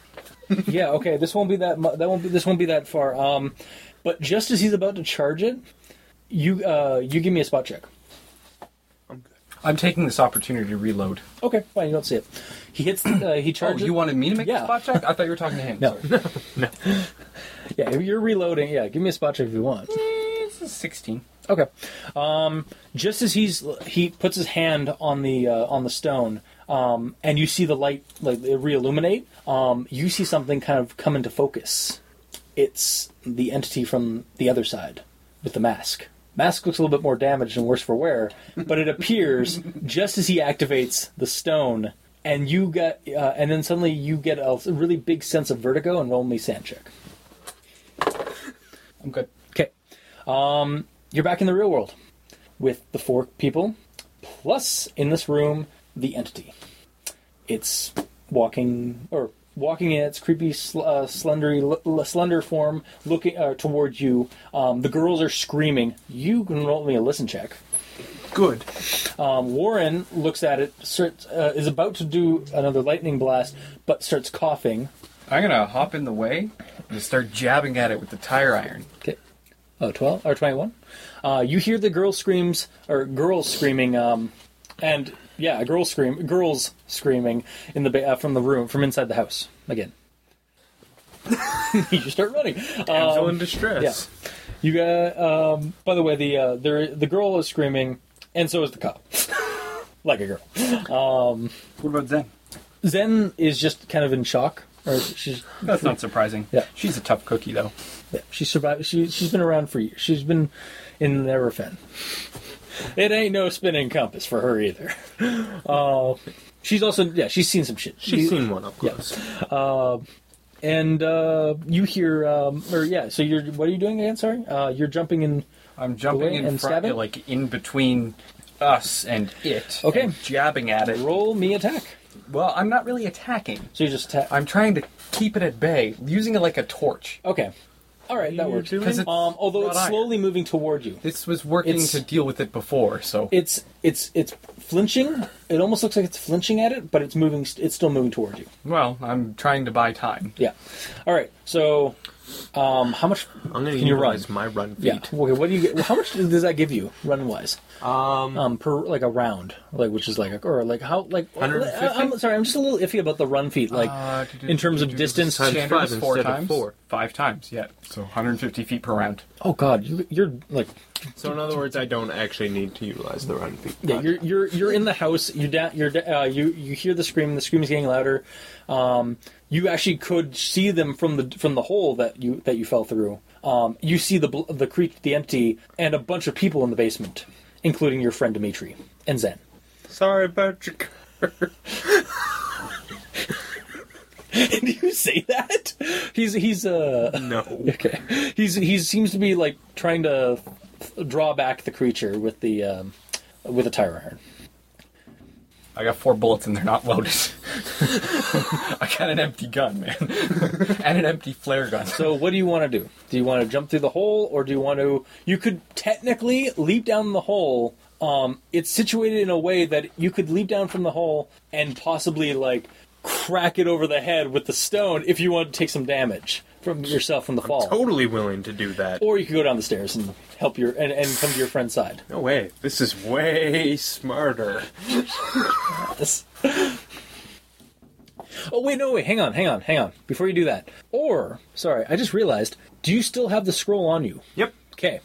S3: yeah okay this won't be that mu- that won't be this won't be that far um but just as he's about to charge it you uh you give me a spot check
S6: I'm taking this opportunity to reload.
S3: okay fine you don't see it he hits uh, he
S6: Oh,
S3: charges
S6: you wanted me to make
S3: Yeah.
S6: a spot check? I thought you were talking to him.
S3: No.
S6: Sorry.
S3: yeah if you're reloading yeah give me a spot check if you want
S6: This is 16.
S3: okay um just as he's he puts his hand on the uh, on the stone um and you see the light like it re-illuminate um you see something kind of come into focus it's the entity from the other side with the mask. Mask looks a little bit more damaged and worse for wear, but it appears just as he activates the stone, and you get, uh, and then suddenly you get a really big sense of vertigo and roll me sand check.
S6: I'm good.
S3: Okay, um, you're back in the real world with the four people, plus in this room the entity. It's walking or walking in its creepy, sl- uh, slendery, l- l- slender form, looking uh, towards you. Um, the girls are screaming. You can roll me a listen check.
S5: Good.
S3: Um, Warren looks at it, starts, uh, is about to do another lightning blast, but starts coughing.
S6: I'm going to hop in the way and start jabbing at it with the tire iron.
S3: Okay. Oh, 12 or 21? Uh, you hear the girl screams, or girls screaming, um, and yeah, a girl scream, girls screaming in the ba- uh, from the room, from inside the house again. *laughs* you start running.
S5: Damsel
S3: Um,
S5: in distress.
S3: you got. Um, by the way, the uh, there, the girl is *laughs* screaming, and so is the cop, like a girl.
S4: What about Zen?
S3: Zen is just kind of in shock, or she's
S6: That's not surprising.
S3: Yeah.
S6: She's a tough cookie, though.
S3: yeah, she survived. She she's been around for years. She's been in Neverfen. It ain't no spinning compass for her either. *laughs* Uh, she's also yeah, she's seen some shit.
S5: She's
S3: You-
S5: seen one up close.
S3: And uh, you hear um, or yeah, so you're what are you doing again? Sorry, uh, you're jumping in.
S6: I'm jumping
S3: Away
S6: in
S3: and
S6: front,
S3: stabbing?
S6: like in between us and it.
S3: Okay.
S6: and jabbing at it.
S3: Roll me attack.
S6: Well, I'm not really attacking.
S3: So you just attack.
S6: I'm trying to keep it at bay, using it like a torch.
S3: Okay. All right, that
S5: you
S3: works.
S5: doing?
S6: 'Cause it's
S3: um, although
S6: wrought
S3: it's
S6: iron.
S3: slowly moving toward you.
S6: This was working
S3: It's-
S6: to deal with it before, so
S3: It's it's it's flinching. It almost looks like it's flinching at it, but it's moving. It's still moving toward you.
S6: well, I'm trying to buy time.
S3: Yeah. All right. So, um, how much?
S5: I'm going to
S3: Can you run?
S5: utilize my run
S3: Yeah.
S5: feet.
S3: Okay, what do you get? How much does that give you run wise?
S5: Um,
S3: Um, per like a round, like which is like a, or like how like uh,
S5: 150?
S3: I'm sorry, I'm just a little iffy about the run feet, like
S6: Uh, do- do-
S3: in terms
S6: do-
S3: of
S6: do-
S3: distance.
S5: times
S6: Standard
S5: five
S6: is four
S5: instead of
S6: times.
S5: four.
S6: Five times, yeah. So 150 feet per round.
S3: Oh God, you, you're like
S5: so in other words, I don't actually need to utilize the run feet.
S3: Yeah, you're you're you're in the house. You're down. You're da- uh, you you hear the scream. The scream is getting louder. Um, you actually could see them from the from the hole that you that you fell through. Um, you see the bl- the creature, the empty, and a bunch of people in the basement, including your friend Dimitri and Zen.
S5: Sorry about your.
S3: *laughs* Did you say that? He's he's uh
S5: No.
S3: *laughs* okay. He's he seems to be like trying to draw back the creature with the um, with a tire iron.
S6: I got four bullets and they're not loaded. *laughs* I got an empty gun, man, *laughs* and an empty flare gun.
S3: So what do you want to do? Do you want to jump through the hole, or do you want to? You could technically leap down the hole. Um, it's situated in a way that you could leap down from the hole and possibly like crack it over the head with the stone if you want to take some damage from yourself from the fall.
S5: Totally willing to do that.
S3: or you could go down the stairs and help your and, and come to your friend's side.
S5: No way. This is way smarter.
S3: This- Oh wait, no wait, hang on, hang on, hang on. Before you do that, or sorry, I just realized. Do you still have the scroll on you?
S5: Yep.
S3: Okay.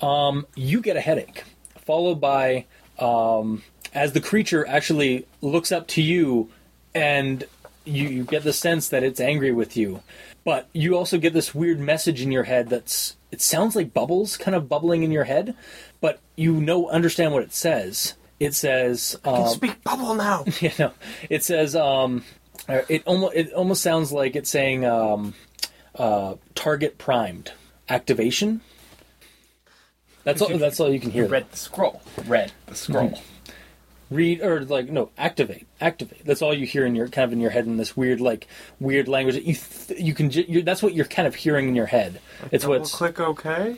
S3: Um, you get a headache, followed by um, as the creature actually looks up to you, and you, you get the sense that it's angry with you, but you also get this weird message in your head that's it sounds like bubbles, kind of bubbling in your head, but you know understand what it says. It says um,
S5: Speak
S3: *laughs*
S5: bubble now.
S3: yeah, no. It says um, uh, it almost it almost sounds like it's saying um, uh, target primed activation. That's all. That's all you can hear. Mm-hmm.
S6: Read the scroll. Read the scroll.
S3: Read or like no activate activate. That's all you hear in your kind of in your head in this weird like weird language that you th- you can ju- you're, that's what you're kind of hearing in your head. It's
S5: Double
S3: what's
S5: click OK.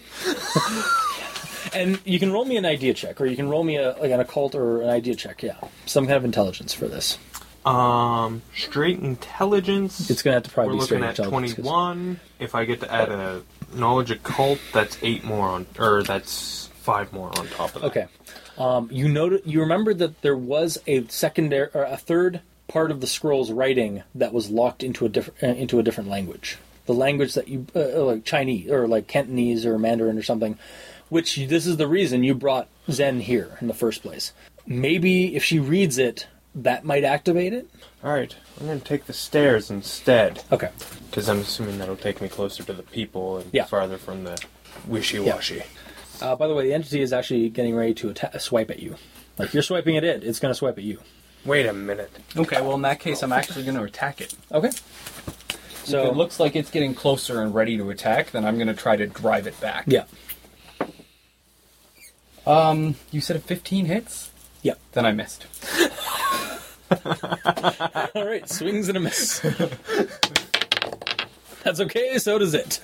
S3: and you can roll me an idea check or you can roll me a like an occult or an idea check. Yeah, some kind of intelligence for this.
S5: Um, straight intelligence.
S3: It's gonna have to probably
S5: We're
S3: be
S5: looking
S3: straight
S5: at
S3: intelligence, 'cause-
S5: twenty-one. If I get to add a knowledge occult, that's eight more on, or that's five more on top of that.
S3: Okay. Um, you noted, you remember that there was a secondary or a third part of the scroll's writing that was locked into a different uh, into a different language. The language that you uh, uh, like Chinese or like Cantonese or Mandarin or something, which you- this is the reason you brought Zen here in the first place. Maybe if she reads it, that might activate it.
S5: All right. I'm gonna take the stairs instead,
S3: Okay.
S5: because I'm assuming that'll take me closer to the people and
S3: Yeah.
S5: farther from the wishy-washy.
S3: Uh, by the way, the entity is actually getting ready to atta- swipe at you. Like you're swiping at it, it's going to swipe at you.
S5: Wait a minute.
S6: Okay, well in that case, I'm actually going to attack it.
S3: Okay.
S6: So
S3: So
S6: it looks like it's getting closer and ready to attack. Then I'm going to try to drive it back.
S3: yeah,
S6: Um, you said 15 hits.
S3: yeah.
S6: Then I missed.
S3: All right, swings and a miss. *laughs* That's okay. So does it.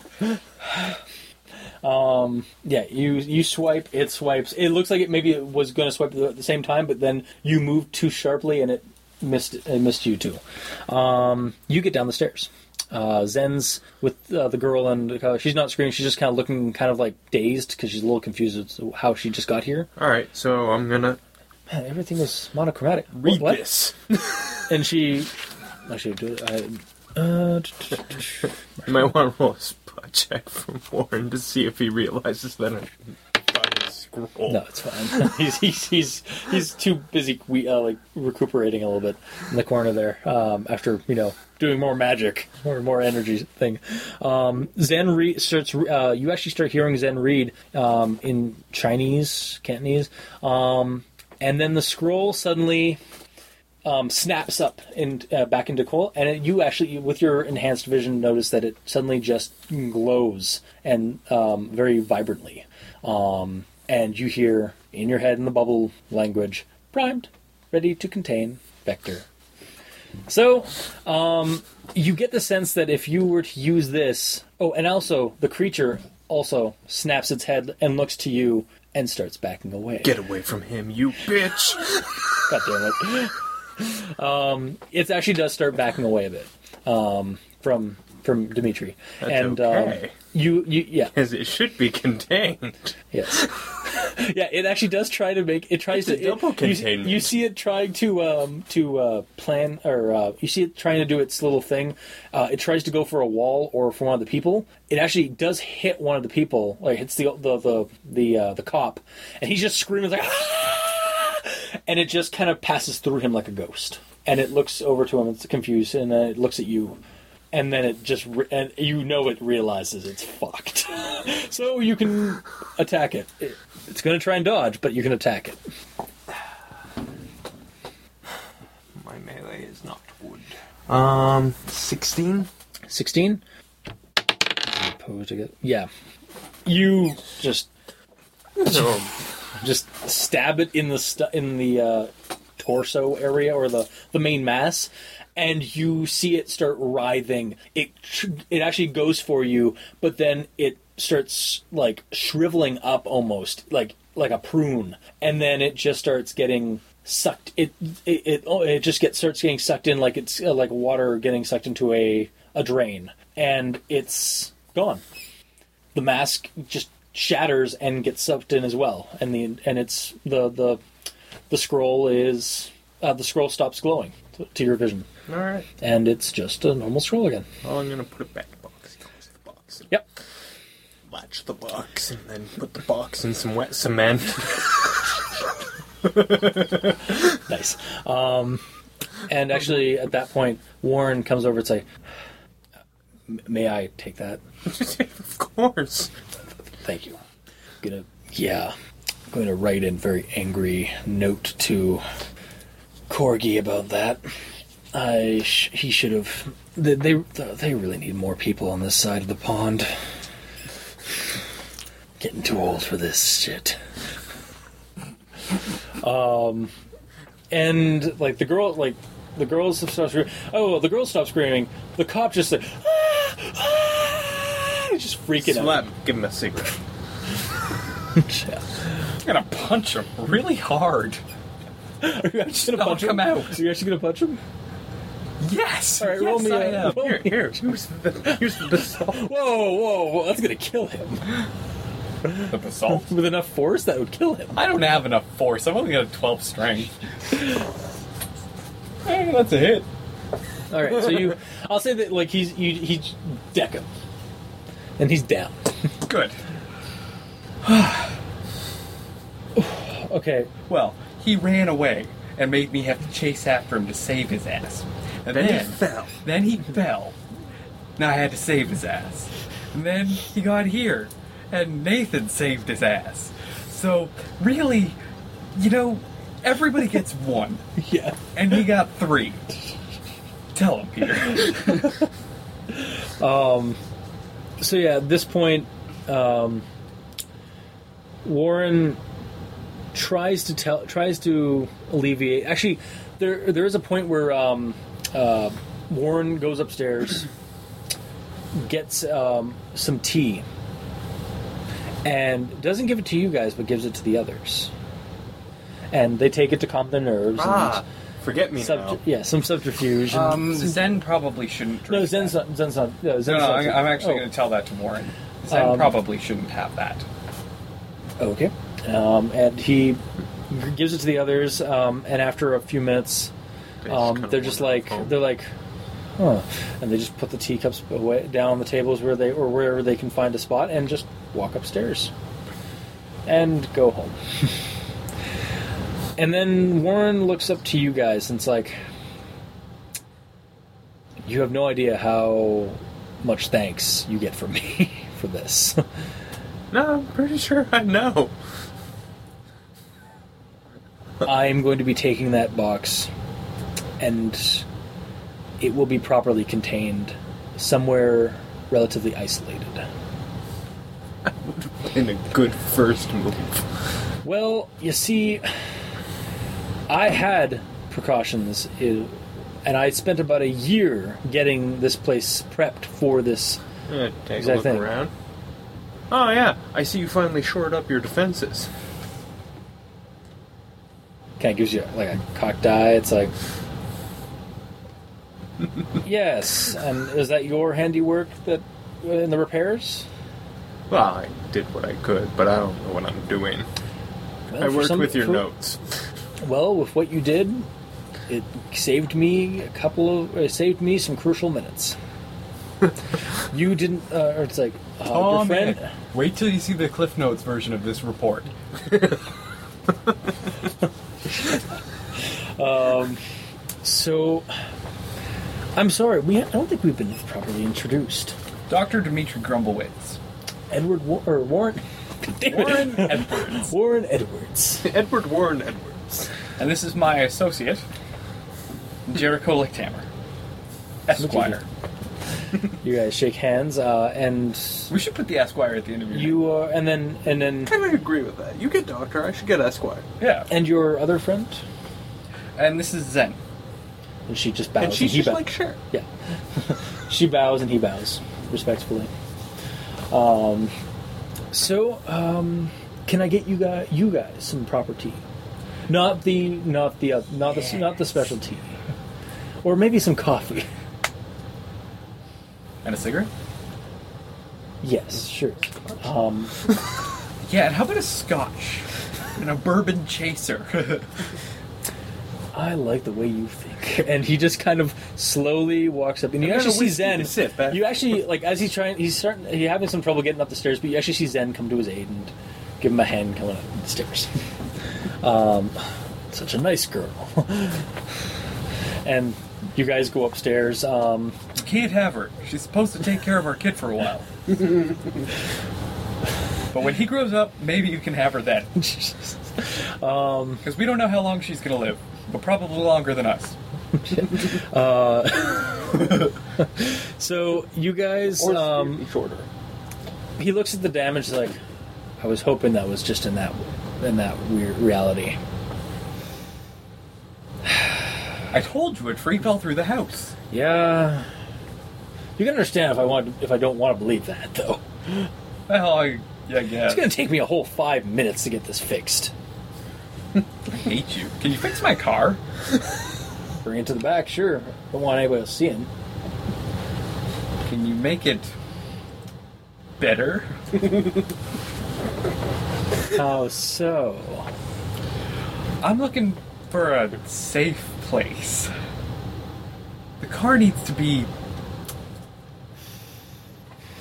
S3: Um, yeah, you you swipe, it swipes. It looks like it maybe it was going to swipe at the- at the same time, but then you moved too sharply and it missed it missed you too. Um, you get down the stairs. Uh, Zen's with uh, the girl, and uh, she's not screaming. She's just kind of looking, kind of like dazed because she's a little confused as to how she just got here.
S5: All right. So I'm gonna
S3: Man, everything was monochromatic.
S5: read
S3: what?
S5: this.
S3: and she actually do it. I, uh, *laughs* t- t- t-
S5: You might want to roll a spot check from Warren to see if he realizes that I'm fucking roll.
S3: No, it's fine. *laughs* he's, he's he's he's too busy we, uh, like recuperating a little bit in the corner there um, after you know doing more magic or more energy thing. Um, Zen re- starts. Uh, you actually start hearing Zen read um, in Chinese, Cantonese, um, and then the scroll suddenly. Um, snaps up and uh, back into coal, and it, you actually, with your enhanced vision, notice that it suddenly just glows and um, very vibrantly. Um, and you hear in your head in the bubble language, primed, ready to contain vector. So, um, you get the sense that if you were to use this, oh, and also the creature also snaps its head and looks to you and starts backing away.
S5: Get away from him, you bitch!
S3: *laughs* God damn it. Um, it actually does start backing away a bit um, from from Dimitri.
S5: That's
S3: and
S5: okay.
S3: um, you, you, yeah,
S5: As it should be *laughs* contained.
S3: Yes. *laughs* yeah, it actually does try to make it tries
S5: It's a
S3: to it-
S5: double
S3: you-
S5: containment.
S3: You, see it trying to um to uh plan or uh you see it trying to do its little thing. Uh it tries to go for a wall or for one of the people. It actually does hit one of the people. Like hits the the the the uh, the cop and he's just screaming like "Ah!" and it just kind of passes through him like a ghost. And it looks over to him, it's confused, and then it looks at you, and then it just re- and you know it realizes it's fucked. *laughs* so you can attack it. it it's going to try and dodge, but you can attack it.
S5: My melee is not good. Um, 16?
S3: Sixteen. Opposed to get- Yeah, you just
S5: No.
S3: just stab it in the stu- in the uh, torso area or the the main mass, and you see it start writhing. It tr- it actually goes for you, but then it starts like shriveling up almost like like a prune, and then it just starts getting sucked. It it it, oh, it just gets starts getting sucked in like it's uh, like water getting sucked into a a drain, and it's gone the mask just shatters and gets sucked in as well, and the and it's the the the scroll is uh, the scroll stops glowing to, to your vision,
S5: Alright.
S3: and it's just a normal scroll again.
S5: Well, I'm gonna put it back in the box. Close the box.
S3: Yep.
S5: Latch the box and then put the box in some wet cement. *laughs*
S3: Nice. Um, and actually, at that point, Warren comes over and say, "M- "May I take that?
S5: of course.
S3: Thank you." I'm gonna yeah, I'm going to write in very angry note to Corgi about that. I sh- he should have. They, they they really need more people on this side of the pond. Getting too old for this shit. Um, and like the girl, like the girls stop screaming. Oh, the girls stop screaming. The cop just like, "Ah, just freaking
S5: Slap. Give him a cigarette.
S3: out. Yeah.
S6: I'm gonna punch him really hard.
S3: Are you actually gonna
S6: I'll
S3: punch him?
S6: come out.
S3: Are you actually gonna punch him?
S6: Yes.
S3: All right, roll me a- roll
S5: Here,
S3: me- *laughs*
S5: here. Here's the, here's the basalt.
S3: Whoa, whoa, whoa! That's gonna kill him. *laughs*
S6: The basalt.
S3: With enough force, that would kill him.
S6: I don't have enough force. I've only got a
S5: *laughs*
S6: 12 strength. hey, that's a hit.
S3: All right, so you, *laughs* I'll say that like he's you he deck him, and he's down.
S6: Good.
S3: Okay,
S6: Well, he ran away and made me have to chase after him to save his ass. And then,
S5: he fell.
S6: Then he fell. Now I had to save his ass. And then he got here, and Nathan saved his ass. So really, you know, everybody
S3: *laughs*
S6: gets one,
S3: yeah.
S6: and he got three. Tell him,
S3: *laughs*
S6: Peter.
S3: So yeah, at this point, um, Warren tries to tell tries to alleviate. Actually, there there is a point where um, uh, Warren goes upstairs, gets um, some tea, and doesn't give it to you guys, but gives it to the others, and they take it to calm their nerves.
S5: Ah, forget
S3: and
S5: me
S3: subter- yeah, some subterfuge. and-
S6: Um, *laughs* Zen probably shouldn't drink.
S3: no, Zen's not. Zen's not. No, Zen's
S6: No, no,
S3: not
S6: I'm, I'm actually
S3: oh.
S6: going to tell that to Warren. Zen
S3: Um,
S6: probably shouldn't have that.
S3: Okay. Um, and he gives it to the others, um, and after a few minutes,
S5: now.
S3: um, they're just like they're like, huh, and they just put the teacups away down on the tables where they or wherever they can find a spot and just walk upstairs. and go home. *laughs* and then Warren looks up to you guys and's like, You have no idea how much thanks you get from me *laughs* for this.
S5: No, I'm pretty sure I know.
S3: I'm going to be taking that box and it will be properly contained somewhere relatively isolated.
S5: In a good first move.
S3: Well, you see, *sighs* I had precautions, i- and I spent about a year getting this place prepped for this.
S5: I'm gonna take
S3: Exact
S5: a look
S3: thing.
S5: around. Oh yeah, I see you finally shored up your defenses.
S3: Kind of gives you like a cocked eye. It's
S5: *laughs*
S3: like, yes, and is that your handiwork that uh, in the repairs?
S5: Well, I did what I could, but I don't know what I'm doing.
S3: Well,
S5: I
S3: Oh, for
S5: worked
S3: some-
S5: with your
S3: for-
S5: notes. *laughs*
S3: Well, with what you did, it saved me a couple of it saved me some crucial minutes. you didn't. Uh, or it's like uh, your
S8: Oh,
S3: friend.
S8: man. Wait till you see the Cliff Notes version of this report.
S3: So, I'm sorry. We I don't think we've been properly introduced.
S6: Dr. Dimitri Grumblewitz.
S3: Edward War- or Warren. Damn it.
S8: Warren Edwards.
S3: Warren
S5: *laughs*
S3: Edwards.
S5: Edward Warren Edwards.
S6: And this is my associate, Jericho Lichthammer. Esquire.
S3: You guys shake hands, uh, and
S6: We should put the Esquire at the end of your name.
S3: you are, and then and then
S5: Kind of agree with that. You get Doctor, I should get Esquire.
S6: Yeah.
S3: and your other friend,
S6: And this is Zen.
S3: and she just bows.
S5: And she's
S3: he
S5: just
S3: bow-
S5: like, sure.
S3: yeah. *laughs* she bows and he bows respectfully. Um, so um, can I get you guys you guys some proper tea? Not the not the uh, not the not the special tea, or maybe some coffee. *laughs*
S6: And a cigarette?
S3: Yes, sure. Um,
S6: Yeah, and how about a scotch? And a bourbon chaser. *laughs*
S3: I like the way you think. *laughs* And he just kind of slowly walks up, and you
S6: And then
S3: actually
S6: a
S3: see
S6: whiskey
S3: Zen.
S6: to sip, eh?
S3: You actually like as he's trying, he's starting, he's having some trouble getting up the stairs, but you actually see Zen come to his aid and give him a hand coming up the stairs. *laughs* um, such a nice girl. *laughs* and you guys go upstairs. Um,
S6: Can't have her. She's supposed to take care of our kid for
S3: *laughs*
S6: a while. but when he grows up, maybe you can have her then. Because we don't know how long she's going to live, but probably longer than us.
S3: so you guys,
S5: Or
S3: um,
S5: shorter.
S3: he looks at the damage like I was hoping that was just in that in that weird reality.
S6: I told you a tree fell through the house.
S3: Yeah. You can understand if I want if I don't want to believe that though.
S6: Well, I, yeah, yeah.
S3: It's going to take me a whole 5 minutes to get this fixed.
S6: I hate you. Can you fix my car?
S3: Bring it to the back, sure. Don't want anybody else
S6: *laughs*
S3: seeing.
S6: Can you make it better?
S3: How Oh, so?
S6: I'm looking for a safe place. The car needs to be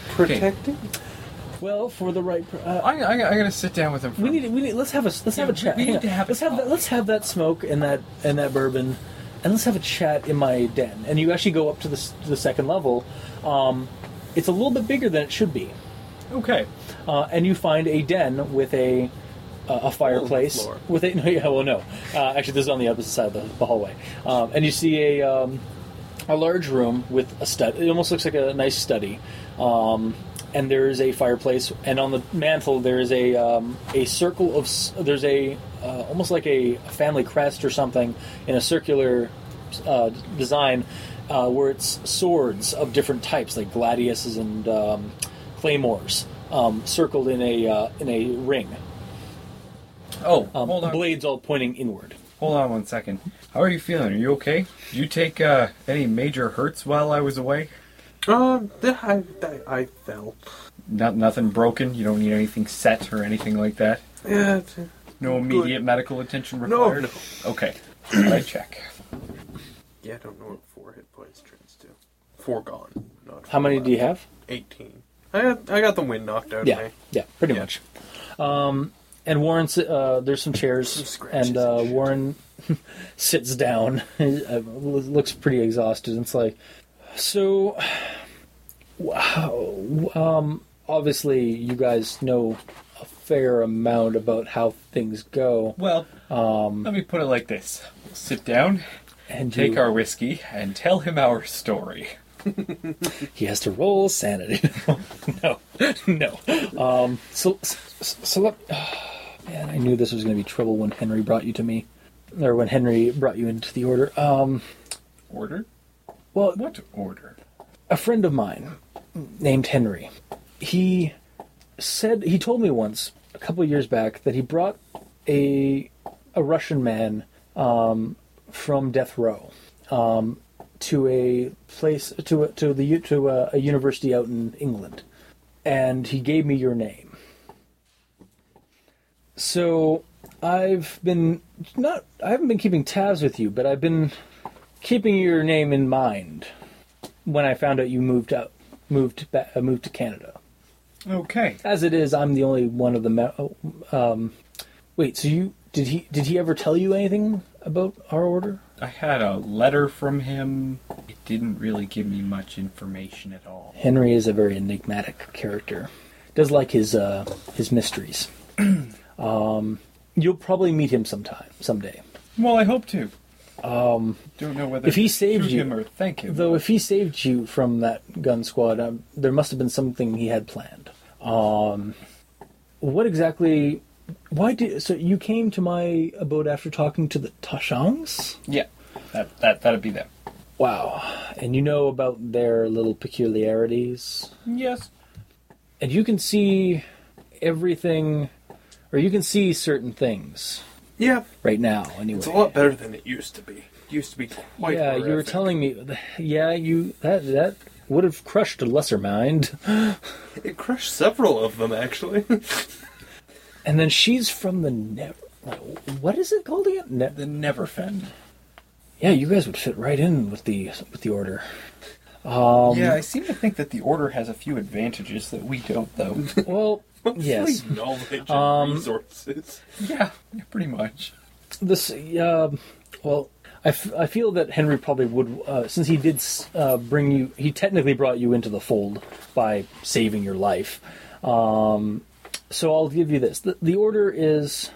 S5: Protecting?
S3: Well, for the right pr- uh,
S8: I, I, I gotta sit down with him. For
S3: we need we need let's have a let's have a
S6: Yeah,
S3: chat.
S6: we
S3: Hang
S6: need
S3: on.
S6: to have a
S3: let's have that,
S6: talk.
S3: let's have that smoke and that and that bourbon and let's have a chat in my den. And you actually go up to the s- to the second level. Um, it's a little bit bigger than it should be.
S6: okay.
S3: uh, and you find a den with a uh, a fireplace
S5: floor.
S3: with a *laughs* no, yeah, well, no. Uh, actually, this is on the opposite side of the, the hallway, um, and you see a um, a large room with a stud. It almost looks like a nice study, um, and there is a fireplace, and on the mantle there is a um, a circle of s- there's a uh, almost like a, family crest or something in a circular uh, d- design. Uh, where it's swords of different types, like gladiuses and um, claymores, um, circled in a uh, in a ring.
S6: Oh,
S3: Um,
S6: hold on.
S3: blades all pointing inward.
S6: Hold on one second. How are you feeling? Are you okay? Did you take uh, any major hurts while I was away?
S5: Um, I, I, I fell.
S6: Not nothing broken. You don't need anything set or anything like that.
S5: Yeah,
S6: No immediate medical attention
S5: No,
S6: required.
S5: no.
S6: Okay. I check.
S5: Yeah, I don't know what four hit points turns to. Four gone. Not
S3: How many do you have?
S5: Eighteen. I got, I got the wind knocked out
S3: Yeah,
S5: of me.
S3: yeah, pretty
S5: Yeah.
S3: much. Um, and Warren, si- uh, there's some chairs,
S5: scratches
S3: and uh,
S5: and shit.
S3: Warren *laughs* sits down. *laughs* Uh, looks pretty exhausted. And it's like, so, wow. Um, obviously, you guys know a fair amount about how things go,
S6: Well, um, let me put it like this: We'll sit down,
S3: and
S6: take
S3: you,
S6: our whiskey, and tell him our story. *laughs*
S3: he has to roll sanity. *laughs* no, no. Um, so, so, so let, *sighs* man, I knew this was going to be trouble when Henry brought you to me, or when Henry brought you into the order. Um,
S6: Order?
S3: well,
S6: What order?
S3: a friend of mine named Henry, he said he told me once a couple of years back that he brought a a Russian man um, from death row um, to a place to a, to the u- to a, a university out in England, and he gave me your name. So I've been not I haven't been keeping tabs with you, but I've been keeping your name in mind when I found out you moved out, moved back, uh, moved to Canada.
S6: Okay.
S3: As it is, I'm the only one of the. Me- oh, um, wait, so you did he did he ever tell you anything about our order?
S6: I had a letter from him. It didn't really give me much information at all.
S3: Henry is a very enigmatic character. Does like his uh, his mysteries. *clears throat* um, you'll probably meet him sometime someday.
S6: Well, I hope to. Um, don't know whether
S3: if he
S6: to
S3: saved
S6: shoot
S3: you-
S6: him or thank him.
S3: Though if he saved you from that gun squad, um, there must have been something he had planned. Um, what exactly? Why did so? You came to my abode after talking to the Tashangs.
S6: yeah, that that that'd be them.
S3: Wow, and you know about their little peculiarities,
S6: Yes.
S3: and you can see everything, or you can see certain things
S5: Yeah,
S3: right now. Anyway,
S5: it's a lot better than it used to be. It used to be quite.
S3: yeah, you were
S5: horrific.
S3: telling me. Yeah, you that that would have crushed a lesser mind.
S5: It crushed several of them actually. *laughs*
S3: And then she's from the never. What is it called again? Ne-
S6: The Neverfend.
S3: yeah, you guys would fit right in with the with the order.
S6: yeah, I seem to think that the order has a few advantages that we don't, *laughs* though.
S3: Well, yes, Um,
S5: Mostly knowledge and resources.
S6: yeah, pretty much.
S3: this. Uh, well, I, f- I feel that Henry probably would, uh, since he did s- uh, bring you. He technically brought you into the fold by saving your life. Um, so I'll give you this. The, the order is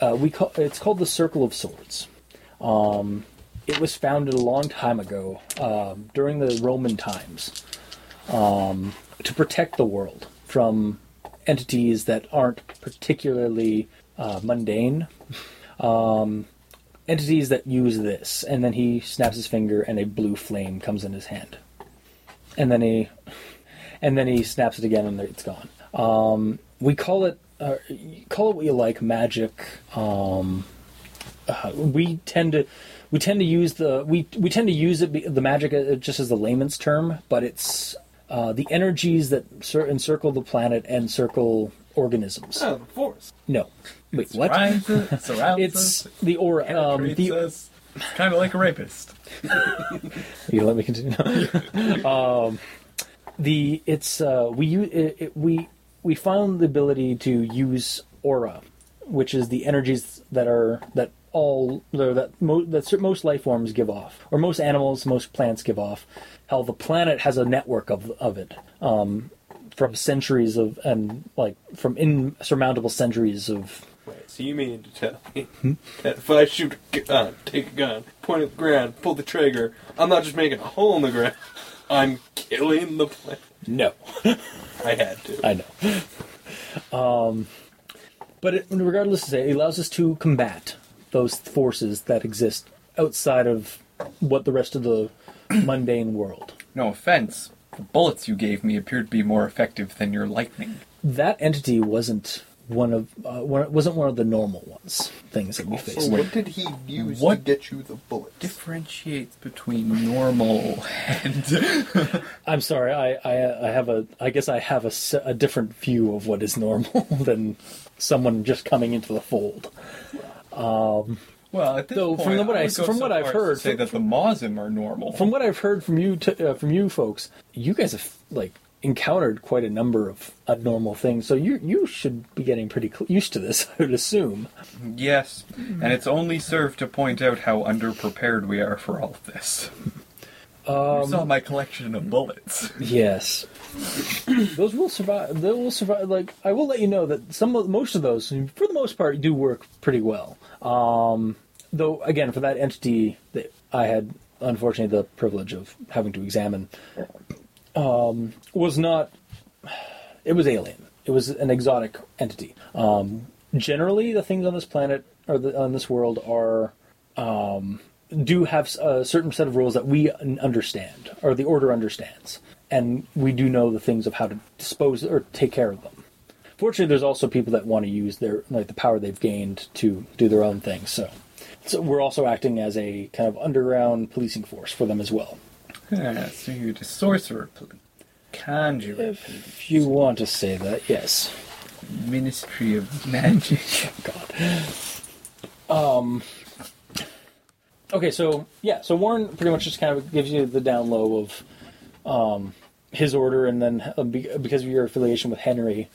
S3: uh, we call it's called the Circle of Swords. Um, it was founded a long time ago um, during the Roman times um, to protect the world from entities that aren't particularly uh, mundane. Um, entities that use this. And then he snaps his finger and a blue flame comes in his hand. And then he. And then he snaps it again, and it's gone. Um, we call it uh, call it what you like, magic, um, uh, we tend to we tend to use the we we tend to use it be- the magic uh, just as the layman's term, but it's uh, the energies that cir- encircle the planet and circle organisms.
S5: Oh, the force.
S3: No, wait, what?
S6: Surrounds *laughs* us, surrounds
S3: It's
S6: us,
S3: the aura. Um,
S6: penetrates
S3: the,
S6: us. Kind of like a rapist.
S3: you let me continue. um, the it's uh, we u- it, it, we we found the ability to use aura, which is the energies that are that all or that mo- that cer- most life forms give off, or most animals, most plants give off. Hell, the planet has a network of of it um, from centuries of and like from insurmountable centuries of
S5: Wait, so you mean to tell me that if I shoot a gun, take a gun, point at the ground, pull the trigger, I'm not just making a hole in the ground. *laughs* I'm killing the planet.
S3: no.
S5: I had to.
S3: *laughs* I know. Um, but it, regardless, to say, it allows us to combat those forces that exist outside of what the rest of the *clears throat* mundane world.
S6: No offense. The bullets you gave me appeared to be more effective than your lightning.
S3: That entity wasn't one of uh, one, wasn't one of the normal ones things that we faced.
S6: what
S5: did he use
S6: to What-
S5: get you the bullets?
S6: Differentiates between normal *laughs* and.
S3: I'm sorry, I, I I have a I guess I have a, s- a different view of what is normal *laughs* than someone just coming into the fold.
S6: Well, at this
S3: Though,
S6: point,
S3: from the- what I-
S6: would go
S3: from
S6: so
S3: what I've
S6: far as to
S3: heard,
S6: say
S3: from-
S6: that the Mosm are normal.
S3: From what I've heard from you t- uh, from you folks, you guys have like encountered quite a number of abnormal things, so you you should be getting pretty cl- used to this, *laughs* I would assume.
S6: Yes, and it's only served to point out how underprepared we are for all of this. you saw
S4: Um,
S6: my collection of bullets.
S3: Yes, those will survive. They will survive. Like I will let you know that some of, most of those, for the most part, do work pretty well. Um, though again, for that entity that I had unfortunately the privilege of having to examine, um, was not. It was alien. It was an exotic entity. Um, generally, the things on this planet or the, on this world are do have a certain set of rules that we un- understand, or the order understands, and we do know the things of how to dispose or take care of them. Fortunately, there's also people that want to use their like the power they've gained to do their own thing. So, so we're also acting as a kind of underground policing force for them as well,
S4: Ah, so you're the sorcerer police, conjurer police,
S3: if you want to say that. Yes.
S4: ministry of magic.
S3: God. Um. Okay, so yeah, so Warren pretty much just kind of gives you the down low of um, his order, and then uh, be- because of your affiliation with Henry,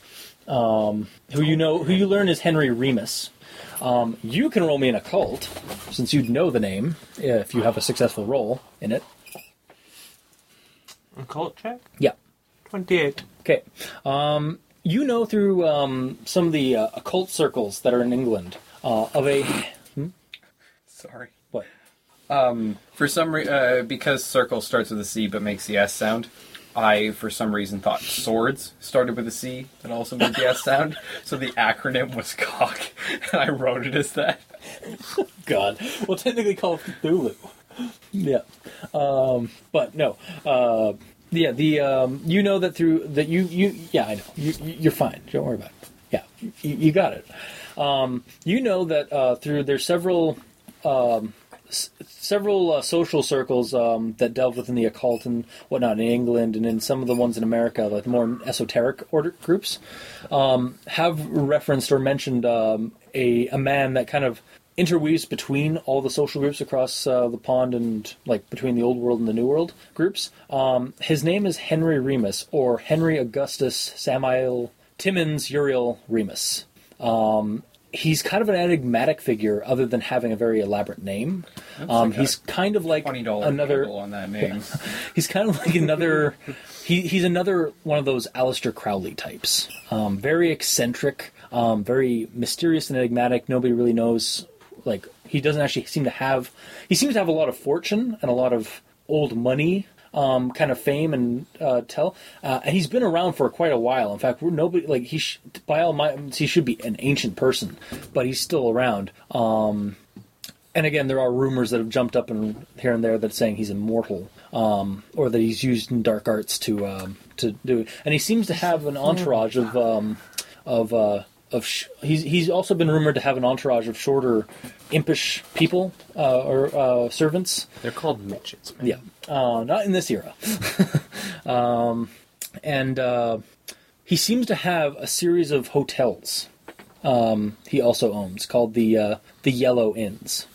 S3: um, who you know, who you learn is Henry Remus. Um, you can roll me an occult, since you'd know the name if you have a successful roll in it.
S5: Occult check?
S3: Yeah.
S5: 28.
S3: Okay. Um, you know through um, some of the uh, occult circles that are in England uh, of a
S6: *laughs* Sorry.
S3: what?
S6: For some reason, uh, because circle starts with a C but makes the S sound, I, for some reason, thought swords started with a C that also made the S sound, so the acronym was *laughs* cock, and I wrote it as that.
S3: God. Well, technically Call of Cthulhu. Yeah. Um, but no. Uh, yeah. The um, you know that through that you you yeah I know you you- you're fine. Don't worry about it. Yeah, you, you got it. Um, you know that uh, through there's several um, several uh, social circles um, that delve within the occult and whatnot in England and in some of the ones in America, like more esoteric order groups, um, have referenced or mentioned um, a, a man that kind of interweaves between all the social groups across uh, the pond and like between the old world and the new world groups. Um, his name is Henry Remus or Henry Augustus Samuel Timmins Uriel Remus. Um, He's kind of an enigmatic figure, other than having a very elaborate name. Um, he's kind of like
S6: Twenty dollars
S3: another
S6: on that name.
S4: *laughs*
S3: he's kind of like another he, he's another one of those Aleister crowley types um, very eccentric um, very mysterious and enigmatic nobody really knows like he doesn't actually seem to have he seems to have a lot of fortune and a lot of old money um, kind of fame and uh, tell uh, and he's been around for quite a while in fact we're nobody like he sh- by all means he should be an ancient person but he's still around Um, and again, there are rumors that have jumped up and here and there that's saying he's immortal, um, or that he's used in dark arts to um, to do it. And he seems to have an entourage of um, of uh, of sh- he's he's also been rumored to have an entourage of shorter, impish people uh, or uh, servants.
S5: They're called midgets, man.
S3: Yeah, uh, not in this era. *laughs* um, and uh, he seems to have a series of hotels. Um, he also owns called the uh, the Yellow Inns.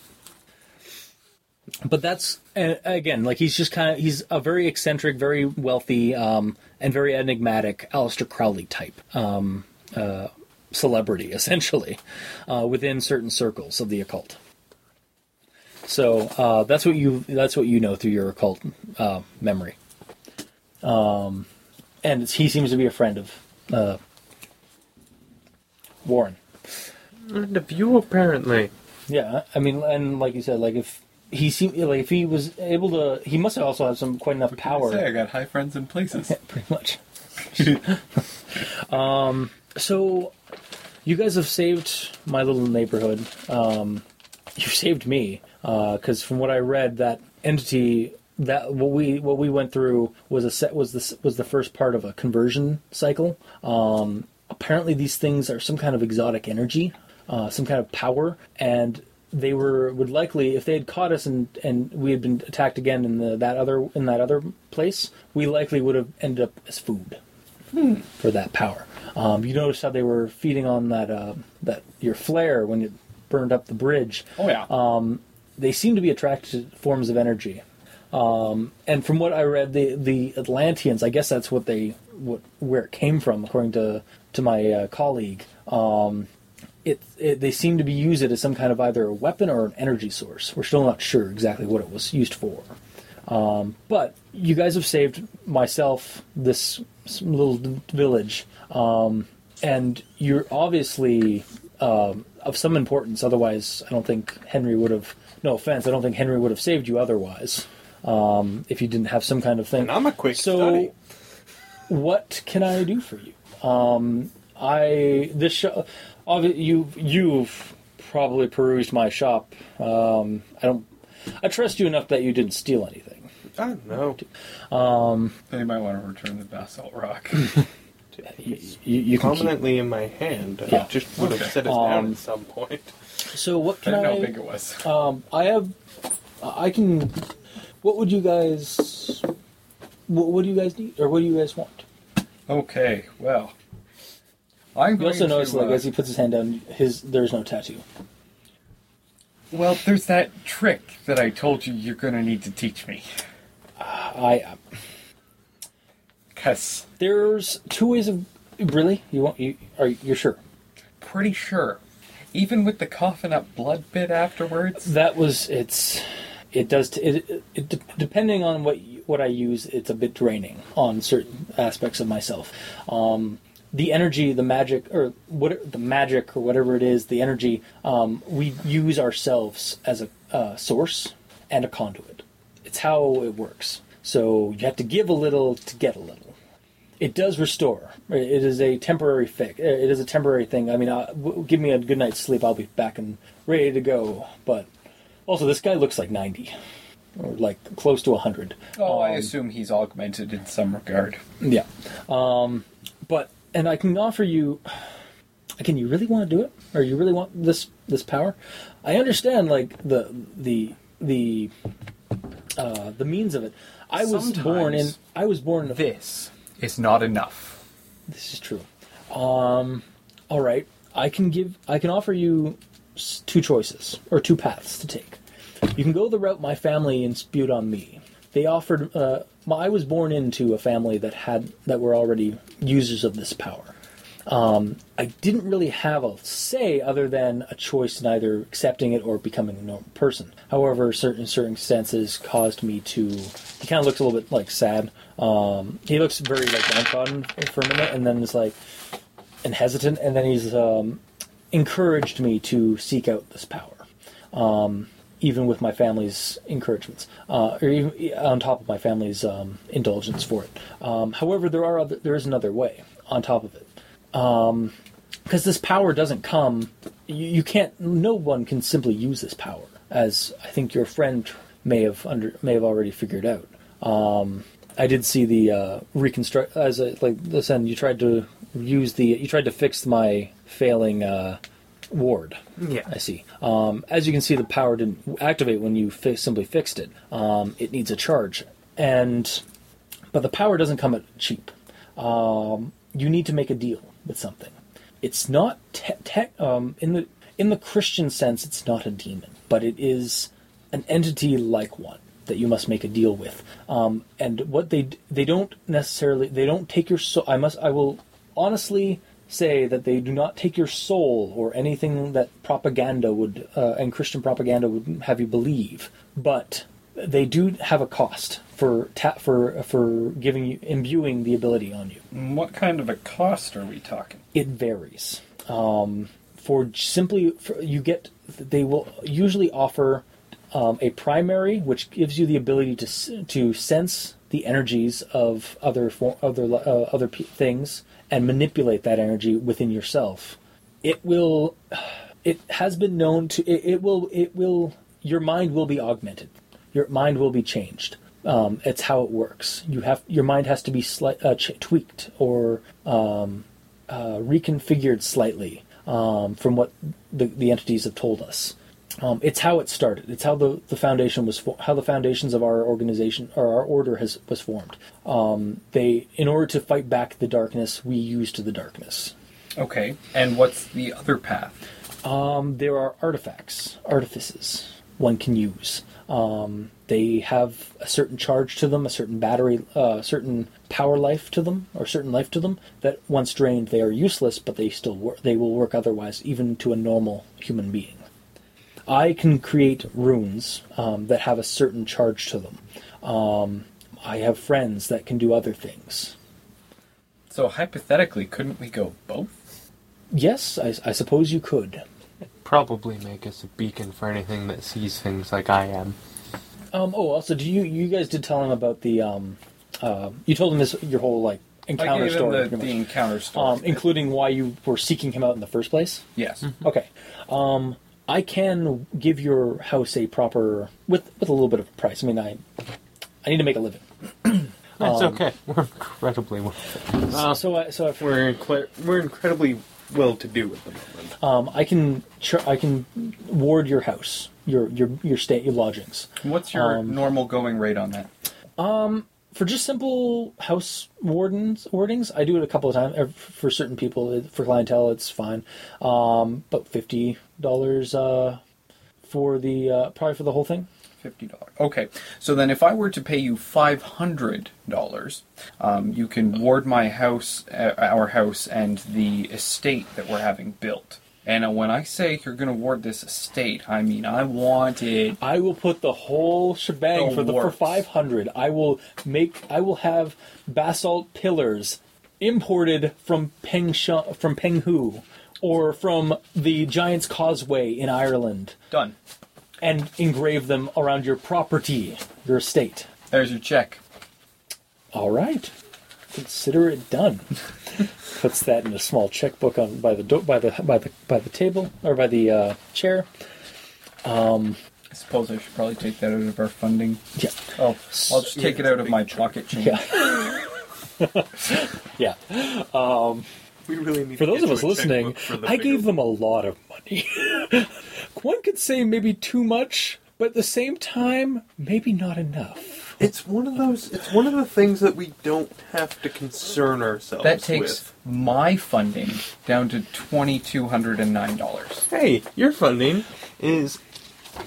S3: But that's uh, again like he's just kind of he's a very eccentric, very wealthy, um, and very enigmatic Aleister Crowley type um, uh, celebrity, *laughs* essentially, uh, within certain circles of the occult. So uh, that's what you that's what you know through your occult uh, memory. Um, and it's, he seems to be a friend of uh, Warren.
S5: And of you, apparently.
S3: Yeah, I mean, and like you said, like if he seemed like if he was able to, he must also have some quite enough power.
S6: Say I got high friends in places.
S3: pretty much. um, *laughs* so, you guys have saved my little neighborhood. Um, you've saved me because from what I read, that entity that what we what we went through was a set was this was the first part of a conversion cycle. Um, apparently, these things are some kind of exotic energy, uh, some kind of power, and they were would likely if they had caught us and and we had been attacked again in the, that other in that other place, we likely would have ended up as food for that power. Um, you noticed how they were feeding on that uh, that your flare when it burned up the bridge.
S6: *laughs* Oh yeah.
S3: They seem to be attracted to forms of energy. Um, and from what I read, the the Atlanteans, I guess that's what they what where it came from, according to to my uh, colleague. Um, it, it they seem to be use it as some kind of either a weapon or an energy source. We're still not sure exactly what it was used for. Um, but you guys have saved myself this s- little d- village, um, and you're obviously um, of some importance. Otherwise, I don't think Henry would have. No offense, I don't think Henry would have saved you otherwise um, if you didn't have some kind of thing.
S5: And I'm a quick
S3: so,
S5: study.
S3: what can I do for you? Um, I this shop, you you've probably perused my shop. Um, I don't. I trust you enough that you didn't steal anything.
S5: I don't know.
S4: They might want to return the basalt rock. *laughs*
S3: You, you, you can keep-
S5: Prominently in my hand.
S3: Yeah. Um,
S5: I just would have set it down at some point.
S3: So what
S4: I
S3: can
S4: didn't know
S3: I?
S4: how big it was.
S3: Um, I have. I can. What would you guys? What, what do you guys need, or what do you guys want?
S4: Okay, well, I'm
S3: You
S4: going
S3: also
S4: to.
S3: notice,
S4: uh,
S3: like, as he puts his hand down, his there's no tattoo.
S4: Well, there's that trick that I told you you're going to need to teach me.
S3: I
S4: Cause
S3: there's two ways of really. You want you are you're sure
S4: pretty sure, even with the coughing up blood bit afterwards,
S3: that was it's it does t- it, it de- depending on what you- what I use it's a bit draining on certain aspects of myself. Um, the energy, the magic, or what the magic or whatever it is, the energy um, we use ourselves as a uh, source and a conduit. It's how it works. So you have to give a little to get a little. It does restore. It is a temporary fix. It is a temporary thing. I mean, uh, w- give me a good night's sleep. I'll be back and ready to go. But also, this guy looks like 90 or like close to 100.
S4: oh, I
S3: Um,
S4: assume he's augmented in some regard.
S3: Yeah. Um, but and I can offer you. Again, you really want to do it, or you really want this this power? I understand, like the the the uh, the means of it. I was born in.
S6: Sometimes
S3: I was born in a
S6: This is not enough.
S3: This is true. Um, all right, I can give, I can offer you s- two choices or two paths to take. You can go the route my family and spewed on me. They offered. Uh, my, I was born into a family that had that were already users of this power. Um, I didn't really have a say other than a choice in either accepting it or becoming a normal person. However, certain circumstances caused me to. He kind of looks a little bit like sad. Um, he looks very like downtrodden for a minute, and then is like and hesitant, and then he's um, encouraged me to seek out this power, um, even with my family's encouragements, uh, or even on top of my family's um, indulgence for it. Um, however, there are other, there is another way on top of it because this power doesn't come you, you can't no one can simply use this power as i think your friend may have under may have already figured out um i did see the uh reconstruct as a like listen you tried to use the you tried to fix my failing uh ward
S5: Yeah.
S3: i see um as you can see the power didn't activate when you fi- simply fixed it um it needs a charge and but the power doesn't come at cheap Um, you need to make a deal with something. It's not te- te- um, in the in the Christian sense. It's not a demon, but it is an entity like one that you must make a deal with. Um, and what they d- they don't necessarily they don't take your soul. I must I will honestly say that they do not take your soul or anything that propaganda would uh, and Christian propaganda would have you believe, but they do have a cost for ta- for for giving you imbuing the ability on you
S4: What kind of a cost are we talking?
S3: it varies. Um, for j- simply, for, you get they will usually offer um, a primary, which gives you the ability to s- to sense the energies of other for, other li- uh, other pe things and manipulate that energy within yourself. It will. *sighs* It has been known to. It, it will. It will. Your mind will be augmented. Your mind will be changed. Um, it's how it works. You have your mind has to be slight, uh, ch- tweaked or uh, reconfigured slightly um, from what the, the entities have told us. Um, it's how it started. It's how the, the foundation was fo- how the foundations of our organization or our order has was formed. Um, they in order to fight back the darkness, we used the darkness.
S4: Okay, and what's the other path?
S3: Um, there are artifacts, artifices one can use. Um, They have a certain charge to them, a certain battery, uh, certain power life to them, or certain life to them that once drained they are useless, but they still wor- they will work otherwise, even to a normal human being. I can create runes um, that have a certain charge to them. Um, I have friends that can do other things.
S6: So hypothetically, couldn't we go both?
S3: Yes, I, I suppose you could.
S5: Probably make us a beacon for anything that sees things like I am.
S3: Um, oh, also, do you you guys did tell him about the um, uh, you told him this your whole like
S6: I
S3: encounter
S6: gave him
S3: story,
S6: the,
S3: pretty
S6: the
S3: much.
S6: encounter story.
S3: um, including why you were seeking him out in the first place.
S6: yes.
S3: Okay, um, I can give your house a proper with with a little bit of a price. I mean, I I need to make a living.
S5: That's okay. *laughs* We're incredibly well.
S3: so I so I've,
S5: We're incle- we're incredibly well to do at the moment.
S3: um, I can char- I can ward your house, your your your stay, your lodgings.
S6: What's your
S3: Um,
S6: normal going rate on that?
S3: for just simple house wardens wardings, I do it a couple of times for certain people. it- For clientele, it's fine. Um, about fifty dollars uh, for the uh, probably for the whole thing.
S6: Fifty dollars. Okay. So then, if I were to pay you five hundred dollars, um, you can ward my house, uh, our house, and the estate that we're having built. And uh, when I say you're going to ward this estate, I mean I want it.
S3: I will put the whole shebang
S6: The
S3: for the for
S6: works.
S3: five hundred. I will make. I will have basalt pillars imported from Pengsha, from Penghu or from the Giant's Causeway in Ireland,
S6: Done.
S3: and engrave them around your property, your estate.
S6: There's your check.
S3: All right. Consider it done. Puts that in a small checkbook on by the do- by the by the by the table or by the uh, chair.
S6: I suppose I should probably take that out of our funding.
S3: Yeah,
S6: Oh, I'll just take it out of my pocket change.
S3: yeah, yeah.
S5: We really need
S3: For those of us listening, I gave them a lot of money. *laughs* One could say maybe too much, but at the same time, maybe not enough.
S5: It's one of those. It's one of the things that we don't have to concern ourselves
S6: That takes
S5: with.
S6: my funding down to twenty two hundred and nine dollars.
S5: Hey, your funding is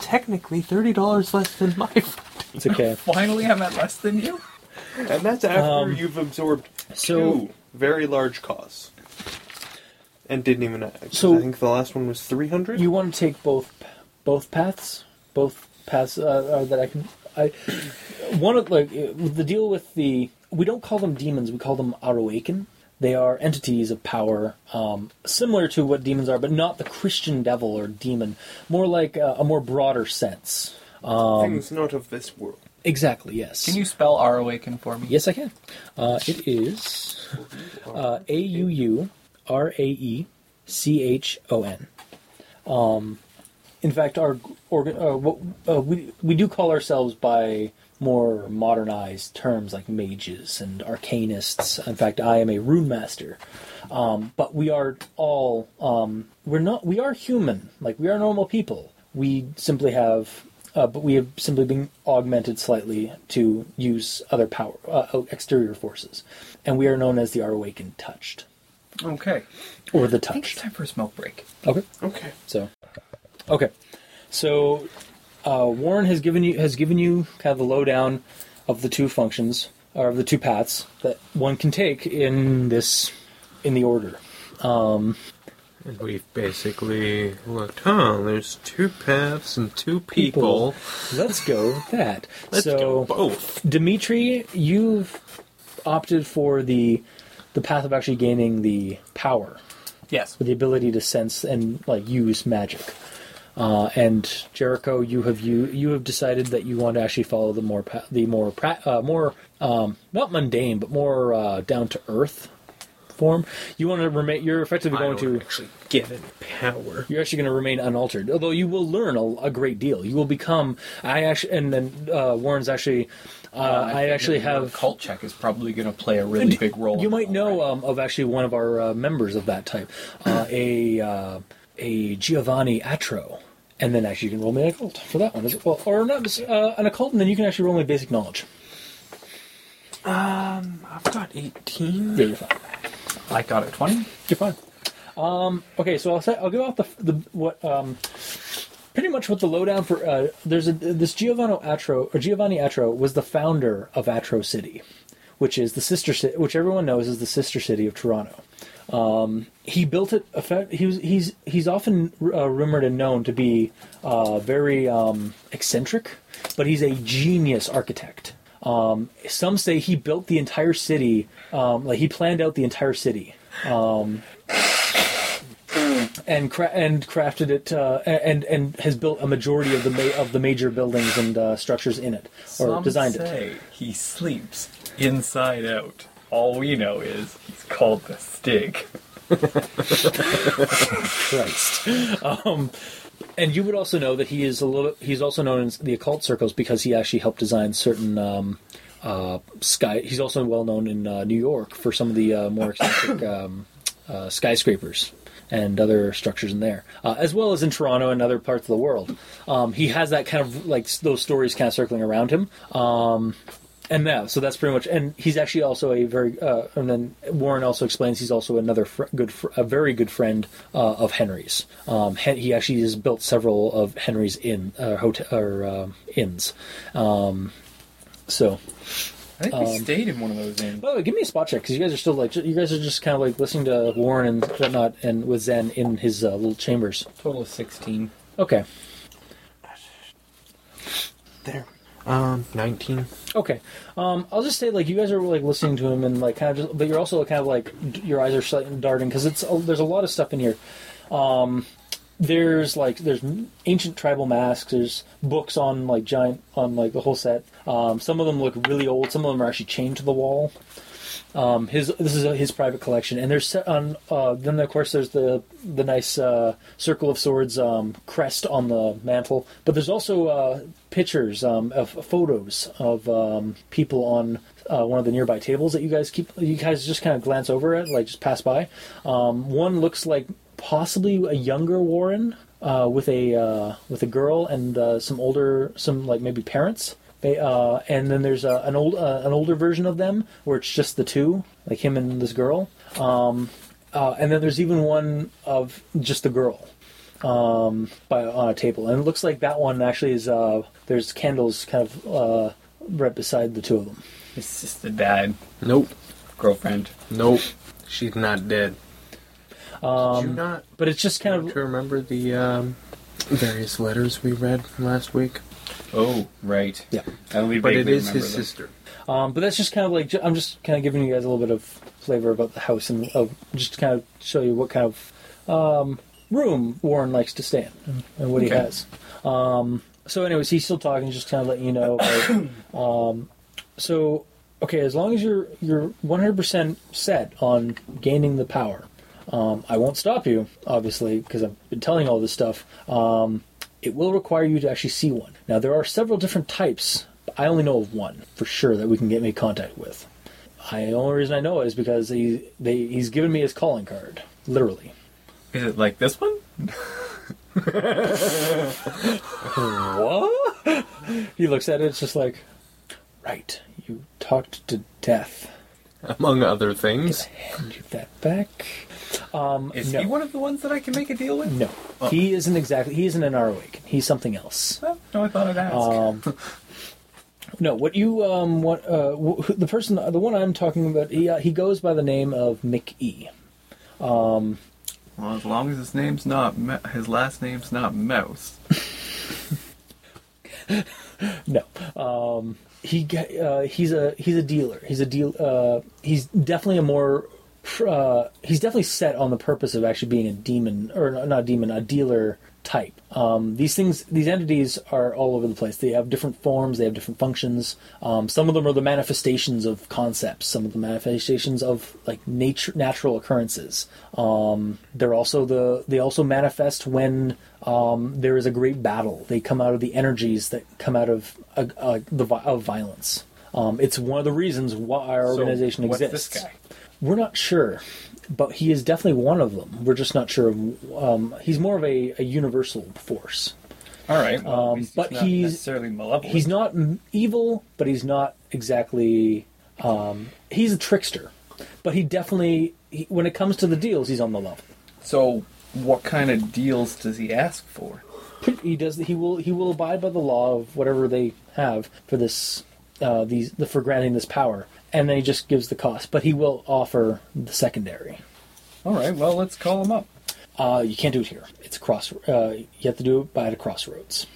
S5: technically thirty dollars less than my *laughs* funding,
S3: It's okay.
S6: Finally, I'm at less than you.
S5: and that's after you've absorbed
S3: so-
S5: two very large costs, and didn't even. 'cause
S3: So-
S5: I think the last one was three hundred.
S3: You want to take both both paths, both paths uh, uh, that I can. I one of like uh, the deal with the we don't call them demons, we call them Aroaken. They are entities of power, um, similar to what demons are, but not the Christian devil or demon. More like uh, a more broader sense.
S5: things not of this world.
S3: Exactly. Yes.
S6: Can you spell R awaken for me?
S3: Um, Yes, I can. Uh, it is uh, A U U R A E C H O N. Um, in fact, our organ, uh, what, uh, we we do call ourselves by more modernized terms like mages and arcanists. In fact, I am a rune master. Um, but we are all um, we're not we are human. Like we are normal people. We simply have uh, but we have simply been augmented slightly to use other power, uh, exterior forces, and we are known as the Awakened Touched
S6: Okay.
S3: or the
S6: I think it's
S3: Touched.
S6: time for a smoke break.
S3: Okay,
S5: Okay.
S3: so okay, so uh, Warren has given you has given you kind of the lowdown of the two functions or of the two paths that one can take in this in the order.
S5: And we've basically looked. Huh. There's two paths and two people.
S3: Let's go with that.
S5: Let's
S3: so
S5: go both.
S3: Dimitri, you've opted for the the path of actually gaining the power,
S6: Yes.
S3: the ability to sense and like use magic. Uh, and Jericho, you have you you have decided that you want to actually follow the more pa- the more pra- uh, more um, not mundane but more uh, down to earth form. You want to remain. You're effectively
S5: I
S3: going
S5: don't
S3: to
S5: actually get any power.
S3: you're actually going to remain unaltered. Although you will learn a, a great deal. You will become. I actually and then uh, Warren's actually. Uh, I actually have.
S6: cult check is probably going to play a really big role.
S3: You
S6: in
S3: might
S6: all
S3: know
S6: that.
S3: um, of actually one of our uh, members of that type, uh, a uh, a Giovanni Atro, and then actually you can roll me an occult for that one as well, or not uh, an occult, and then you can actually roll me basic knowledge.
S5: I've got eighteen.
S3: Yeah, you're fine.
S6: I got a twenty.
S3: You're fine. Um, okay, so I'll say, I'll give off the the what um, pretty much what the lowdown for uh, there's a this Giovanni Atro or Giovanni Atro was the founder of Atro City, which is the sister city, which everyone knows is the sister city of Toronto. Um, he built it. effect- He was, he's he's often uh, rumored and known to be uh, very um, eccentric, but he's a genius architect. Um, some say he built the entire city, um, like he planned out the entire city um, and cra- and crafted it uh, and and has built a majority of the ma- of the major buildings and uh, structures in it or
S6: Some
S3: designed it.
S6: say He sleeps inside out. All we know is he's called the Stig.
S3: Christ. *laughs* um, and you would also know that he is a little. He's also known in the occult circles because he actually helped design certain. Um, uh, sky. He's also well known in uh, New York for some of the uh, more eccentric um, uh, skyscrapers and other structures in there, uh, as well as in Toronto and other parts of the world. Um, he has that kind of like s- those stories kind of circling around him. Um, and now, so that's pretty much. And he's actually also a very. Uh, and then Warren also explains he's also another fr- good, fr- a very good friend uh, of Henry's. Um, Hen- he actually has built several of Henry's inn uh, hotel or uh, inns. Um, so
S6: I
S3: uh,
S6: think
S3: um,
S6: we stayed in one of those inns.
S3: by the way, give me a spot check because you guys are still like you guys are just kind of like listening to Warren and whatnot and with Zen in his uh, little chambers.
S6: Total of 16.
S3: Okay,
S5: There. Um, 19.
S3: okay. Um, I'll just say like you guys are like listening to him and like kind of just, but you're also kind of like d- your eyes are slightly darting because it's oh, there's a lot of stuff in here. Um, there's like there's ancient tribal masks there's books on like giant on like the whole set um, some of them look really old some of them are actually chained to the wall um, his this is uh his private collection and there's se- on uh, then of course there's the the nice uh, circle of swords um, crest on the mantle but there's also uh, pictures um, of photos of um, people on uh, one of the nearby tables that you guys keep you guys just kind of glance over at like just pass by um, one looks like possibly a younger Warren uh, with a uh, with a girl and uh, some older, some like maybe parents. They, uh, and then there's a, an old uh, an older version of them where it's just the two, like him and this girl. Um, uh, and then there's even one of just the girl um, by on a table, and it looks like that one actually is uh, there's candles kind of uh, right beside the two of them.
S6: His sister died.
S5: Nope.
S6: Girlfriend.
S5: Nope. She's not dead. Um, Did you not
S3: But it's just kind of
S5: to remember the um, various letters we read from last week?
S6: Oh, right.
S3: yeah.
S6: I only
S5: But it
S6: vaguely
S5: is his
S6: remember them.
S5: sister.
S3: Um, but that's just kind of like I'm just kind of giving you guys a little bit of flavor about the house and of just to kind of show you what kind of um, room Warren likes to stay in and what he
S6: Okay.
S3: has. Um, so, anyways, he's still talking, just kind of letting you know. like, *coughs* um, so, okay, as long as you're you're 100% set on gaining the power, um, I won't stop you, obviously, because I've been telling you all this stuff. Um, it will require you to actually see one. Now, there are several different types. But I only know of one for sure that we can get me contact with. I, the only reason I know it is because he they, he's given me his calling card, literally.
S6: Is it like this one?
S3: What? he looks at it. It's just like, right. You talked to death.
S5: Among other things.
S3: Hand you that back. Um,
S6: Is
S3: no.
S6: he one of the ones that I can make a deal with?
S3: No, he isn't exactly. He isn't an Arwake. He's something else.
S6: Well, no, I thought I'd ask.
S3: Um, no, what you um, what uh, wh- the person, the one I'm talking about, he uh, he goes by the name of E. McE.
S6: well, as long as his name's not Me- his last name's not Mouse.
S3: No, um, he ge- uh, he's a he's a dealer. He's a deal. Uh, he's definitely a more. pr- Uh, he's definitely set on the purpose of actually being a demon, or not a demon, a dealer type. Um, these things, these entities are all over the place. They have different forms. They have different functions. Um, some of them are the manifestations of concepts. Some of the manifestations of like nature, natural occurrences. Um, they're also the they also manifest when um, there is a great battle. They come out of the energies that come out of uh, uh, the vi- of violence. Um, it's one of the reasons why our organization
S6: so, what's
S3: exists.
S6: this guy?
S3: We're not sure, but he is definitely one of them. We're just not sure. Of, um, he's more of a, a universal force.
S6: All right.
S3: Um,
S6: Well, at least
S3: but
S6: he's not
S3: he's-
S6: necessarily malevolent.
S3: He's not m- evil, but he's not exactly. Um, he's a trickster, but he definitely, he, when it comes to the deals, he's on the level.
S6: So, what kind of deals does he ask for?
S3: he does. He will. He will abide by the law of whatever they have for this. Uh, these the, for granting this power, and then he just gives the cost. But he will offer the secondary.
S4: All right, well, let's call him up.
S3: Uh, you can't do it here. It's a cross. Uh, you have to do it by the crossroads.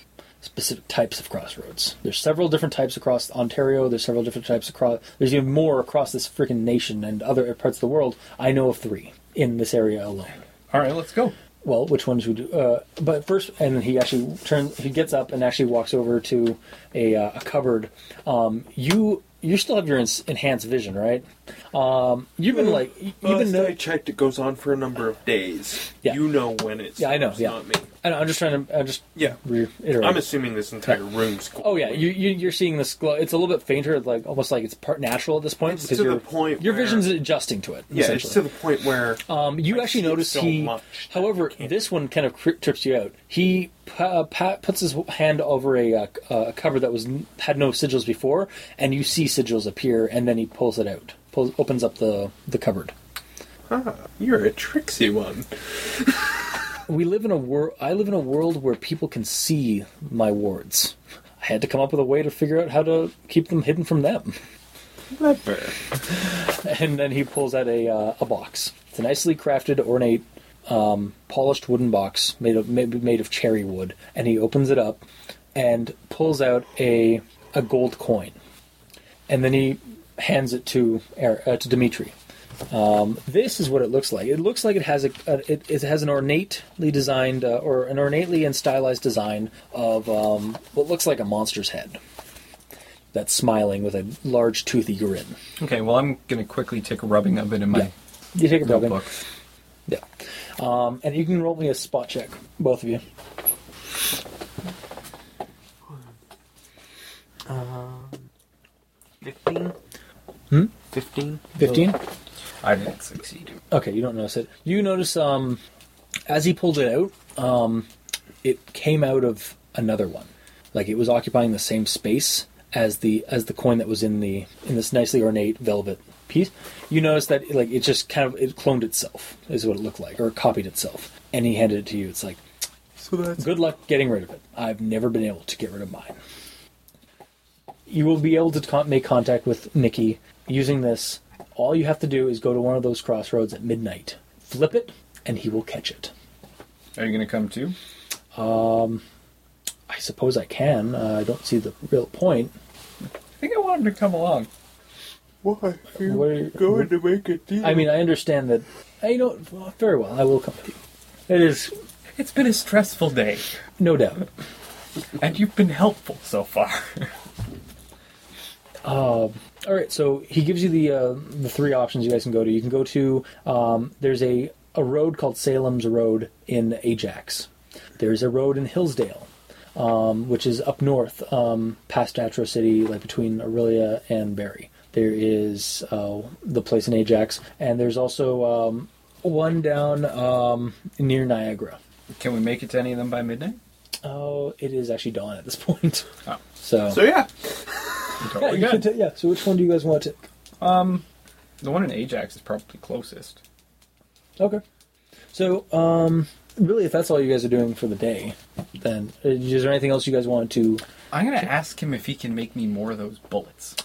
S3: Specific types of crossroads. There's several different types across Ontario. There's several different types across. There's even more across this freaking nation and other parts of the world. I know of three in this area alone.
S4: All right, let's go.
S3: Well, which ones would? Uh, but first, and he actually turns. He gets up and actually walks over to a, uh, a cupboard. Um, you you still have your en- enhanced vision, right? Um, you've
S5: Hmm.
S3: been like you've been
S5: Last
S3: no-
S5: I checked, it goes on for a number of days.
S3: Yeah.
S5: You know when it's
S3: Yeah, I know, yeah.
S5: not me.
S3: I know, I'm just trying to. I'm just
S5: Yeah.
S3: reiterating.
S5: I'm assuming this entire room's cool.
S3: Oh yeah, you, you you're seeing this glow. It's a little bit fainter, like almost like it's part natural at this point
S5: It's
S3: because
S5: to the
S3: your
S5: point
S3: your
S5: where-
S3: vision's adjusting to it.
S5: Yeah, it's
S3: essentially.
S5: to the point where
S3: Um, you
S5: I
S3: actually
S5: see it
S3: notice
S5: so
S3: he.
S5: much that
S3: however, this one kind of cri- trips you out. He pa- pa- puts his hand over a, uh, a cover that was n- had no sigils before, and you see sigils appear, and then he pulls it out, pulls, opens up the the cupboard.
S5: you're a tricksy one.
S3: We live in a world. I live in a world where people can see my wards. I had to come up with a way to figure out how to keep them hidden from them.
S5: Clever.
S3: and then he pulls out a uh, a box. It's a nicely crafted, ornate, um, polished wooden box made of maybe made of cherry wood, and he opens it up and pulls out a a gold coin, and then he hands it to Er- uh, to Dimitri. Um, this is what it looks like. It looks like it has a, a it, it has an ornately designed uh, or an ornately and stylized design of um, what looks like a monster's head that's smiling with a large toothy grin.
S6: Okay, well, I'm going to quickly take a rubbing of it in my
S3: Yeah. You take a rubbing.
S6: notebook.
S3: Yeah. Um, and you can roll me a spot check, both of you.
S5: Fifteen.
S3: Hmm?
S5: Fifteen.
S3: 15?
S6: I didn't succeed.
S3: Okay, you don't notice it. You notice um, as he pulled it out, um, it came out of another one. Like it was occupying the same space as the as the coin that was in the in this nicely ornate velvet piece. You notice that like it just kind of it cloned itself is what it looked like or copied itself. And he handed it to you. It's like
S5: So that's
S3: Good luck getting rid of it. I've never been able to get rid of mine. You will be able to con- make contact with Nikki using this. All you have to do is go to one of those crossroads at midnight, flip it, and he will catch it.
S4: Are you going to come too?
S3: I suppose I can. Uh, I don't see the real point.
S4: I think I want him to come along.
S5: why you're
S3: Where-
S5: going to make a deal.
S3: I mean, I understand that. I you know well, very well. I will come with you. It is
S6: It's been a stressful day,
S3: no doubt.
S6: and you've been helpful so far.
S3: All right, so he gives you the uh, the three options you guys can go to. You can go to um, there's a a road called Salem's Road in Ajax. There's a road in Hillsdale, um, which is up north, um, past Atro City, like between Aurelia and Barry. There is uh, the place in Ajax, and there's also um, one down um, near Niagara.
S4: *laughs* Can we make it to any of them by midnight?
S3: Oh, it is actually dawn at this *laughs* point.
S4: Oh.
S3: So,
S5: so yeah.
S3: yeah, you can ta- yeah. So which one do you guys want to?
S4: the one in Ajax is probably closest.
S3: Okay. So, um, really, if that's all you guys are doing for the day, then uh, is there anything else you guys want to?
S4: I'm going to ask him if he can make me more of those bullets.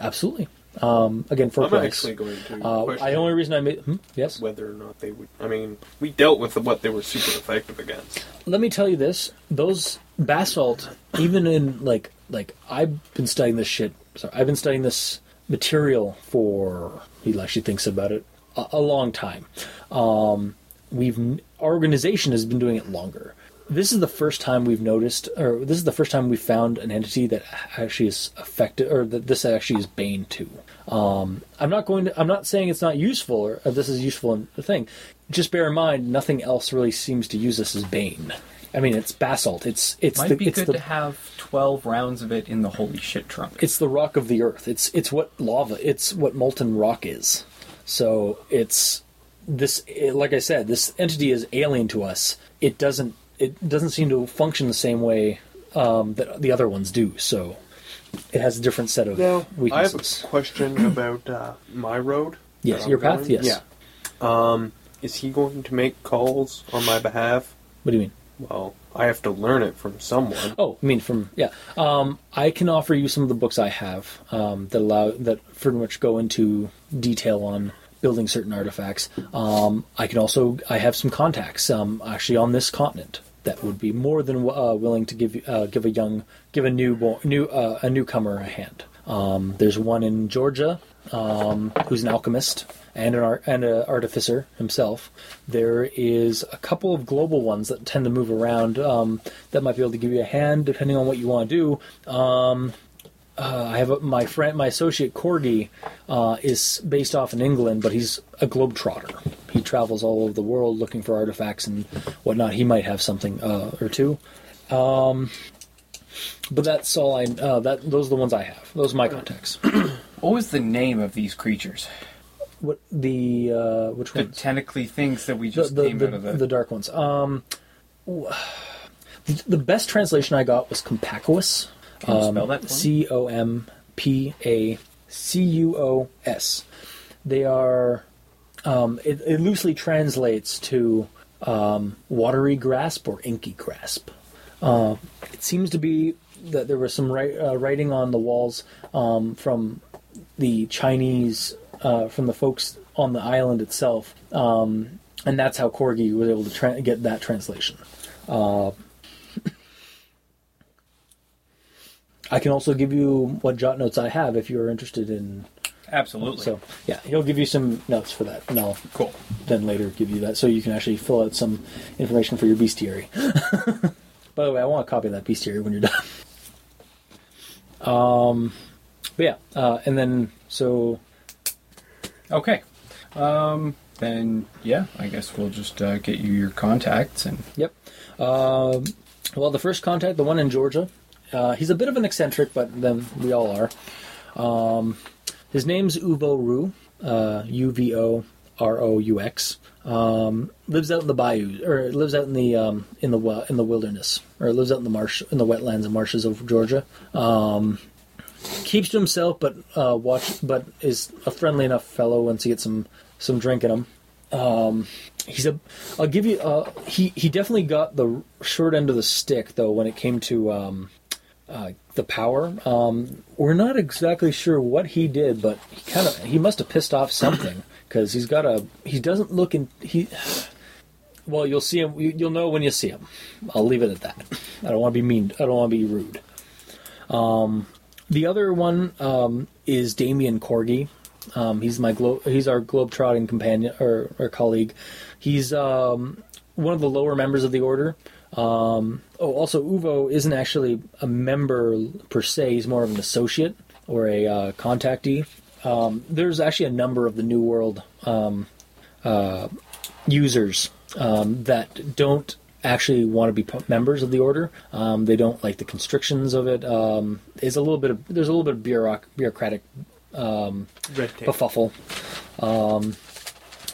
S3: Absolutely. Um, again, for
S5: I'm
S3: price.
S5: actually going to
S3: uh,
S5: question
S3: I the only reason I made hmm? yes.
S5: whether or not they would. I mean, we dealt with what they were super effective against.
S3: Let me tell you this: those basalt, even in like like I've been studying this shit. Sorry, I've been studying this material for he actually thinks about it a, a long time. Um, we've our organization has been doing it longer. This is the first time we've noticed, or this is the first time we found an entity that actually is affected, or that this actually is bane to. Um, I'm not going to. I'm not saying it's not useful, or, uh, this is useful in the thing. Just bear in mind, nothing else really seems to use this as bane. I mean, it's basalt. It's it's
S4: Might
S3: the,
S4: be
S3: it's
S4: good
S3: the
S4: to have 12 rounds of it in the holy shit trumpet.
S3: it's the rock of the earth. It's it's what lava. It's what molten rock is. So it's this. It, like I said, this entity is alien to us. It doesn't. It doesn't seem to function the same way um, that the other ones do. So it has a different set of
S5: Now, I have
S3: weaknesses.
S5: a question about uh, my road.
S3: Yes,
S5: that I'm
S3: your path,
S5: going.
S3: yes.
S5: Yeah. Um, is he going to make calls on my behalf?
S3: What do you mean?
S5: Well, I have to learn it from someone.
S3: Oh, I mean from yeah. Um, I can offer you some of the books I have um, that allow that pretty much go into detail on building certain artifacts. Um, I can also I have some contacts um, actually on this continent that would be more than uh, willing to give you- uh, give a young give a new new uh, a newcomer a hand. Um, there's one in Georgia um, who's an alchemist and an art, and an artificer himself. There is a couple of global ones that tend to move around um, that might be able to give you a hand depending on what you want to do. Um, uh, I have a, my friend, my associate Corgi, uh, is based off in England, but he's a globetrotter. He travels all over the world looking for artifacts and whatnot. He might have something uh, or two. Um, but that's all I. Uh, that those are the ones I have. Those are my contacts.
S6: What was the name of these creatures?
S3: What the uh, which
S6: The
S3: ones?
S6: tentacly things that we
S3: the,
S6: just
S3: the,
S6: came out
S3: the,
S6: of
S3: the dark ones. Um, w- *sighs* the, the best translation I got was Compacuous.
S6: Can you spell that
S3: Um,
S6: for me?
S3: C O M P A C U O S. They are. Um, it, it loosely translates to um, watery grasp or inky grasp. Uh, it seems to be that there was some wri- uh, writing on the walls um, from the Chinese uh, from the folks on the island itself, um, and that's how Corgi was able to tra- get that translation. Uh, I can also give you what jot notes I have if you're interested in.
S6: Absolutely.
S3: So yeah, he'll give you some notes for that, and I'll
S6: cool.
S3: then later give you that so you can actually fill out some information for your bestiary. *laughs* By the way, I want a copy of that bestiary when you're done. Um, but yeah, uh, and then so
S4: Okay. Um, then, yeah, I guess we'll just uh, get you your contacts and
S3: Yep. Um, well, the first contact, the one in Georgia, uh, he's a bit of an eccentric, but then we all are. Um, his name's Uvo Rue, uh, U V O R O U X. Um, lives out in the bayou, or lives out in the um, in the wi- in the wilderness, or lives out in the marsh, in the wetlands and marshes of Georgia. Um, keeps to himself, but uh, watch, but is a friendly enough fellow once he gets some some drink in him he's a i'll give you uh he he definitely got the short end of the stick though when it came to um uh, the power um we're not exactly sure what he did but he kind of he must have pissed off something because he's got a he doesn't look in he well you'll see him you- you'll know when you see him i'll leave it at that i don't want to be mean i don't want to be rude um the other one um is damien corgi um, he's my glo- he's our globetrotting companion or, or colleague. He's um, one of the lower members of the order. Um, oh, also Uvo isn't actually a member per se. He's more of an associate or a uh, contactee. Um, there's actually a number of the New World um, uh, users um, that don't actually want to be p- members of the order. Um, they don't like the constrictions of it. Um, it's a little bit of there's a little bit of bureauc- bureaucratic
S5: Red tape.
S3: kerfuffle. Um,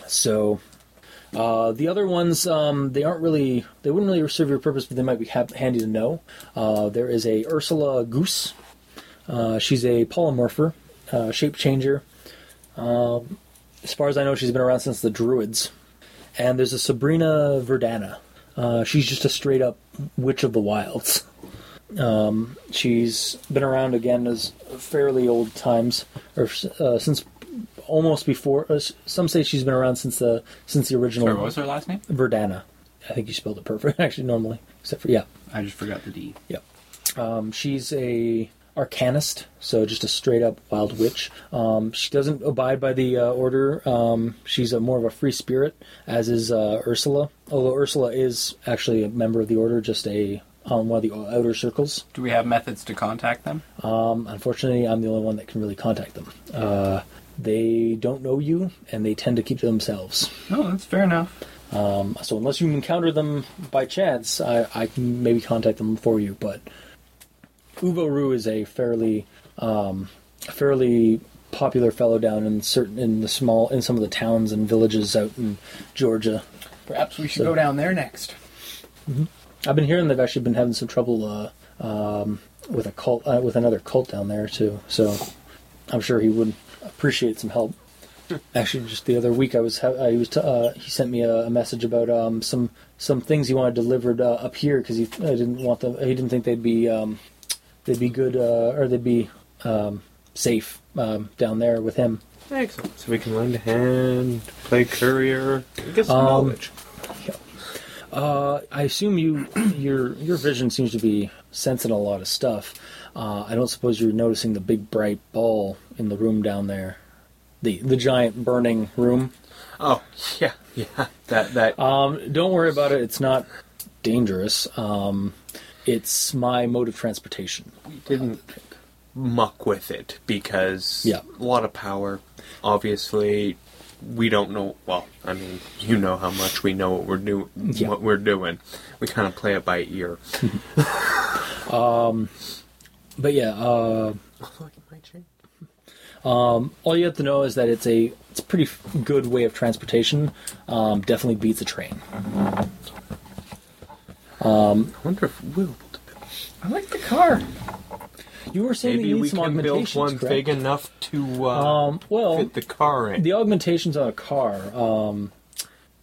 S3: so uh, the other ones, um, they aren't really, they wouldn't really serve your purpose, but they might be ha- handy to know. Uh, there is a Ursula Goose. Uh, she's a polymorpher, uh, shape changer. Um, as far as I know, she's been around since the Druids. And there's a Sabrina Verdana. Uh, she's just a straight up witch of the wilds. Um, She's been around again as fairly old times, or uh, since almost before. Uh, some say she's been around since the since the original
S6: Sorry, what was her last name?
S3: Verdana. I think you spelled it perfect, *laughs* actually, normally, except for yeah,
S4: I just forgot the D.
S3: yeah. Um, she's a arcanist, so just a straight up wild witch. Um, she doesn't abide by the uh, order. Um, she's a more of a free spirit, as is uh, Ursula. Although Ursula is actually a member of the order, just a on one of the outer circles.
S6: Do we have methods to contact them?
S3: Um, unfortunately, I'm the only one that can really contact them. Uh, they don't know you, and they tend to keep to themselves.
S4: Oh, that's fair enough.
S3: Um, so unless you encounter them by chance, I, I can maybe contact them for you. But Uvo Ru is a fairly, um, a fairly popular fellow down in certain in the small in some of the towns and villages out in Georgia.
S4: Perhaps we should
S3: So-
S4: go down there next.
S3: I've been hearing they've actually been having some trouble uh, um, with a cult uh, with another cult down there too. So I'm sure he would appreciate some help. Actually, just the other week, I was ha- I was t- uh, he sent me a, a message about um, some some things he wanted delivered uh, up here because he I didn't want them. He didn't think they'd be um, they'd be good uh, or they'd be um, safe um, down there with him.
S5: Excellent. So we can lend a hand, play courier, get some
S3: Um,
S5: knowledge.
S3: Uh, I assume you your your vision seems to be sensing a lot of stuff. Uh, I don't suppose you're noticing the big bright ball in the room down there, the the giant burning room.
S5: Oh, yeah, yeah. That that
S3: Um, don't worry about it. It's not dangerous. Um, it's my mode of transportation.
S5: didn't muck with it because
S3: Yeah.
S5: a lot of power. Obviously, we don't know. Well, I mean, you know how much we know what we're doing.
S3: Yeah.
S5: What we're doing, we kind of play it by ear.
S3: But yeah, uh,
S5: Although it might change.
S3: all you have to know is that it's a it's a pretty f- good way of transportation. Um, definitely beats a train.
S5: I wonder if we'll. be able to build-
S6: I like the car.
S3: You were saying that
S5: Maybe
S3: you need
S5: we
S3: some
S5: can build
S3: augmentations,
S5: one
S3: correct?
S5: big enough to uh,
S3: Um, well,
S5: fit the car in.
S3: the augmentations on a car, um,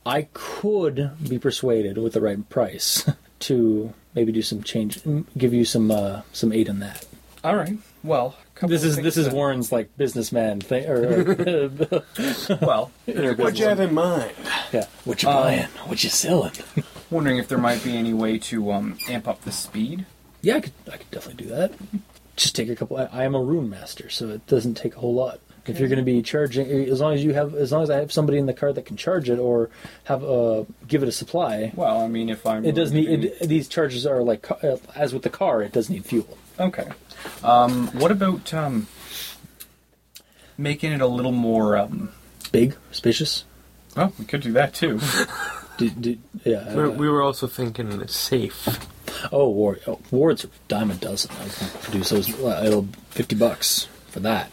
S3: I could be persuaded with the right price *laughs* to maybe do some change, give you some uh, some aid in that.
S6: All right. Well, a couple
S3: This
S6: of
S3: is
S6: things
S3: this is
S6: that-
S3: Warren's like businessman thing, or, *laughs* or *laughs*
S6: Well,
S5: What'd you have in mind?
S3: yeah, Um, what you buying, what you selling.
S6: wondering if there might be any way to um, amp up the speed.
S3: Yeah, I could I could definitely do that. Just take a couple. I, I am a rune master, so it doesn't take a whole lot. If you're going to be charging, as long as you have, as long as I have somebody in the car that can charge it or have uh give it a supply,
S6: Well, I mean, if I'm
S3: it does need. It, these charges are like ca- uh, as with the car, it does need fuel.
S6: Okay. Um, what about um, making it a little more? Um,
S3: Big, spacious.
S6: well, we could do that too. *laughs*
S3: Do, do, yeah. I-
S5: We're, we were also thinking safe.
S3: oh, war, oh, wards are a dime a dozen. I can produce those. Well, it'll fifty bucks for that.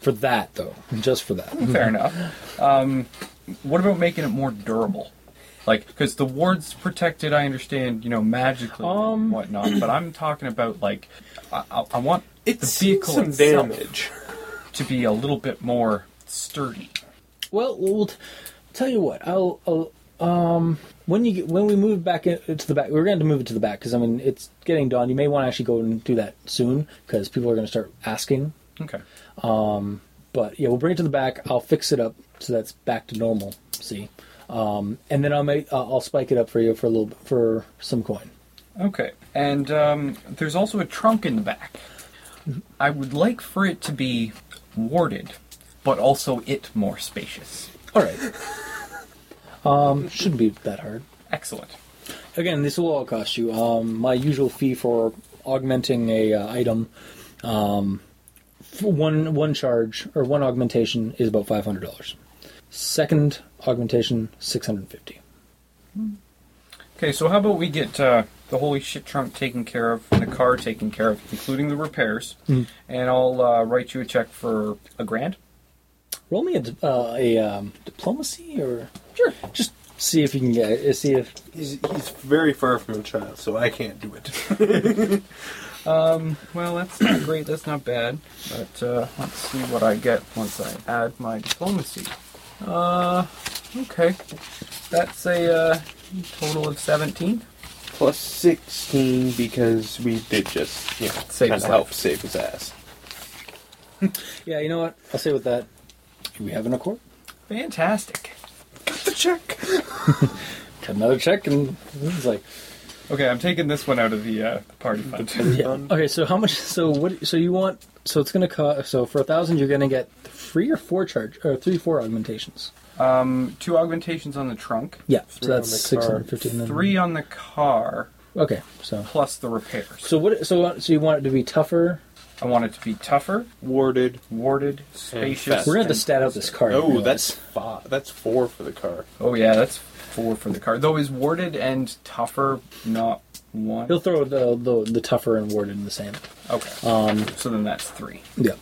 S3: for that though, just for that.
S6: Fair enough. Um, what about making it more durable? Like, because the ward's protected, I understand, you know, magically
S3: Um, *clears throat*
S6: and whatnot. But I'm talking about like, I, I, I want the vehicle itself to be a little bit more sturdy.
S3: Well, we'll t- tell you what. I'll, I'll um when you get, when we move back in, to the back, we're going to move it to the back because I mean it's getting dawn. You may want to actually go and do that soon because people are going to start asking.
S6: Okay.
S3: But yeah, we'll bring it to the back. I'll fix it up so that's back to normal. See, um, and then I'll make uh, I'll spike it up for you for a little for some coin.
S6: Okay. And um, there's also a trunk in the back. I would like for it to be warded, but also it more spacious.
S3: All right. *laughs* um, shouldn't be that hard.
S6: Excellent.
S3: again, this will all cost you. Um, my usual fee for augmenting a uh, item, um, for one one charge or one augmentation is about five hundred dollars. Second augmentation, six hundred fifty.
S6: Okay, so how about we get uh, the holy shit trunk taken care of and the car taken care of, including the repairs, and I'll uh, write you a check for a grand.
S3: Roll me a, di- uh, a um, diplomacy or sure. Just see if you can get uh, see if
S5: He's, he's very far from a child, so I can't do it.
S6: Well, that's not great. That's not bad. But uh, let's see what I get once I add my diplomacy. Uh, okay. That's a uh, total of 17.
S5: *laughs* Plus 16 because we did just, you know,
S6: Save
S5: kinda
S6: his life.
S5: help save his ass.
S3: yeah. You know what? I'll say with that. We have an accord.
S6: Fantastic.
S5: The check!
S3: Cut another check and it's like
S6: Okay, I'm taking this one out of the uh, party fund.
S3: Yeah. Okay, so how much? So what? So you want? So it's gonna cost. So for a thousand, you're gonna get three or four charge or three four augmentations.
S6: um, two augmentations on the trunk,
S3: Yeah.
S5: Three
S3: so that's
S5: on the
S3: six
S5: card.
S3: hundred fifteen.
S6: three on the car,
S3: Okay. So.
S6: plus the repairs.
S3: So what? So so you want it to be tougher?
S6: I want it to be tougher,
S5: Warded.
S6: warded,
S5: fast.
S6: spacious.
S3: We're gonna have to
S6: and-
S3: stat out this card. I
S5: Oh,
S3: realize.
S5: that's five. That's four for the car.
S6: Oh yeah, that's four for the car. Though is warded and tougher not one.
S3: He'll throw the the, the tougher and warded in the same.
S6: Okay. Um. So then that's three.
S3: Yeah.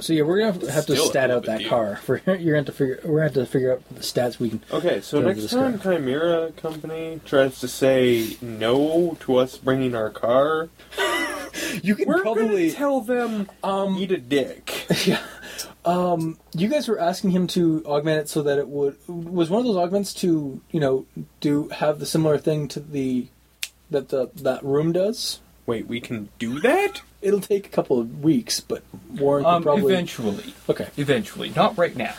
S3: So yeah, we're gonna have to
S5: Still a
S3: stat
S5: little
S3: out
S5: bit
S3: that
S5: deep.
S3: car. For *laughs* you're gonna have to figure. We're gonna have to figure out the stats we can.
S5: Okay, so
S3: Go to
S5: next
S3: the
S5: time Chimera Company tries to say no to us bringing our car,
S3: You can
S5: we're gonna tell them, um, eat a dick.
S3: You guys were asking him to augment it so that it would was one of those augments to you know do have the similar thing to the that the that room does.
S5: *laughs* Wait, we can do that?
S3: It'll take a couple of weeks, but Warren could
S6: Um,
S3: probably
S6: eventually,
S3: okay.
S6: eventually, not right now.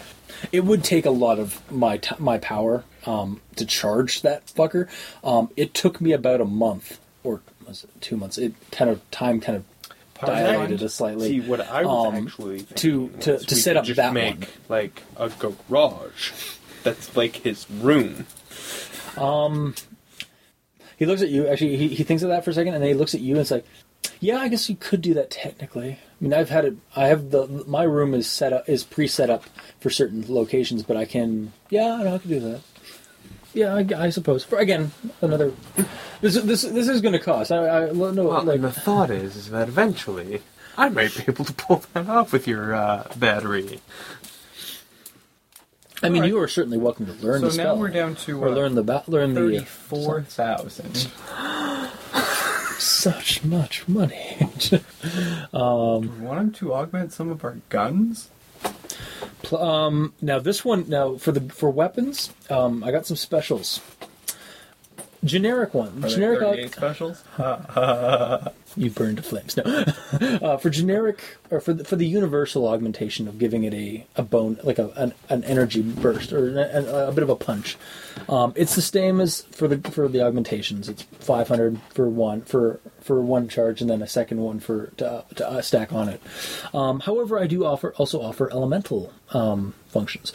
S3: It would take a lot of my t- my power um, to charge that fucker. Um, it took me about a month or was it two months. It kind of time kind of dilated us slightly.
S5: See what I was
S3: Um,
S5: actually
S3: to-
S5: thinking
S3: to-
S5: is
S3: to
S5: we
S3: set
S5: could
S3: up
S5: just
S3: that
S5: make
S3: one.
S5: like a garage that's like his room.
S3: He looks at you. Actually, he, he thinks of that for a second, and then he looks at you and it's like, "Yeah, I guess you could do that technically. I mean, I've had it. I have the my room is set up is pre set up for certain locations, but I can. Yeah, I know I could do that. Yeah, I, I suppose. For again, another. This this this is going to cost. I, I no
S5: Well,
S3: like
S5: and the thought is, is that eventually I might be able to pull that off with your uh, battery.
S3: I mean, you are certainly welcome to learn
S4: So
S3: the
S4: now
S3: spell
S4: we're down to
S3: or
S4: uh,
S3: learn the ba- learn the
S4: thirty-four thousand.
S3: such much money. *laughs*
S4: Do we want him to augment some of our guns?
S3: Pl- um, now this one now for the for weapons, um, I got some specials. Generic one,
S4: Are they
S3: generic.
S4: 38 specials.
S3: you burned to flames. No, *laughs* uh, for generic or for the, for the universal augmentation of giving it a, a bone like a an, an energy burst or an, an, a bit of a punch. Um, it's the same as for the for the augmentations. It's 500 for one for for one charge and then a second one for to, to uh, stack on it. Um, however, I do offer also offer elemental um, functions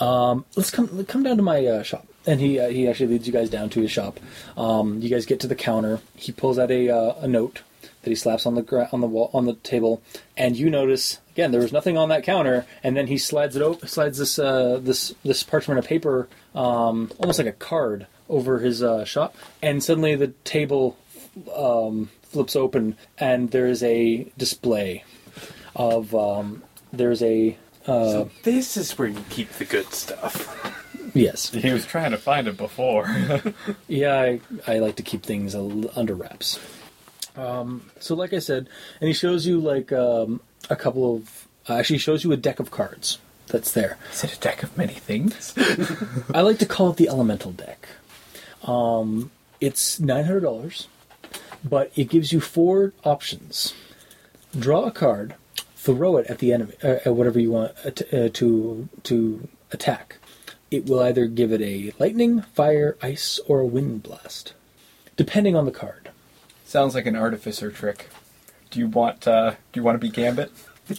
S3: let's come come down to my uh, shop. And he uh, he actually leads you guys down to his shop. Um, you guys get to the counter. He pulls out a uh, a note that he slaps on the gra- on the wall on the table, and you notice again there was nothing on that counter. And then he slides it op- slides this uh, this this parchment of paper, um, almost like a card, over his uh, shop, and suddenly the table um, flips open, and there is a display of um, there's a
S5: so this is where you keep the good stuff.
S3: yes
S6: He was trying to find it before. *laughs*
S3: Yeah, I, I like to keep things a l- under wraps. Um, so, like I said, and he shows you like um, a couple of uh, actually he shows you a deck of cards that's there.
S6: Is it a deck of many things?
S3: I like to call it the elemental deck. Um, it's nine hundred dollars, but it gives you four options: draw a card, throw it at the enemy, uh, at whatever you want uh, t- uh, to to attack. It will either give it a lightning, fire, ice, or a wind blast, depending on the card.
S4: *laughs* Sounds like an artificer trick. Do you want? Uh, do you want to be Gambit?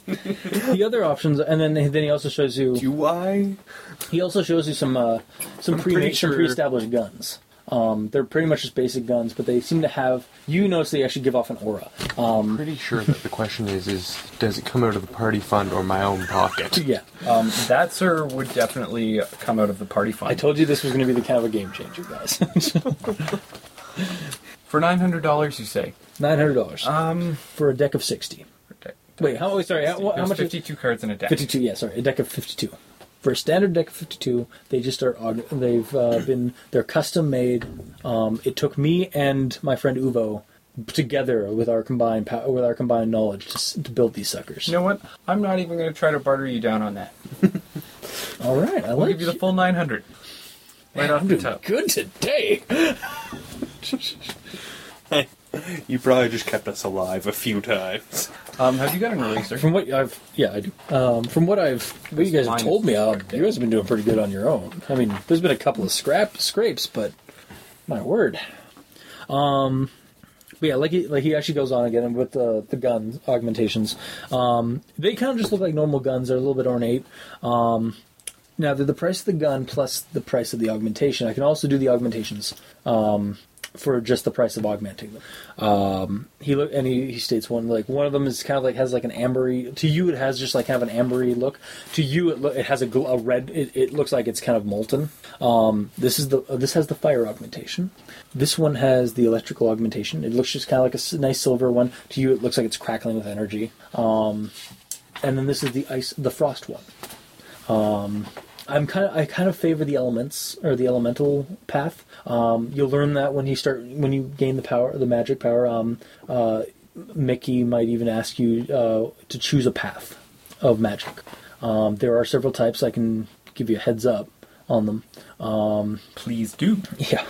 S3: The other options, and then then he also shows you
S5: Do I?
S3: He also shows you some uh, some
S5: I'm
S3: pre
S5: pretty
S3: some
S5: sure-
S3: pre-established guns. Um, they're pretty much just basic guns, but they seem to have. You notice they actually give off an aura.
S5: I'm pretty sure that the question is, is does it come out of the party fund or my own pocket?
S3: Yeah,
S4: Um, that sir would definitely come out of the party fund.
S3: I told you this was going to be the kind of a game changer, guys. *laughs*
S4: For nine hundred dollars, you say?
S3: Nine hundred dollars
S4: Um,
S3: for a deck of sixty. Wait, how? oh, Sorry, how, how
S4: There's
S3: much? is-
S4: Fifty-two cards in a deck.
S3: Fifty-two. Yeah, sorry, a deck of fifty-two. For a standard deck of fifty-two, they just are. aug- They've uh, been. They're custom made. Um, it took me and my friend Uvo together with our combined pow- with our combined knowledge to, s- to build these suckers.
S4: You know what? I'm not even going to try to barter you down on that.
S3: All right, I
S4: I'll
S3: like
S4: give you the full 900. Right off
S3: I'm
S4: the
S3: doing
S4: top.
S3: good today.
S5: *laughs* You probably just kept us alive a few times.
S4: Um, have you got an eraser?
S3: *laughs* From what I've, yeah, I do. Um, from what I've, what you guys have
S4: Mine
S3: told
S4: is
S3: me, uh,
S4: pretty
S3: you guys have been doing pretty good on your own. I mean, there's been a couple of scrap scrapes, but my word. Um, but yeah, like he, like he actually goes on again with the the gun augmentations. Um, they kind of just look like normal guns. They're a little bit ornate. Um, now, the, the price of the gun plus the price of the augmentation. I can also do the augmentations um, for just the price of augmenting them. Um, he look and he, he states one like one of them is kind of like has like an ambery. To you, it has just like kind of an ambery look. To you, it, lo- it has a, gl- a red. It, it looks like it's kind of molten. Um, this is the uh, this has the fire augmentation. This one has the electrical augmentation. It looks just kind of like a s- nice silver one. To you, it looks like it's crackling with energy. Um, and then this is the ice, the frost one. I'm kind of I kind of favor the elements or the elemental path. Um, you'll learn that when you start when you gain the power, the magic power. Um, uh, Mickey might even ask you uh, to choose a path of magic. Um, there are several types. I can give you a heads up on them.
S6: Please do.
S3: *laughs* Yeah.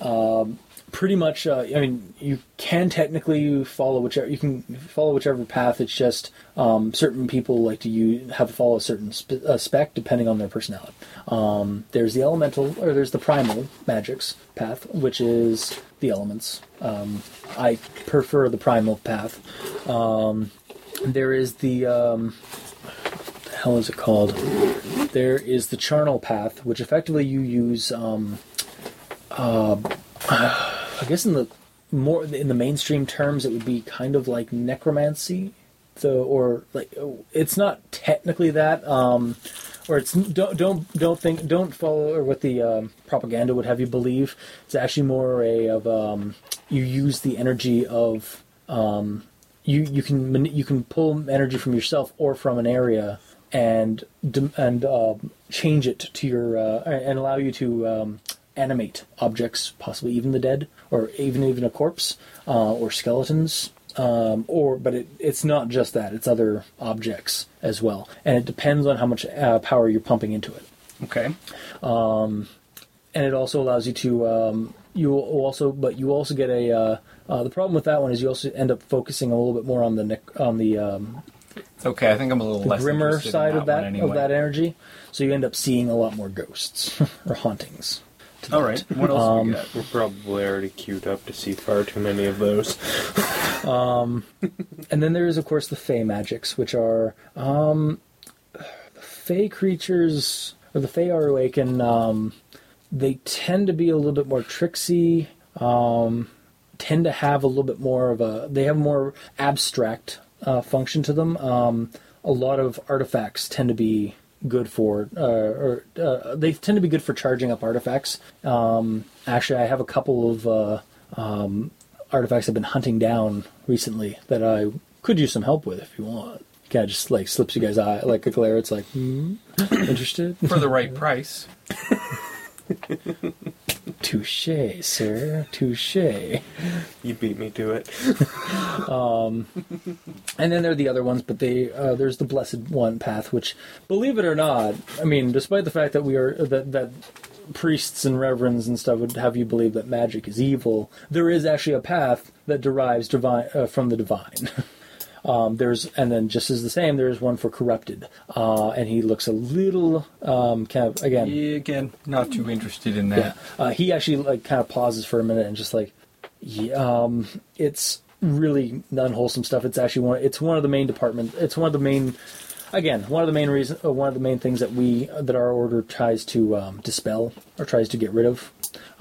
S3: Um, pretty much. Uh, I mean, you can technically follow whichever you can follow whichever path. It's just um, certain people like to you have to follow a certain spe- uh, spec depending on their personality. Um, there's the elemental, or there's the primal magics path, which is the elements. Um, I prefer the primal path. Um, there is the um, what the hell is it called? There is the charnel path, which effectively you use. Um, I guess in the more in the mainstream terms, it would be kind of like necromancy, so or like oh, it's not technically that. Um, or it's don't don't don't think don't follow or what the um, propaganda would have you believe. It's actually more a of um, you use the energy of um, you you can mani- you can pull energy from yourself or from an area and dem- and uh, change it to your uh, and allow you to um, animate objects, possibly even the dead or even even a corpse uh, or skeletons. Um, or but it, it's not just that; it's other objects as well, and it depends on how much uh, power you're pumping into it
S4: Okay.
S3: and it also allows you to um, you will also but you also get a uh, uh, the problem with that one is you also end up focusing a little bit more on the nec- on the um,
S6: It's okay. I think I'm a little
S3: the
S6: less
S3: grimmer
S6: interested in
S3: side of that
S6: one anyway.
S3: of that energy, so you end up seeing a lot more ghosts *laughs* or hauntings.
S4: All right. What else do
S3: Um,
S4: we got?
S5: We're probably already queued up to see far too many of those.
S3: And then there is, of course, the Fey magics, which are um, Fey creatures, or the Fey are awakened. Um, they tend to be a little bit more tricksy. Um, tend to have a little bit more of a. They have more abstract uh, function to them. Um, a lot of artifacts tend to be good for, uh, or uh, they tend to be good for charging up artifacts. Um, actually, I have a couple of. Uh, artifacts I've been hunting down recently that I could use some help with if you want. Kind of just like slips you guys eye like a glare. It's like, hmm, interested? *laughs*
S6: For the right price.
S3: Touche, sir. Touche.
S5: You beat me to it.
S3: And then there are the other ones, but they uh, there's the blessed one path, which, believe it or not, I mean, despite the fact that we are that that priests and reverends and stuff would have you believe that magic is evil, there is actually a path that derives divine uh, from the divine. *laughs* Um, there's and then just as the same, there's one for corrupted, uh, and he looks a little um, kind of again.
S6: Yeah, again, not too interested in
S3: Yeah.
S6: that.
S3: Uh, he actually like kind of pauses for a minute and just like, yeah, um, it's really unwholesome stuff. It's actually one. It's one of the main department. It's one of the main. Again, one of the main reason, uh, one of the main things that we uh, that our order tries to um, dispel or tries to get rid of,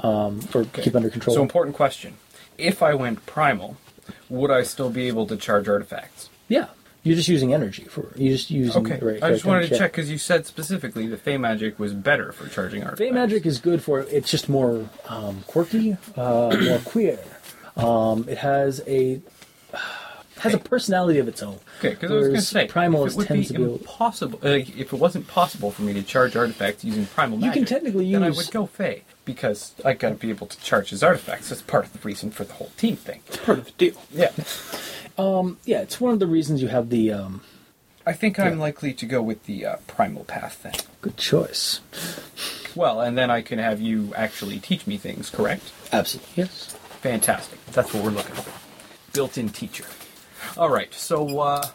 S3: um, or keep under control.
S6: So important question. If I went primal, would I still be able to charge artifacts?
S3: yeah, you're just using energy for you just using.
S6: Okay.
S3: right,
S6: I just
S3: right,
S6: wanted to
S3: yeah.
S6: check because you said specifically that Fey Magic was better for charging artifacts.
S3: Fey magic is good for it's just more um, quirky, uh, more queer. Um, it has a *sighs* has a personality of its own.
S6: Okay, because I was going to
S3: Whereas
S6: say
S3: primal
S6: if
S3: is
S6: it would
S3: tends
S6: be
S3: to be able-
S6: impossible. Like, if it wasn't possible for me to charge artifacts using primal
S3: You
S6: magic,
S3: can technically
S6: then I
S3: use-
S6: would go Fey because I got to be able to charge his artifacts. That's part of the reason for the whole team thing.
S5: Part of the deal.
S6: Yeah,
S3: Yeah, it's one of the reasons you have the um,
S6: I think I'm likely to go with the uh, primal path then.
S3: good choice.
S6: Well, and then I can have you actually teach me things. Correct?
S3: Absolutely. Yes.
S6: Fantastic. That's what we're looking for. Built-in teacher. All right. So uh,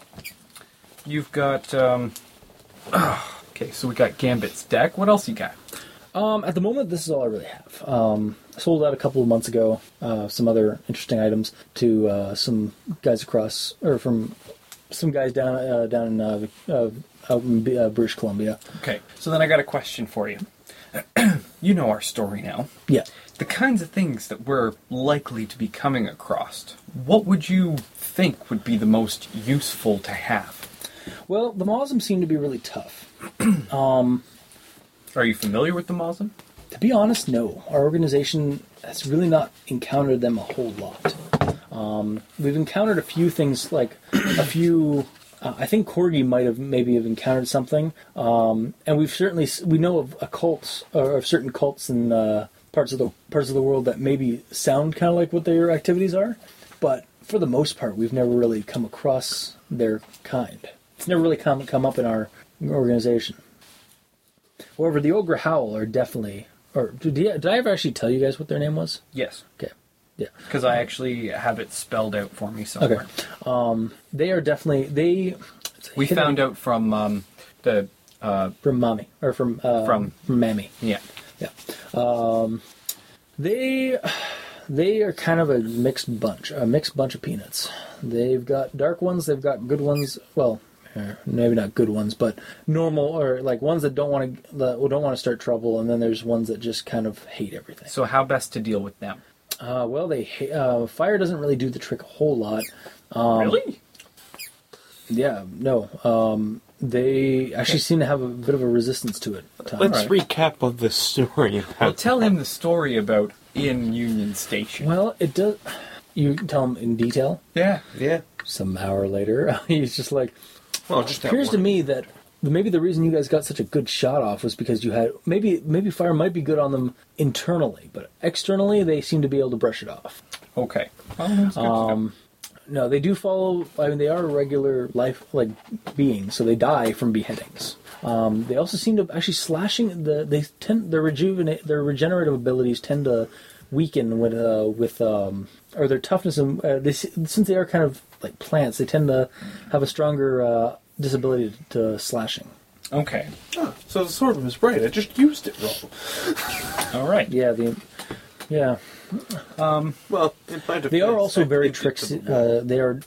S6: you've got. Um, *clears throat* okay, so we got Gambit's deck. What else you got?
S3: Um, at the moment, this is all I really have. Um, I sold out a couple of months ago uh, some other interesting items to uh, some guys across or from some guys down uh, down in uh, uh, out in B- uh, British Columbia.
S6: Okay, so then I got a question for you. *clears throat* you know our story now.
S3: Yeah.
S6: The kinds of things that we're likely to be coming across, what would you think would be the most useful to have?
S3: Well, the Mosm seem to be really tough.
S6: Are you familiar with the Mosm?
S3: To be honest, no. Our organization has really not encountered them a whole lot. Um, we've encountered a few things, like a few. Uh, I think Corgi might have maybe have encountered something, um, and we've certainly s- we know of a cults or of certain cults in uh, parts of the parts of the world that maybe sound kind of like what their activities are, but for the most part, we've never really come across their kind. It's never really come come up in our organization. However, the Ogre Howl are definitely. Or did, yeah, did I ever actually tell you guys what their name was?
S6: Yes,
S3: Okay, yeah.
S6: because I actually have it spelled out for me
S3: Okay.
S6: somewhere.
S3: Um, they are definitely they
S6: We
S3: Hidden-
S6: found out from um, the uh,
S3: from mommy or from uh,
S6: From.
S3: from mammy.
S6: yeah.
S3: Yeah. Um, they they are kind of a mixed bunch, a mixed bunch of peanuts. They've got dark ones, they've got good ones. Well, eh, maybe not good ones, but normal or like ones that don't want to that don't want to start trouble, and then there's ones that just kind of hate everything.
S6: So how best to deal with them?
S3: Uh, well, they ha- uh, fire doesn't really do the trick a whole lot. Um,
S6: really?
S3: Yeah, no. Um, they actually seem to have a bit of a resistance to it. at times.
S5: Let's recap of the story.
S6: Well, tell him the story about in Union Station.
S3: Well, it does. You tell him in detail.
S6: Yeah.
S5: yeah.
S3: Some hour later, *laughs* he's just like,
S5: Well, just that
S3: appears to
S5: one.
S3: me that maybe the reason you guys got such a good shot off was because you had maybe maybe fire might be good on them internally, but externally they seem to be able to brush it off.
S6: Okay. Well, that's good to know.
S3: Um, No, they do follow. I mean, they are regular life like beings, so they die from beheadings. Um, they also seem to actually slashing the they tend their rejuvenate their regenerative abilities tend to weaken with uh, with um, or their toughness and uh, they, s- since they are kind of like plants, they tend to have a stronger uh, disability to slashing.
S6: Okay.
S5: So the sword was right. I just used it wrong.
S6: All right.
S3: Yeah, the yeah.
S5: Well, in my defense,
S3: They are also
S5: I
S3: very
S5: did get
S3: tricksy.
S5: the-
S3: Uh, they are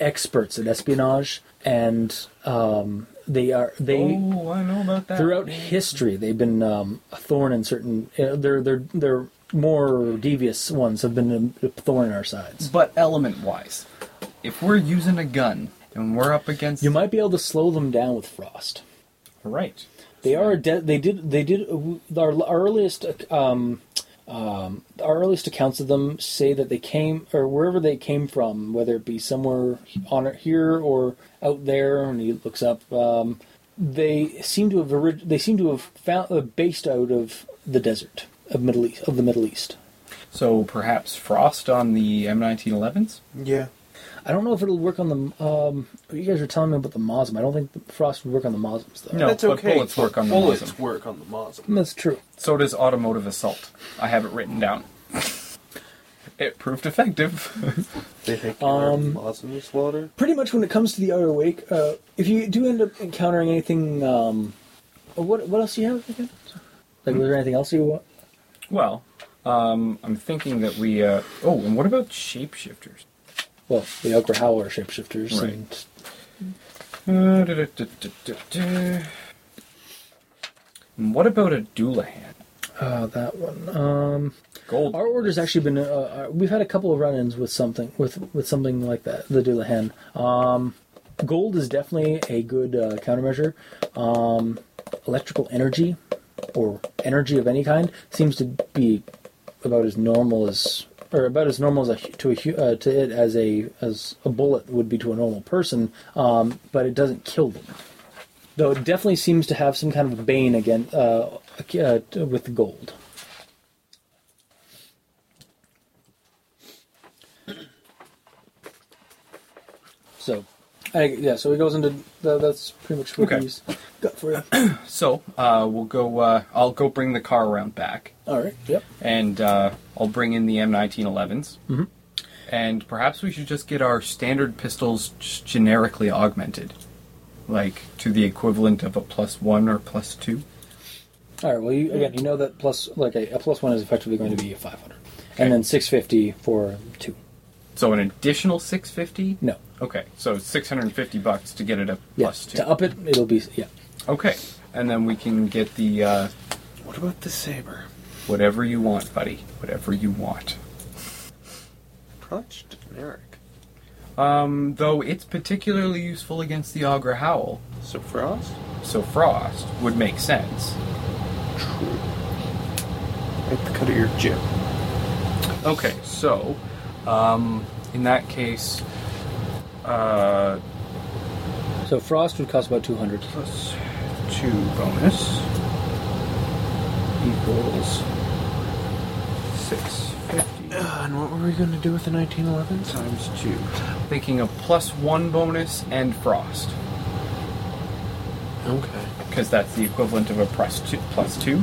S3: experts at espionage, and um, they are they.
S6: Oh, I know about that.
S3: throughout history they've been um, a thorn in certain uh, their their their more devious ones have been a thorn in our sides
S6: But element wise, if we're using a gun and we're up against
S3: you might be able to slow them down with frost
S6: right.
S3: they are de- they did they did our, our earliest um, um, our earliest accounts of them say that they came or wherever they came from whether it be somewhere on here or out there and he looks up um, they seem to have orig- they seem to have found uh, based out of the desert of middle east of the middle east
S6: So perhaps frost on the M1911s.
S5: Yeah.
S3: I don't know if it'll work on the. Um, you guys were telling me about the Mosm. I don't think the frost would work on the Mosms though. Mm,
S6: No,
S5: That's
S6: Oh, but
S5: okay.
S6: bullets work on the
S5: bullets
S6: Moslem.
S5: work on the Moslem.
S3: that's true.
S6: So does automotive assault. I have it written down. *laughs* it proved effective. *laughs*
S5: They think you are
S6: Um,
S5: the Moslem slaughter.
S3: Pretty much when it comes to the outer wake, uh, if you do end up encountering anything, um, what what else do you have again? Like, was there anything else you want?
S6: well, um, I'm thinking that we. Uh, oh, and what about shapeshifters?
S3: Well, the Okra Howler shapeshifters
S6: Right.
S3: and
S6: Uh, da, da, da, da, da, da. And what about a Doulahan?
S3: uh, that one.
S6: Gold.
S3: Our order's actually been. Uh, uh, we've had a couple of run-ins with something with with something like that. The Doulahan. Um, gold is definitely a good uh, countermeasure. Um, electrical energy, or energy of any kind, seems to be about as normal as, or about as normal as a, hu- to a hu- uh, to it as a as a bullet would be to a normal person. Um, but it doesn't kill them. Though it definitely seems to have some kind of bane again uh, uh, with the gold. So, I, yeah. So it goes into tha- that's pretty much what
S6: Okay.
S3: he's got for you.
S6: So uh, we'll go. Uh, I'll go bring the car around back,
S3: All right. Yep.
S6: and uh, I'll bring in the M1911s. Mm-hmm. And perhaps we should just get our standard pistols g- generically augmented, like to the equivalent of a plus one or plus two.
S3: All right. Well, you, again, you know that plus like a, a plus one is effectively going to be a five hundred, and then six fifty for two.
S6: So an additional six fifty.
S3: No.
S6: Okay, so six hundred and fifty bucks to get it up
S3: Yeah.
S6: plus two.
S3: To up it, it'll be yeah.
S6: Okay, and then we can get the uh,
S5: What about the saber?
S6: whatever you want, buddy. Whatever you want.
S5: Probably just generic.
S6: Um, though it's particularly useful against the Augur Howl.
S5: So frost.
S6: So frost would make sense.
S5: True. At the cut of your jib.
S6: Okay, so um, in that case, uh,
S3: So frost would cost about two hundred.
S6: plus two bonus equals six fifty
S5: and what were we going to do with the 1911s?
S6: times two. Thinking of plus one bonus and frost.
S5: Okay.
S6: because that's the equivalent of a plus two. Plus two.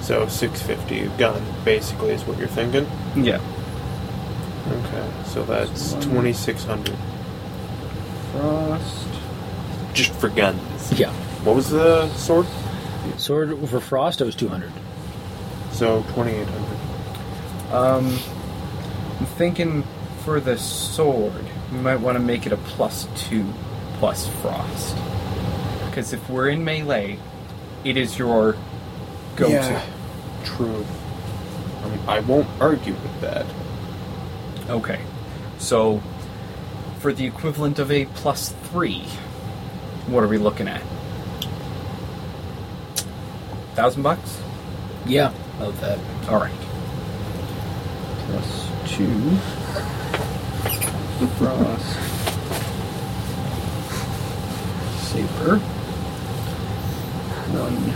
S5: So 650 gun, basically, is what you're thinking?
S6: Yeah.
S5: Okay. So that's 2600.
S4: Frost.
S5: Just for guns.
S3: Yeah.
S5: What was the sword?
S3: Sword for Frost, it was 200.
S5: So 2800.
S4: Um, I'm thinking for the sword, we might want to make it a plus two, plus frost.
S6: Because if we're in melee, it is your
S4: Go
S5: True. I, mean, I won't argue with that.
S6: okay.
S4: So, for the equivalent of a plus three, what are we looking at? Thousand bucks.
S3: Yeah, of that.
S4: All right. Plus two. Frost. Saber. One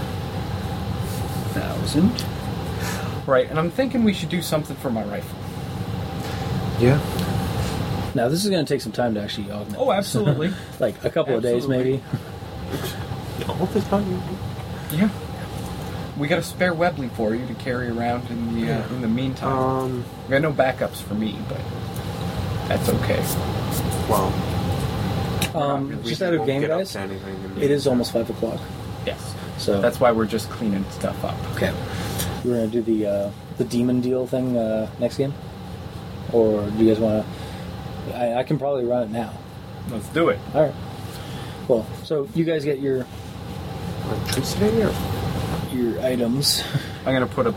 S4: thousand.
S6: Right, and I'm thinking we should do something for my rifle.
S5: Yeah.
S3: Now, this is going to take some time to actually augment.
S6: Oh, absolutely.
S3: like a couple of days,
S6: Absolutely.
S3: maybe.
S5: All the time.
S6: yeah. We got a spare Webley for you to carry around in the uh, in the meantime.
S5: Um,
S6: we got no backups for me, but that's okay.
S5: well,
S3: Um,
S5: we
S3: just out of
S5: won't
S3: game,
S5: get up
S3: guys.
S5: to anything in
S3: It is almost 5 o'clock.
S6: Yes.
S3: So
S6: That's why we're just cleaning stuff up.
S3: okay. We're going to do the uh, the demon deal thing uh, next game? Or do you guys want to. I, I can probably run it now.
S6: Let's do it.
S3: All right. Well, so you guys get your
S5: electricity or
S3: your items. *laughs*
S6: I'm gonna put a.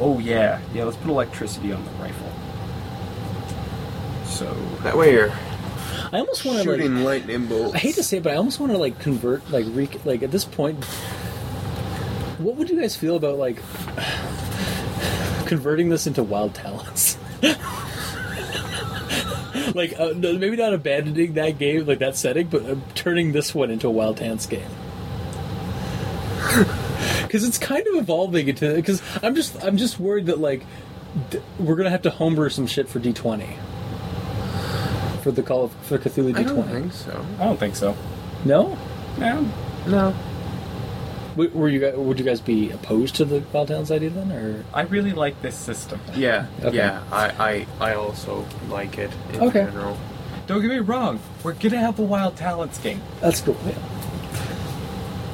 S6: Oh yeah, yeah. Let's put electricity on the rifle. So
S5: that way you're
S3: I almost want to like.
S5: shooting lightning bolts.
S3: I hate to say it, but I almost want to like convert like re- like at this point. What would you guys feel about like *sighs* converting this into wild talents? *laughs* like uh, no, maybe not abandoning that game like that setting, but uh, turning this one into a wild talents game. *laughs* Because it's kind of evolving into because I'm just I'm just worried that like d- we're gonna have to homebrew some shit for D20 for the call of for Cthulhu D20.
S5: I don't think so.
S6: I don't think so.
S3: No,
S6: No.
S5: No.
S3: W- Were you guys, would you guys be opposed to the Wild Talents idea then, or
S6: I really like this system.
S5: Yeah,
S3: Okay.
S5: yeah. I, I I also like it in
S3: Okay.
S5: general.
S6: Don't get me wrong. We're gonna have a wild talents game.
S3: that's cool? Yeah.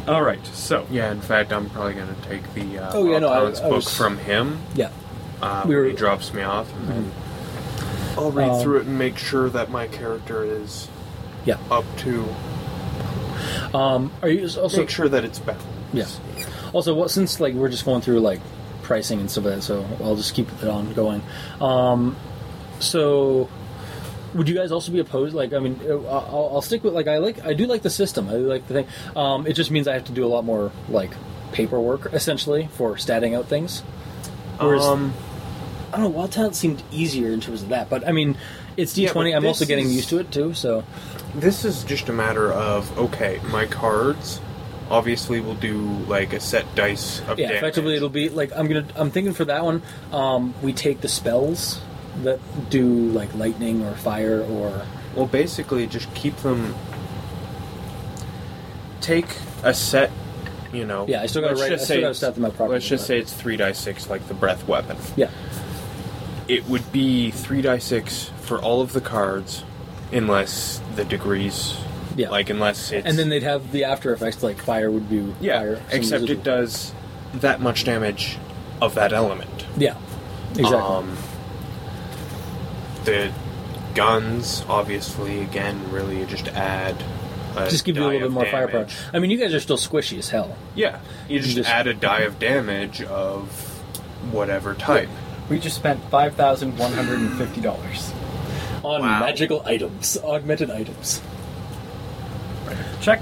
S6: All right. So
S5: Yeah, in fact, I'm probably gonna take the uh,
S3: Oh, yeah, no, I-
S5: Alton's
S3: I
S5: book
S3: was-
S5: from him.
S3: yeah.
S5: Uh,
S3: We
S5: when
S3: were-
S5: He drops me off, and then I'll read
S3: Um,
S5: through it and make sure that my character is
S3: Yeah.
S5: up to.
S3: Um, are you also
S5: make sure that it's balanced.
S3: yeah? Also, what since like we're just going through like pricing and stuff like that, so I'll just keep it on going. Um, so would you guys also be opposed? Like, I mean, uh, I'll, I'll stick with like I like I do like the system. I do like the thing. Um, it just means I have to do a lot more like paperwork essentially for statting out things. Whereas-
S5: Um,
S3: I don't know. Wild Talent seemed easier in terms of that, but I mean, it's D
S5: Yeah,
S3: twenty.
S5: but
S3: I'm also
S5: this
S3: getting
S5: is-
S3: used to it too. So
S5: this is just a matter of okay, my cards. Obviously, will do like a set dice of
S3: yeah,
S5: damage.
S3: effectively, it'll be like I'm gonna. I'm thinking for that one, um, we take the spells that do like lightning or fire or
S5: Well, basically, just keep them. Take a set, you know.
S3: Yeah, I still gotta
S5: let's
S3: write-
S5: just
S3: I still
S5: say
S3: gotta
S5: it's-
S3: set them up properly,
S5: Let's just
S3: but-
S5: say it's three die six, like the breath weapon.
S3: yeah,
S5: It would be three die six for all of the cards, unless the degrees.
S3: Yeah.
S5: Like unless it's.
S3: and then they'd have the after effects like fire would be
S5: yeah,
S3: fire, some
S5: except
S3: residual.
S5: it does that much damage of that element.
S3: yeah, exactly.
S5: Um, the guns, obviously, again, really just add. A
S3: just give you a
S5: die
S3: little
S5: of
S3: bit more firepower.
S5: damage.
S3: I mean, you guys are still squishy as hell.
S5: Yeah, you just,
S3: just-
S5: add a die of damage of whatever type.
S6: we just spent five thousand one hundred and fifty dollars.
S3: On
S5: Wow.
S3: magical items, augmented items.
S6: Check.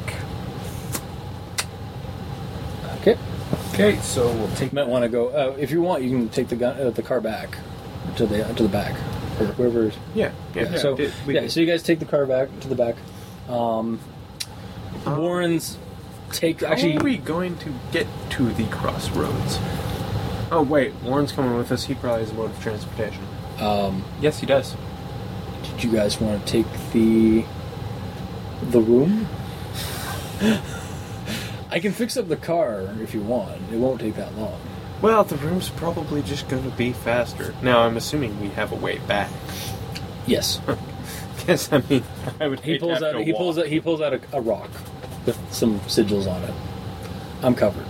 S3: Okay,
S6: Okay. So we'll take.
S3: you might want to go. Uh, if you want, you can take the gun, uh, the car back to the to the back or whoever's
S5: Yeah, yeah.
S3: Yeah, so
S5: did- we
S3: yeah,
S5: did.
S3: so you guys take the car back to the back. Um, Warren's take
S5: How are
S3: actually.
S5: Uh-huh. we going to get to the crossroads? Oh wait, Warren's coming with us. He probably has a mode of transportation.
S3: Um,
S6: Yes, he does.
S3: did you guys
S5: *laughs*
S3: want to take the the room? I can fix up the car if you want. It won't take that long.
S5: Well, the room's probably just going to be faster. Now, I'm assuming we have a way back.
S3: Yes.
S5: Yes, I mean, I would
S3: He
S5: hate
S3: pulls
S5: to have
S3: out.
S5: to
S3: He pulls
S5: walk.
S3: out. He pulls out a, a rock with some sigils on it. I'm covered.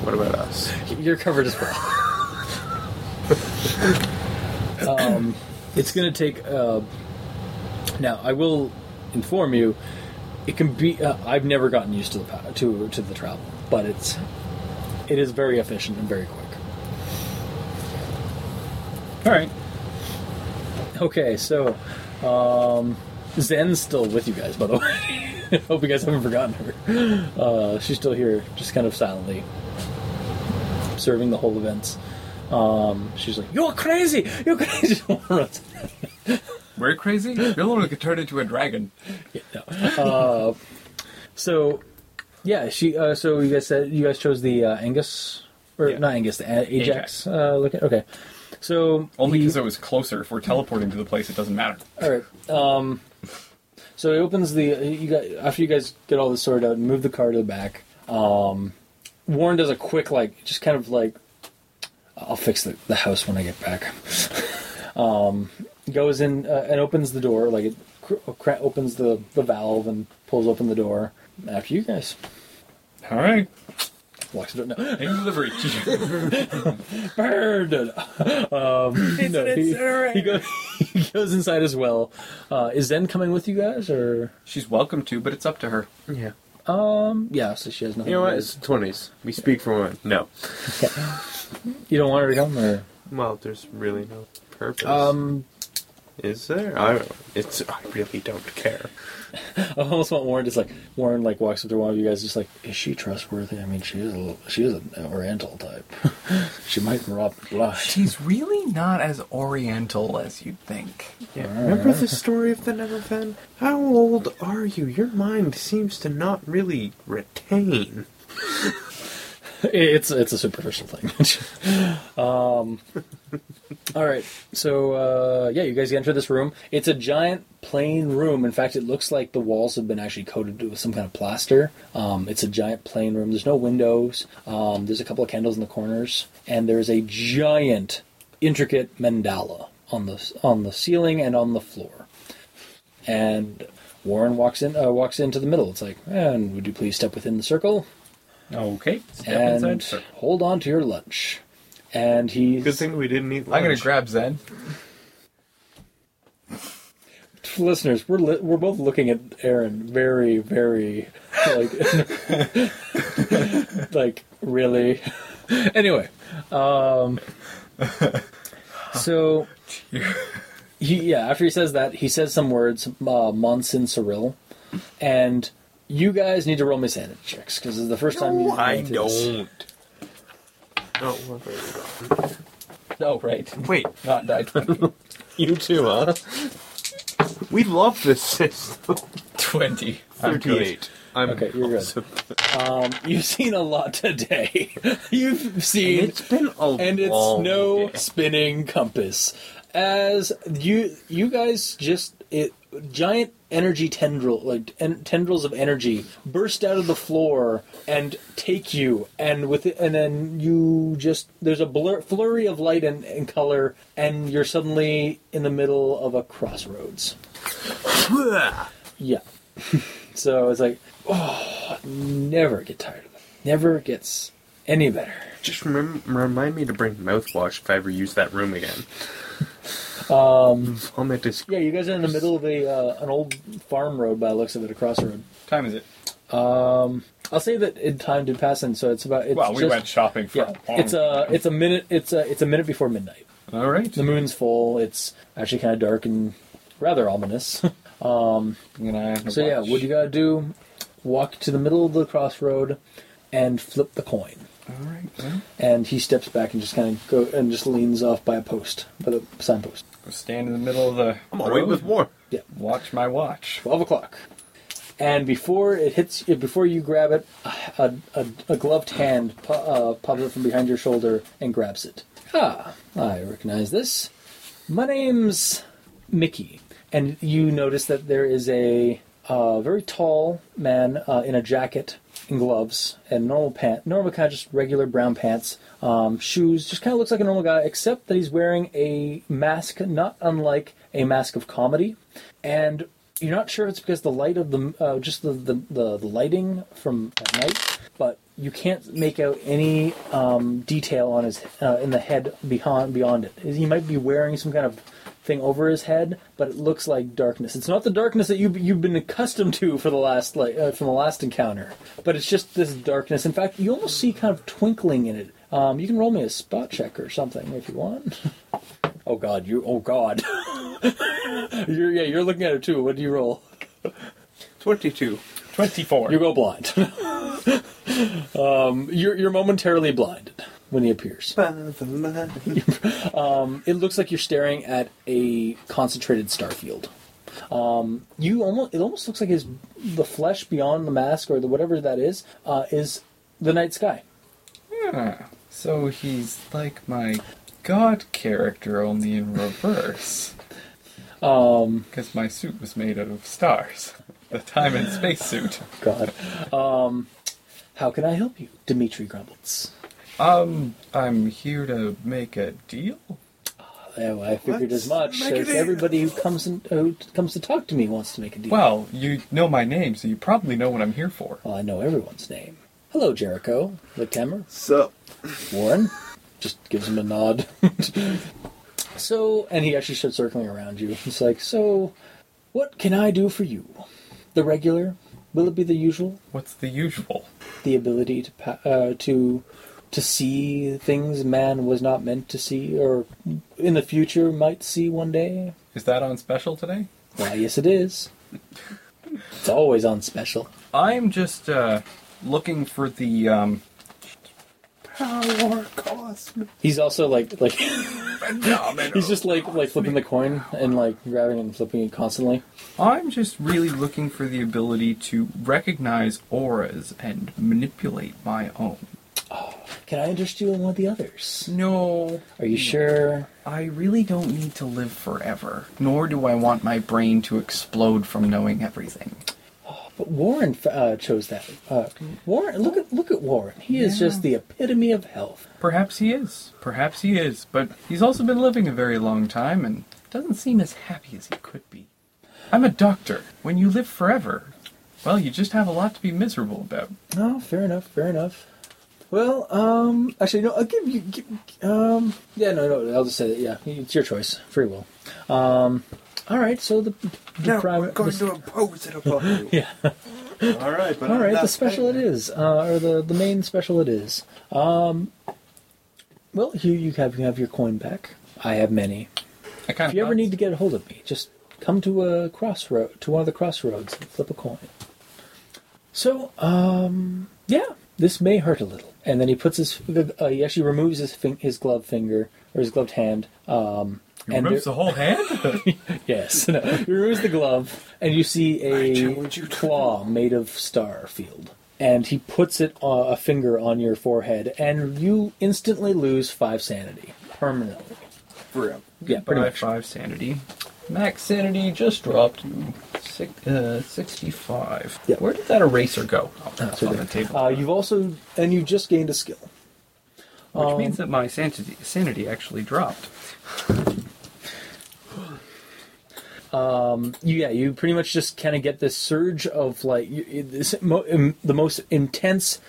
S5: What about us?
S3: You're covered as well. um, it's going to take. Uh, now, I will inform you. It can be. Uh, I've never gotten used to the pow- to to the travel, but it's it is very efficient and very quick. All right. Okay, so um, Zen's still with you guys, by the *laughs* way. Hope you guys haven't forgotten her. Uh, she's still here, just kind of silently observing the whole events. Um, she's like, "You're crazy! You're crazy!" *laughs* Runs.
S6: We're crazy? You're the one who could turn into a dragon.
S3: so, yeah, she. Uh, so you guys said you guys chose the uh, Angus or
S6: Yeah.
S3: not Angus, the A- Ajax.
S6: Ajax.
S3: Uh, looking, okay, so
S6: Only because it was closer. If we're teleporting to the place, it doesn't matter.
S3: All right. Um, so he opens the. You got after you guys get all this sorted out and move the car to the back. Um, Warren does a quick like, just kind of like, I'll fix the, the house when I get back. *laughs* um, goes in uh, and opens the door like it cr- cra- opens the the valve and pulls open the door after you guys.
S6: All right.
S3: Locks the door. No,
S6: Name of the
S3: *laughs*
S6: breach.
S3: bird. Um, no, he, he, goes, *laughs* he goes inside as well. Uh, is Zen coming with you guys or?
S6: *laughs* She's welcome to, but it's up to her.
S5: Yeah.
S3: Um, Yeah, so she has nothing.
S5: You know
S3: to
S5: what?
S3: do.
S5: It's the 20s. We speak for women. No.
S3: You don't want her to come, or
S5: Well, there's really no purpose.
S3: um,
S5: Is there? I it's I really don't care.
S3: I almost want Warren just like Warren like walks up to one of you guys, just like, is she trustworthy? I mean, she is a little, she is an Oriental type. *laughs* she might rob blind.
S6: She's really not as oriental as you'd think.
S5: Yeah. Remember the story of the Neverfen? How old are you? Your mind seems to not really retain.
S3: *laughs* it's it's a superficial thing. *laughs* um, all right, so uh, yeah, you guys enter this room. It's a giant plain room. In fact, it looks like the walls have been actually coated with some kind of plaster. Um, it's a giant plain room. There's no windows. Um, there's a couple of candles in the corners, and there's a giant, intricate mandala on the s- on the ceiling and on the floor. And Warren walks in uh, walks into the middle. It's like, and would you please step within the circle?
S6: Okay. Step
S3: and
S6: inside. Sir.
S3: hold on to your lunch. And he's
S5: Good thing we didn't eat lunch.
S6: I'm gonna grab Zen.
S3: listeners. We're li- we're both looking at Aaron very very like *laughs* like really. anyway, um, so he yeah after he says that he says some words uh, Monson Cyril, and you guys need to roll me sanity checks because this is the first time you
S5: I
S3: gone through this.
S5: don't. Oh, well, there you go.
S6: Oh, right.
S5: Wait,
S6: Not *laughs* die 20.
S5: you too, huh? We love this system.
S6: 20. I'm good.
S5: Thirty-eight. I'm
S3: Okay, you're good.
S5: also-
S3: You've seen a lot today. *laughs* You've seen
S5: It's been a
S3: and it's
S5: long
S3: no
S5: day.
S3: spinning compass. As you you guys just it giant energy tendril like en- tendrils of energy burst out of the floor and take you and with it, and then you just there's a blur, flurry of light and, and color and you're suddenly in the middle of a crossroads. Yeah. *laughs* so it's like, oh, never get tired of it. Never gets any better.
S5: Just remember, remind me to bring mouthwash if I ever use that room again. Um, vomit is
S3: Yeah, you guys are in the middle of a uh, an old farm road by the looks of it, a crossroad.
S6: time is it?
S3: I'll say that in time did pass, and so it's about. It's
S6: Well, we
S3: just-
S6: went shopping for
S3: Yeah, it's a it's a minute it's a it's a minute before midnight.
S6: All right.
S3: The moon's full. It's actually kind of dark and rather ominous. *laughs*
S6: I'm gonna
S3: so yeah,
S6: watch.
S3: what you gotta do? Walk to the middle of the crossroad and flip the coin.
S6: All right. Well,
S3: and he steps back and just kind of go and just leans off by a post by the signpost.
S6: go stand in the middle of the.
S5: I'm alright
S6: road,
S5: with war.
S6: Watch my watch.
S3: Twelve o'clock, and before it hits, before you grab it, a, a, a gloved hand pu- uh, pops up from behind your shoulder and grabs it. Ah, I recognize this. My name's Mickey, and you notice that there is a uh, very tall man uh, in a jacket and gloves and normal pant, normal kind of just regular brown pants, um, shoes. Just kind of looks like a normal guy, except that he's wearing a mask, not unlike a mask of comedy, and. You're not sure if it's because the light of the uh, just the, the, the, the lighting from at night, but you can't make out any um, detail on his uh, in the head beyond beyond it. He might be wearing some kind of thing over his head, but it looks like darkness. It's not the darkness that you you've been accustomed to for the last like uh, from the last encounter, but it's just this darkness. In fact, you almost see kind of twinkling in it. Um, you can roll me a spot check or something if you want. *laughs* oh God, you oh God, *laughs* you're yeah you're looking at it too. What do you roll?
S5: 22.
S9: 24.
S3: You go blind. *laughs* um, you're, you're momentarily blinded when he appears. um, it looks like you're staring at a concentrated starfield. Um, you almost it almost looks like his the flesh beyond the mask or the whatever that is uh, is the night sky.
S6: Ah, so he's like my god character, only in reverse. Um, because my suit was made out of stars. The time and space suit.
S3: God, um, how can I help you, Dimitri Grumbles?
S6: Um, I'm here to make a deal.
S3: Oh, I figured as
S5: Let's
S3: much.
S5: make a
S3: There's
S5: deal.
S3: everybody who comes and who comes to talk to me wants to make a deal.
S6: Well, you know my name, so you probably know what I'm here for.
S3: Well, I know everyone's name. Hello, Jericho. Lickhammer.
S10: So,
S3: Warren. Just gives him a nod. *laughs* so, and he actually starts circling around you. It's like, so, what can I do for you? The regular? Will it be the usual?
S6: What's the usual?
S3: The ability to pa- uh, to to see things man was not meant to see, or in the future might see one day.
S6: Is that on special today?
S3: Why, yes, it is. It's always on special.
S6: I'm just uh, looking for the um,
S10: power cosmic.
S3: He's also like like he's just like like flipping the coin and like grabbing and flipping it constantly.
S6: I'm just really looking for the ability to recognize auras and manipulate my own.
S3: Can I interest you in one of the others?
S6: No,
S3: Are you sure?
S6: I really don't need to live forever, nor do I want my brain to explode from knowing everything.
S3: But Warren f- uh, chose that. Uh, Warren, look at look at Warren. He is just the epitome of health.
S6: Perhaps he is. Perhaps he is. But he's also been living a very long time and doesn't seem as happy as he could be. I'm a doctor. When you live forever, well, you just have a lot to be miserable about.
S3: Oh, fair enough. Fair enough. Well, um, actually, no. I'll give you. Give, um, yeah, no, no. I'll just say that. Yeah, it's your choice. Free will. Um, all right. So the, the
S10: Now
S3: private-
S10: I'm going
S3: the-
S10: to impose it
S3: *laughs*
S10: upon you.
S3: Yeah.
S10: All right, but
S3: All
S10: I'm
S3: right,
S10: not
S3: the special it
S10: paying.
S3: is, uh, or the, the main special it is. Um, well, you you have you have your coin back. I have many.
S6: I kind
S3: If you ever need to get a hold of me, just come to a crossroad to one of the crossroads and flip a coin. So, um, yeah, this may hurt a little. And then he puts his uh, he actually removes his fing- his gloved finger or his gloved hand. Um, and
S6: removes
S3: there-
S6: the whole hand?
S3: Yes, no. he removes the glove, and you see
S10: I
S3: a
S10: challenge you to-
S3: claw made of starfield, and he puts it uh, a finger on your forehead, and you instantly lose five sanity permanently.
S10: Forever.
S3: Yeah, *laughs* pretty
S6: By
S3: much.
S6: five sanity. Max sanity just dropped to six, uh, 65.
S3: Yeah.
S6: Where did that eraser go? Oh,
S3: That's
S6: that's
S3: right
S6: on
S3: there.
S6: the table.
S3: Uh, you've also and you just gained a skill.
S6: Which means that my sanity, sanity actually dropped.
S3: you, yeah, you pretty much just kind of get this surge of like you, it- this, mo, im, the most intense.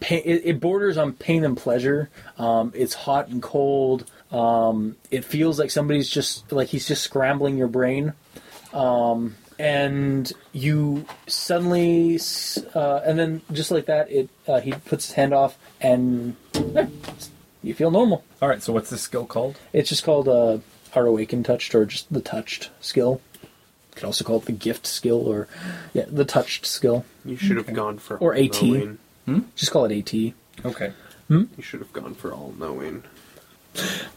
S3: Pain, it, it borders on pain and pleasure. Um, it's hot and cold. Um, it feels like somebody's just like he's just scrambling your brain, um, and you suddenly, s- uh, and then just like that, it uh, he puts his hand off, and eh, you feel normal.
S6: All right, so what's this skill called?
S3: It's just called uh, our awakened touched or just the touched skill. You could also call it the gift skill or yeah, the touched skill.
S5: You should have gone for
S3: Or
S5: all
S3: 18.
S5: knowing.
S3: Just call it AT.
S6: Okay.
S5: You should have gone for all knowing.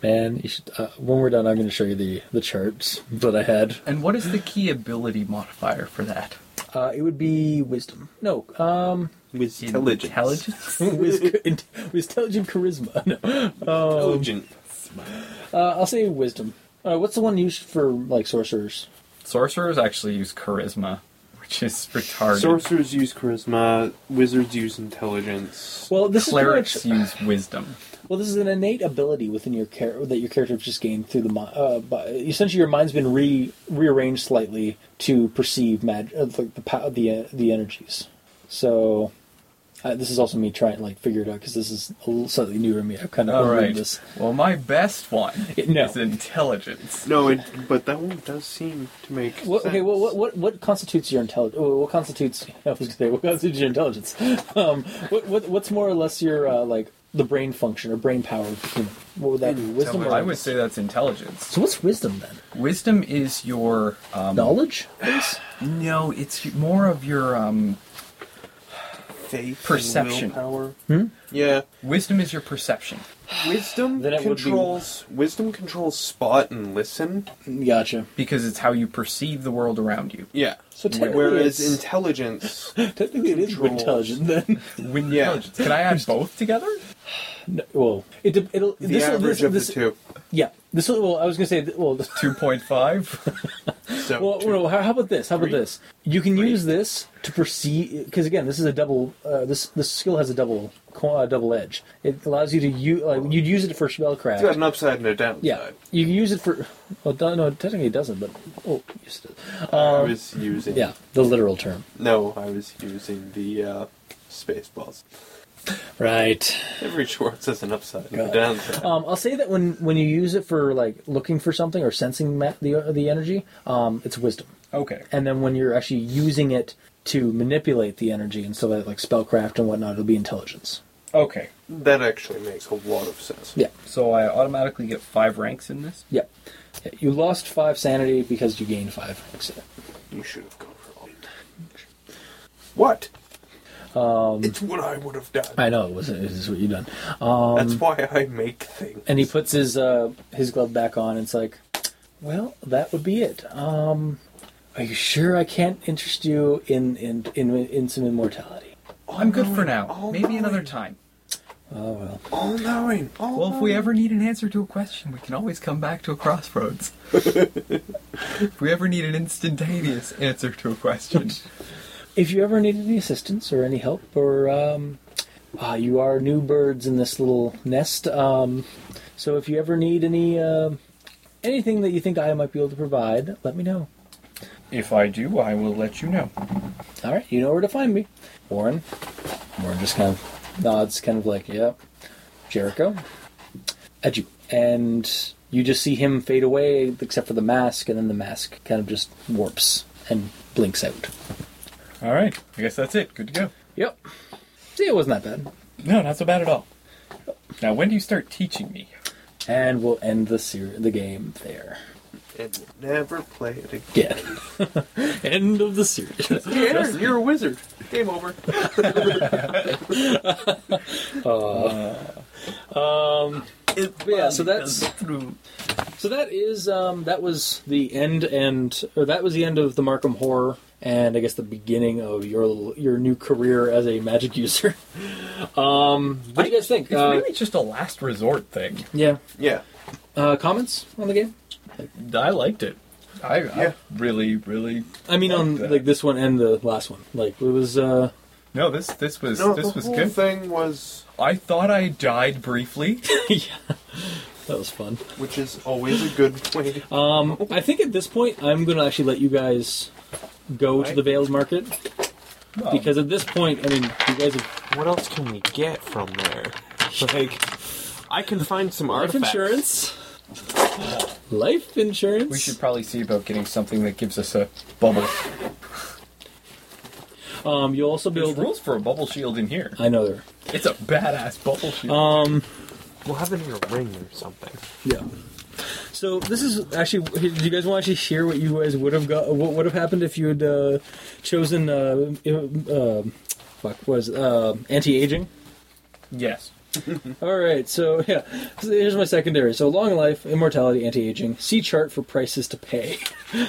S3: Man, you should, uh, when we're done, I'm going to show you the the charts that I had.
S6: And what is the key ability modifier for that?
S3: Uh, it would be wisdom. No, uh, *laughs*
S5: With
S6: Intelligence?
S3: wis- in- intelligent charisma. *laughs* No.
S5: Intelligent.
S3: Uh, I'll say wisdom. Uh, what's the one used for like sorcerers?
S6: Sorcerers actually use charisma. which is retarded.
S5: Sorcerers use charisma. Wizards use intelligence.
S3: Well, this is
S6: Clerics
S3: pretty much,
S6: use wisdom.
S3: well, this is an innate ability within your character that your character just gained through the mi- uh, by, essentially your mind's been re rearranged slightly to perceive mag- uh, the the pow- the, uh, the energies. So uh, this is also me trying to like figure it out because this is a little slightly newer to me. I've kind of
S6: All right.
S3: this.
S6: Well, my
S3: *laughs*
S6: best one
S3: No.
S6: is intelligence.
S5: No, it, but that one does seem to make
S3: What, okay,
S5: sense.
S3: well, what what what constitutes your intelligence? What constitutes? *laughs* I was gonna say what constitutes your intelligence. *laughs* Um, what, what what's more or less your uh, like the brain function or brain power of the human? What would that be? Wisdom. Or
S6: I would say that's intelligence.
S3: So what's wisdom then?
S6: Wisdom is your um,
S3: Knowledge. please?
S6: No, it's more of your um,
S5: Faith,
S6: Perception.
S5: power. Yeah,
S6: wisdom is your perception.
S5: wisdom
S3: Then it would be-
S5: controls. Wisdom controls spot and listen.
S3: gotcha.
S6: because it's how you perceive the world around you.
S5: Yeah.
S3: So technically,
S5: Whereas
S3: it's-
S5: *laughs* intelligence,
S3: *laughs* Technically, it is more
S5: Controls.
S3: intelligent then.
S6: Wind
S5: Yeah.
S6: intelligence. Can I add both together?
S3: No, *laughs* well, it de- it'll
S5: the
S3: this,
S5: average
S3: this,
S5: of
S3: this,
S5: the two.
S3: Yeah, this will. Well, I was gonna say. that- Well, this-
S6: Two point five.
S5: So
S3: Well,
S5: two.
S3: well, how how about this? How about
S5: Three.
S3: this? You can use this to perceive because again, this is a double. Uh, this this skill has a double co- uh, double edge. It allows you to use. Uh, you'd use it for
S5: it's got
S3: spellcraft.
S5: an upside and a downside.
S3: Yeah, you can use it for. Well, no, no, technically it doesn't, but oh, yes, it does.
S5: I was using.
S3: Um, yeah, the literal term.
S5: No, I was using the uh, space balls.
S3: Right.
S5: Every Schwartz has an upside and a
S3: God.
S5: downside.
S3: Um, I'll say that when when you use it for like looking for something or sensing ma- the uh, the energy, um, it's wisdom.
S6: Okay.
S3: and then when you're actually using it to manipulate the energy and so that like spellcraft and whatnot it'll be intelligence
S6: Okay.
S5: That actually makes a lot of sense.
S3: yeah
S6: So I automatically get five ranks in this.
S3: yeah, Yeah, you lost five sanity because you gained five ranks in it.
S5: You should have gone for all. What? Um, it's what I would have done.
S3: i know it was it is what you done um,
S5: That's why I make things.
S3: and he puts his uh his glove back on and it's like well that would be it um are you sure i can't interest you in in in, in some immortality
S6: I'm good for now.
S5: all
S6: Maybe
S5: knowing.
S6: another time.
S3: oh well
S5: all knowing. All
S6: Well, if we ever need an answer to a question, we can always come back to a *laughs* crossroads. if we ever need an instantaneous answer to a question,
S3: if you ever need any assistance or any help or um, uh, you are new birds in this little nest um, so if you ever need any um anything that you think i might be able to provide let me know
S6: if I do, I will let you know.
S3: all right you know where to find me warren warren just kind of nods kind of like yep jericho adieu and you just see him fade away except for the mask and then the mask kind of just warps and blinks out
S6: All right. I guess that's it. Good to go.
S3: yep see it wasn't that bad
S6: No, not so bad at all. Now, when do you start teaching me?
S3: And we'll end the ser- the game there.
S5: And we'll never play it again.
S3: Yeah. *laughs* end of the series.
S5: Aaron, you're a wizard. Game over.
S3: yeah, so that's
S6: Uh,
S3: so that is um, that was the end and or that was the end of the Markham horror and I guess the beginning of your your new career as a magic *laughs* user. um, what do you guys think?
S6: It's
S3: Uh,
S6: really just a last resort thing.
S3: yeah.
S5: Yeah.
S3: Uh, comments on the game?
S6: I liked it. I, I really, really.
S3: I mean, on
S6: Like that.
S3: like this one and the last one. Like it was. Uh,
S6: No, this this was
S5: No,
S6: this
S5: the
S6: was
S5: whole
S6: good.
S5: thing was,
S6: I thought I died briefly.
S3: yeah. That was fun.
S5: which is always a good *laughs* way. to-
S3: I think at this point, I'm going to actually let you guys go to the Veiled Market. Because at this point, I mean, you guys have
S5: what else can we get from there? Like, I can find some
S3: life
S5: artifacts.
S3: insurance. Life insurance.
S6: We should probably see about getting something that gives us a bubble.
S3: Um, you'll also be
S6: There's
S3: able. To,
S6: rules for a bubble shield in here.
S3: I know there.
S6: It's a badass bubble shield.
S3: Um,
S5: We'll have it in a ring or something.
S3: Yeah. So this is actually. Do you guys want to actually hear what you guys would have got? What would have happened if you had uh, chosen? Uh, uh, fuck was uh, anti-aging.
S6: yes.
S3: All right, so yeah, so here's my secondary. So long life, immortality, anti-aging. See chart for prices to pay. *laughs*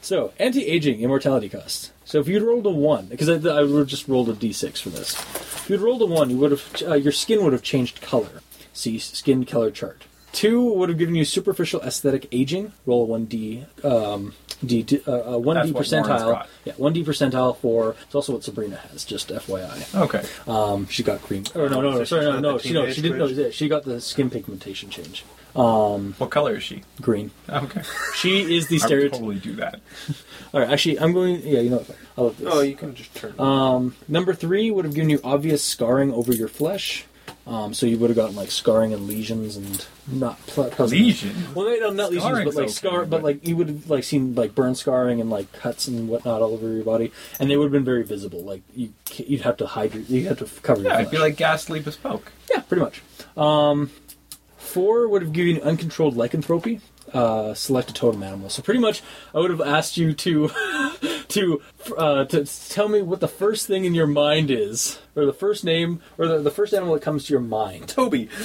S3: so anti-aging, immortality costs. So if you'd rolled a one, because I, I would have just rolled a d6 for this. If you'd rolled a one, you would have uh, your skin would have changed color. See skin color chart. Two would have given you superficial aesthetic aging. Roll a one d um, D t- uh, uh, one
S6: That's
S3: D
S6: what Lauren's
S3: percentile.
S6: got.
S3: Yeah, one D percentile for. It's also what Sabrina has. Just FYI,
S6: Okay.
S3: um, she got green. Or no, no,
S5: So
S3: no,
S5: she's
S3: sorry, no,
S5: got
S3: no,
S5: the
S3: she no, she
S5: teenage
S3: didn't. No,
S5: twitch?
S3: yeah, she got the skin pigmentation change.
S6: What color is she?
S3: Green.
S6: Okay.
S3: She is the
S6: I would
S3: stereotype.
S6: totally do that.
S3: All right, actually, I'm going. Yeah, you know, what, I'll let this. Um,
S5: Oh, you can just turn.
S3: Number three would have given you obvious scarring over your flesh, um, so you would have gotten like scarring and lesions and not ple- pleasant.
S6: Legion.
S3: Well, they don't not lesions, but
S6: Scarring's
S3: like
S6: okay,
S3: scar, but
S6: but-
S3: like you would have like seen like burn scarring and like cuts and whatnot all over your body, and they would have been very visible. Like you, ca- you'd have to hide your, you'd have to cover your.
S6: Yeah,
S3: flesh.
S6: it'd be like ghastly bespoke.
S3: Yeah, pretty much. Um, four would have given you uncontrolled lycanthropy. Uh, select a totem animal. So pretty much, I would have asked you to *laughs* to uh, to tell me what the first thing in your mind is, or the first name, or the, the first animal that comes to your mind.
S6: Toby.
S3: *laughs*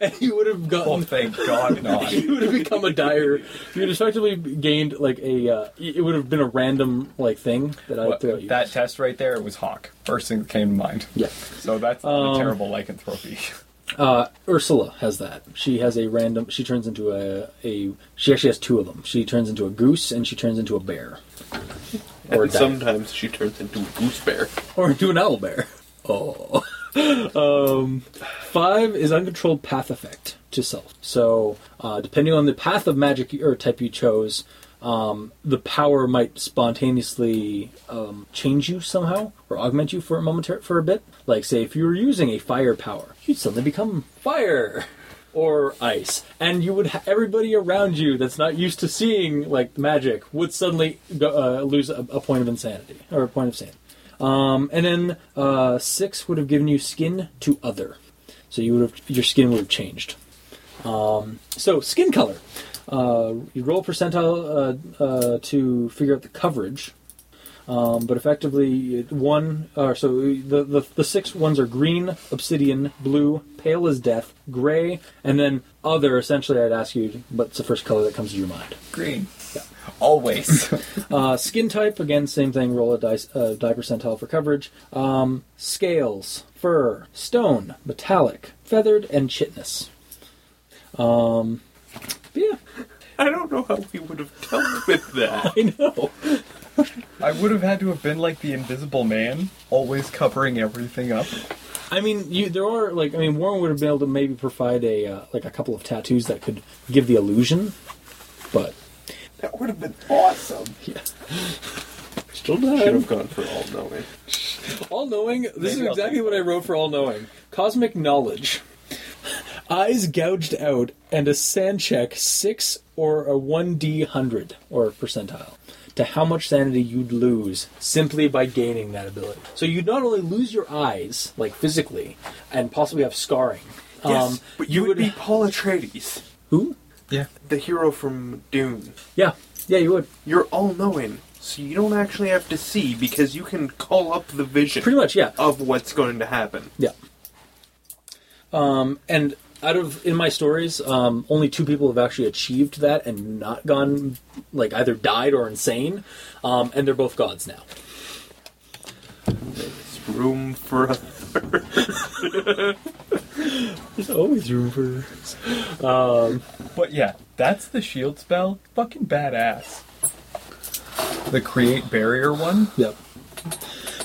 S3: And you would have
S6: Oh,
S3: gotten.
S6: thank
S3: *laughs*
S6: God not.
S3: You would have become a dire. You would have effectively gained like a. Uh, it would have been a random like thing that I
S6: What-
S3: threw at you.
S6: that test right there was Hawk. First thing that came to mind.
S3: yeah. Um,
S6: So that's the terrible lycanthropy. *laughs*
S3: Uh, Ursula has that. She has a random. She turns into a a. She actually has two of them. She turns into a goose and she turns into a bear, or a
S5: and
S3: di-
S5: sometimes she turns into a goose bear.
S3: or into an owl bear. Oh. *laughs* um, five is uncontrolled path effect to self. So uh, depending on the path of magic you- or type you chose, um, the power might spontaneously um, change you somehow or augment you for a moment for a bit. Like say if you were using a fire power, you'd suddenly become fire. Or ice, and you would ha- everybody around you that's not used to seeing like magic would suddenly go, uh, lose a, a point of insanity or a point of sanity. Um, and then uh, six would have given you skin to other, so you would have your skin would have changed. Um, so skin color, uh, you roll percentile uh, uh, to figure out the coverage, um, but effectively it- one. Uh, so the, the the six ones are green, obsidian, blue, pale as death, gray, and then other. Essentially, I'd ask you, what's the first color that comes to your mind?
S6: Green. Always. *laughs*
S3: Uh, skin type, again, same thing. Roll a dice, uh, die percentile for coverage. Um, scales, fur, stone, metallic, feathered, and chitness. Um, yeah,
S5: I don't know how we would have dealt with that.
S3: *laughs* I know.
S6: I would have had to have been like the Invisible Man, always covering everything up.
S3: I mean, you there are like I mean, Warren would have been able to maybe provide a uh, like a couple of tattoos that could give the illusion, but
S11: That would have been awesome.
S3: yeah, still
S5: Should
S3: not
S5: have gone for all knowing.
S3: All knowing. This
S5: Maybe
S3: is
S5: I'll
S3: exactly
S5: think
S3: what I wrote for all knowing. Cosmic knowledge. Eyes gouged out and a sand check six or a one D hundred or percentile to how much sanity you'd lose simply by gaining that ability. So you'd not only lose your eyes, like physically, and possibly have scarring. Um,
S5: yes, but Um, you, would, be Paul Atreides,
S3: who?
S5: the hero from Dune.
S3: Yeah, yeah, you would.
S5: You're all knowing, so you don't actually have to see because you can call up the vision
S3: Pretty much, yeah.
S5: of what's going to happen.
S3: Yeah. Um, and out of in my stories, um, only two people have actually achieved that and not gone like either died or insane, um, and they're both gods now.
S5: It's room for a
S3: There's always room for.
S6: But yeah, that's the shield spell. Fucking badass. The create barrier one.
S3: Yep.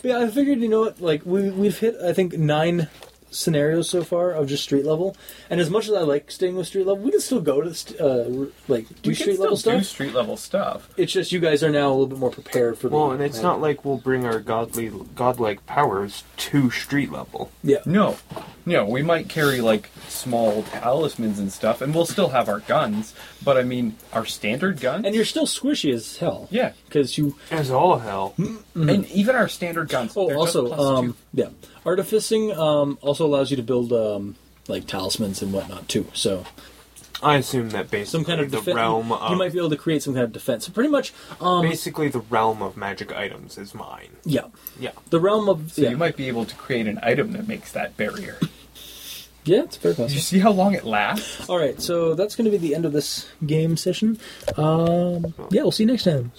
S3: Yeah, I figured you know what like we we've hit I think nine scenarios so far of just street level, and as much as I like staying with street level, we can still go to st- uh, like do street
S6: we can still
S3: level
S6: do
S3: stuff.
S6: street level stuff.
S3: it's just you guys are now a little bit more prepared for. the
S5: Well, and it's not like we'll bring our godly, godlike powers to street level.
S3: Yeah.
S6: No, no, we might carry like small talismans and stuff, and we'll still have our guns. But I mean, our standard guns.
S3: And you're still squishy as hell.
S6: Yeah.
S3: Because you
S5: As all hell.
S6: and even our standard guns.
S3: Oh,
S6: they're just
S3: also,
S6: plus
S3: um,
S6: two.
S3: yeah, artificing um, also allows you to build um, like talismans and whatnot too. So
S5: I assume that basically
S3: some kind of
S5: the
S3: defen-
S5: realm
S3: you,
S5: of
S3: might be able to create some kind of defense. So pretty much, um,
S5: basically the realm of magic items is mine.
S3: yeah,
S5: Yeah.
S3: the realm of
S6: so
S3: yeah,
S6: you might be able to create an item that makes that barrier.
S3: yeah, it's very
S6: Do you
S3: possible.
S6: see how long it lasts?
S3: All right, so that's going to be the end of this game session. Um, yeah, we'll see you next time.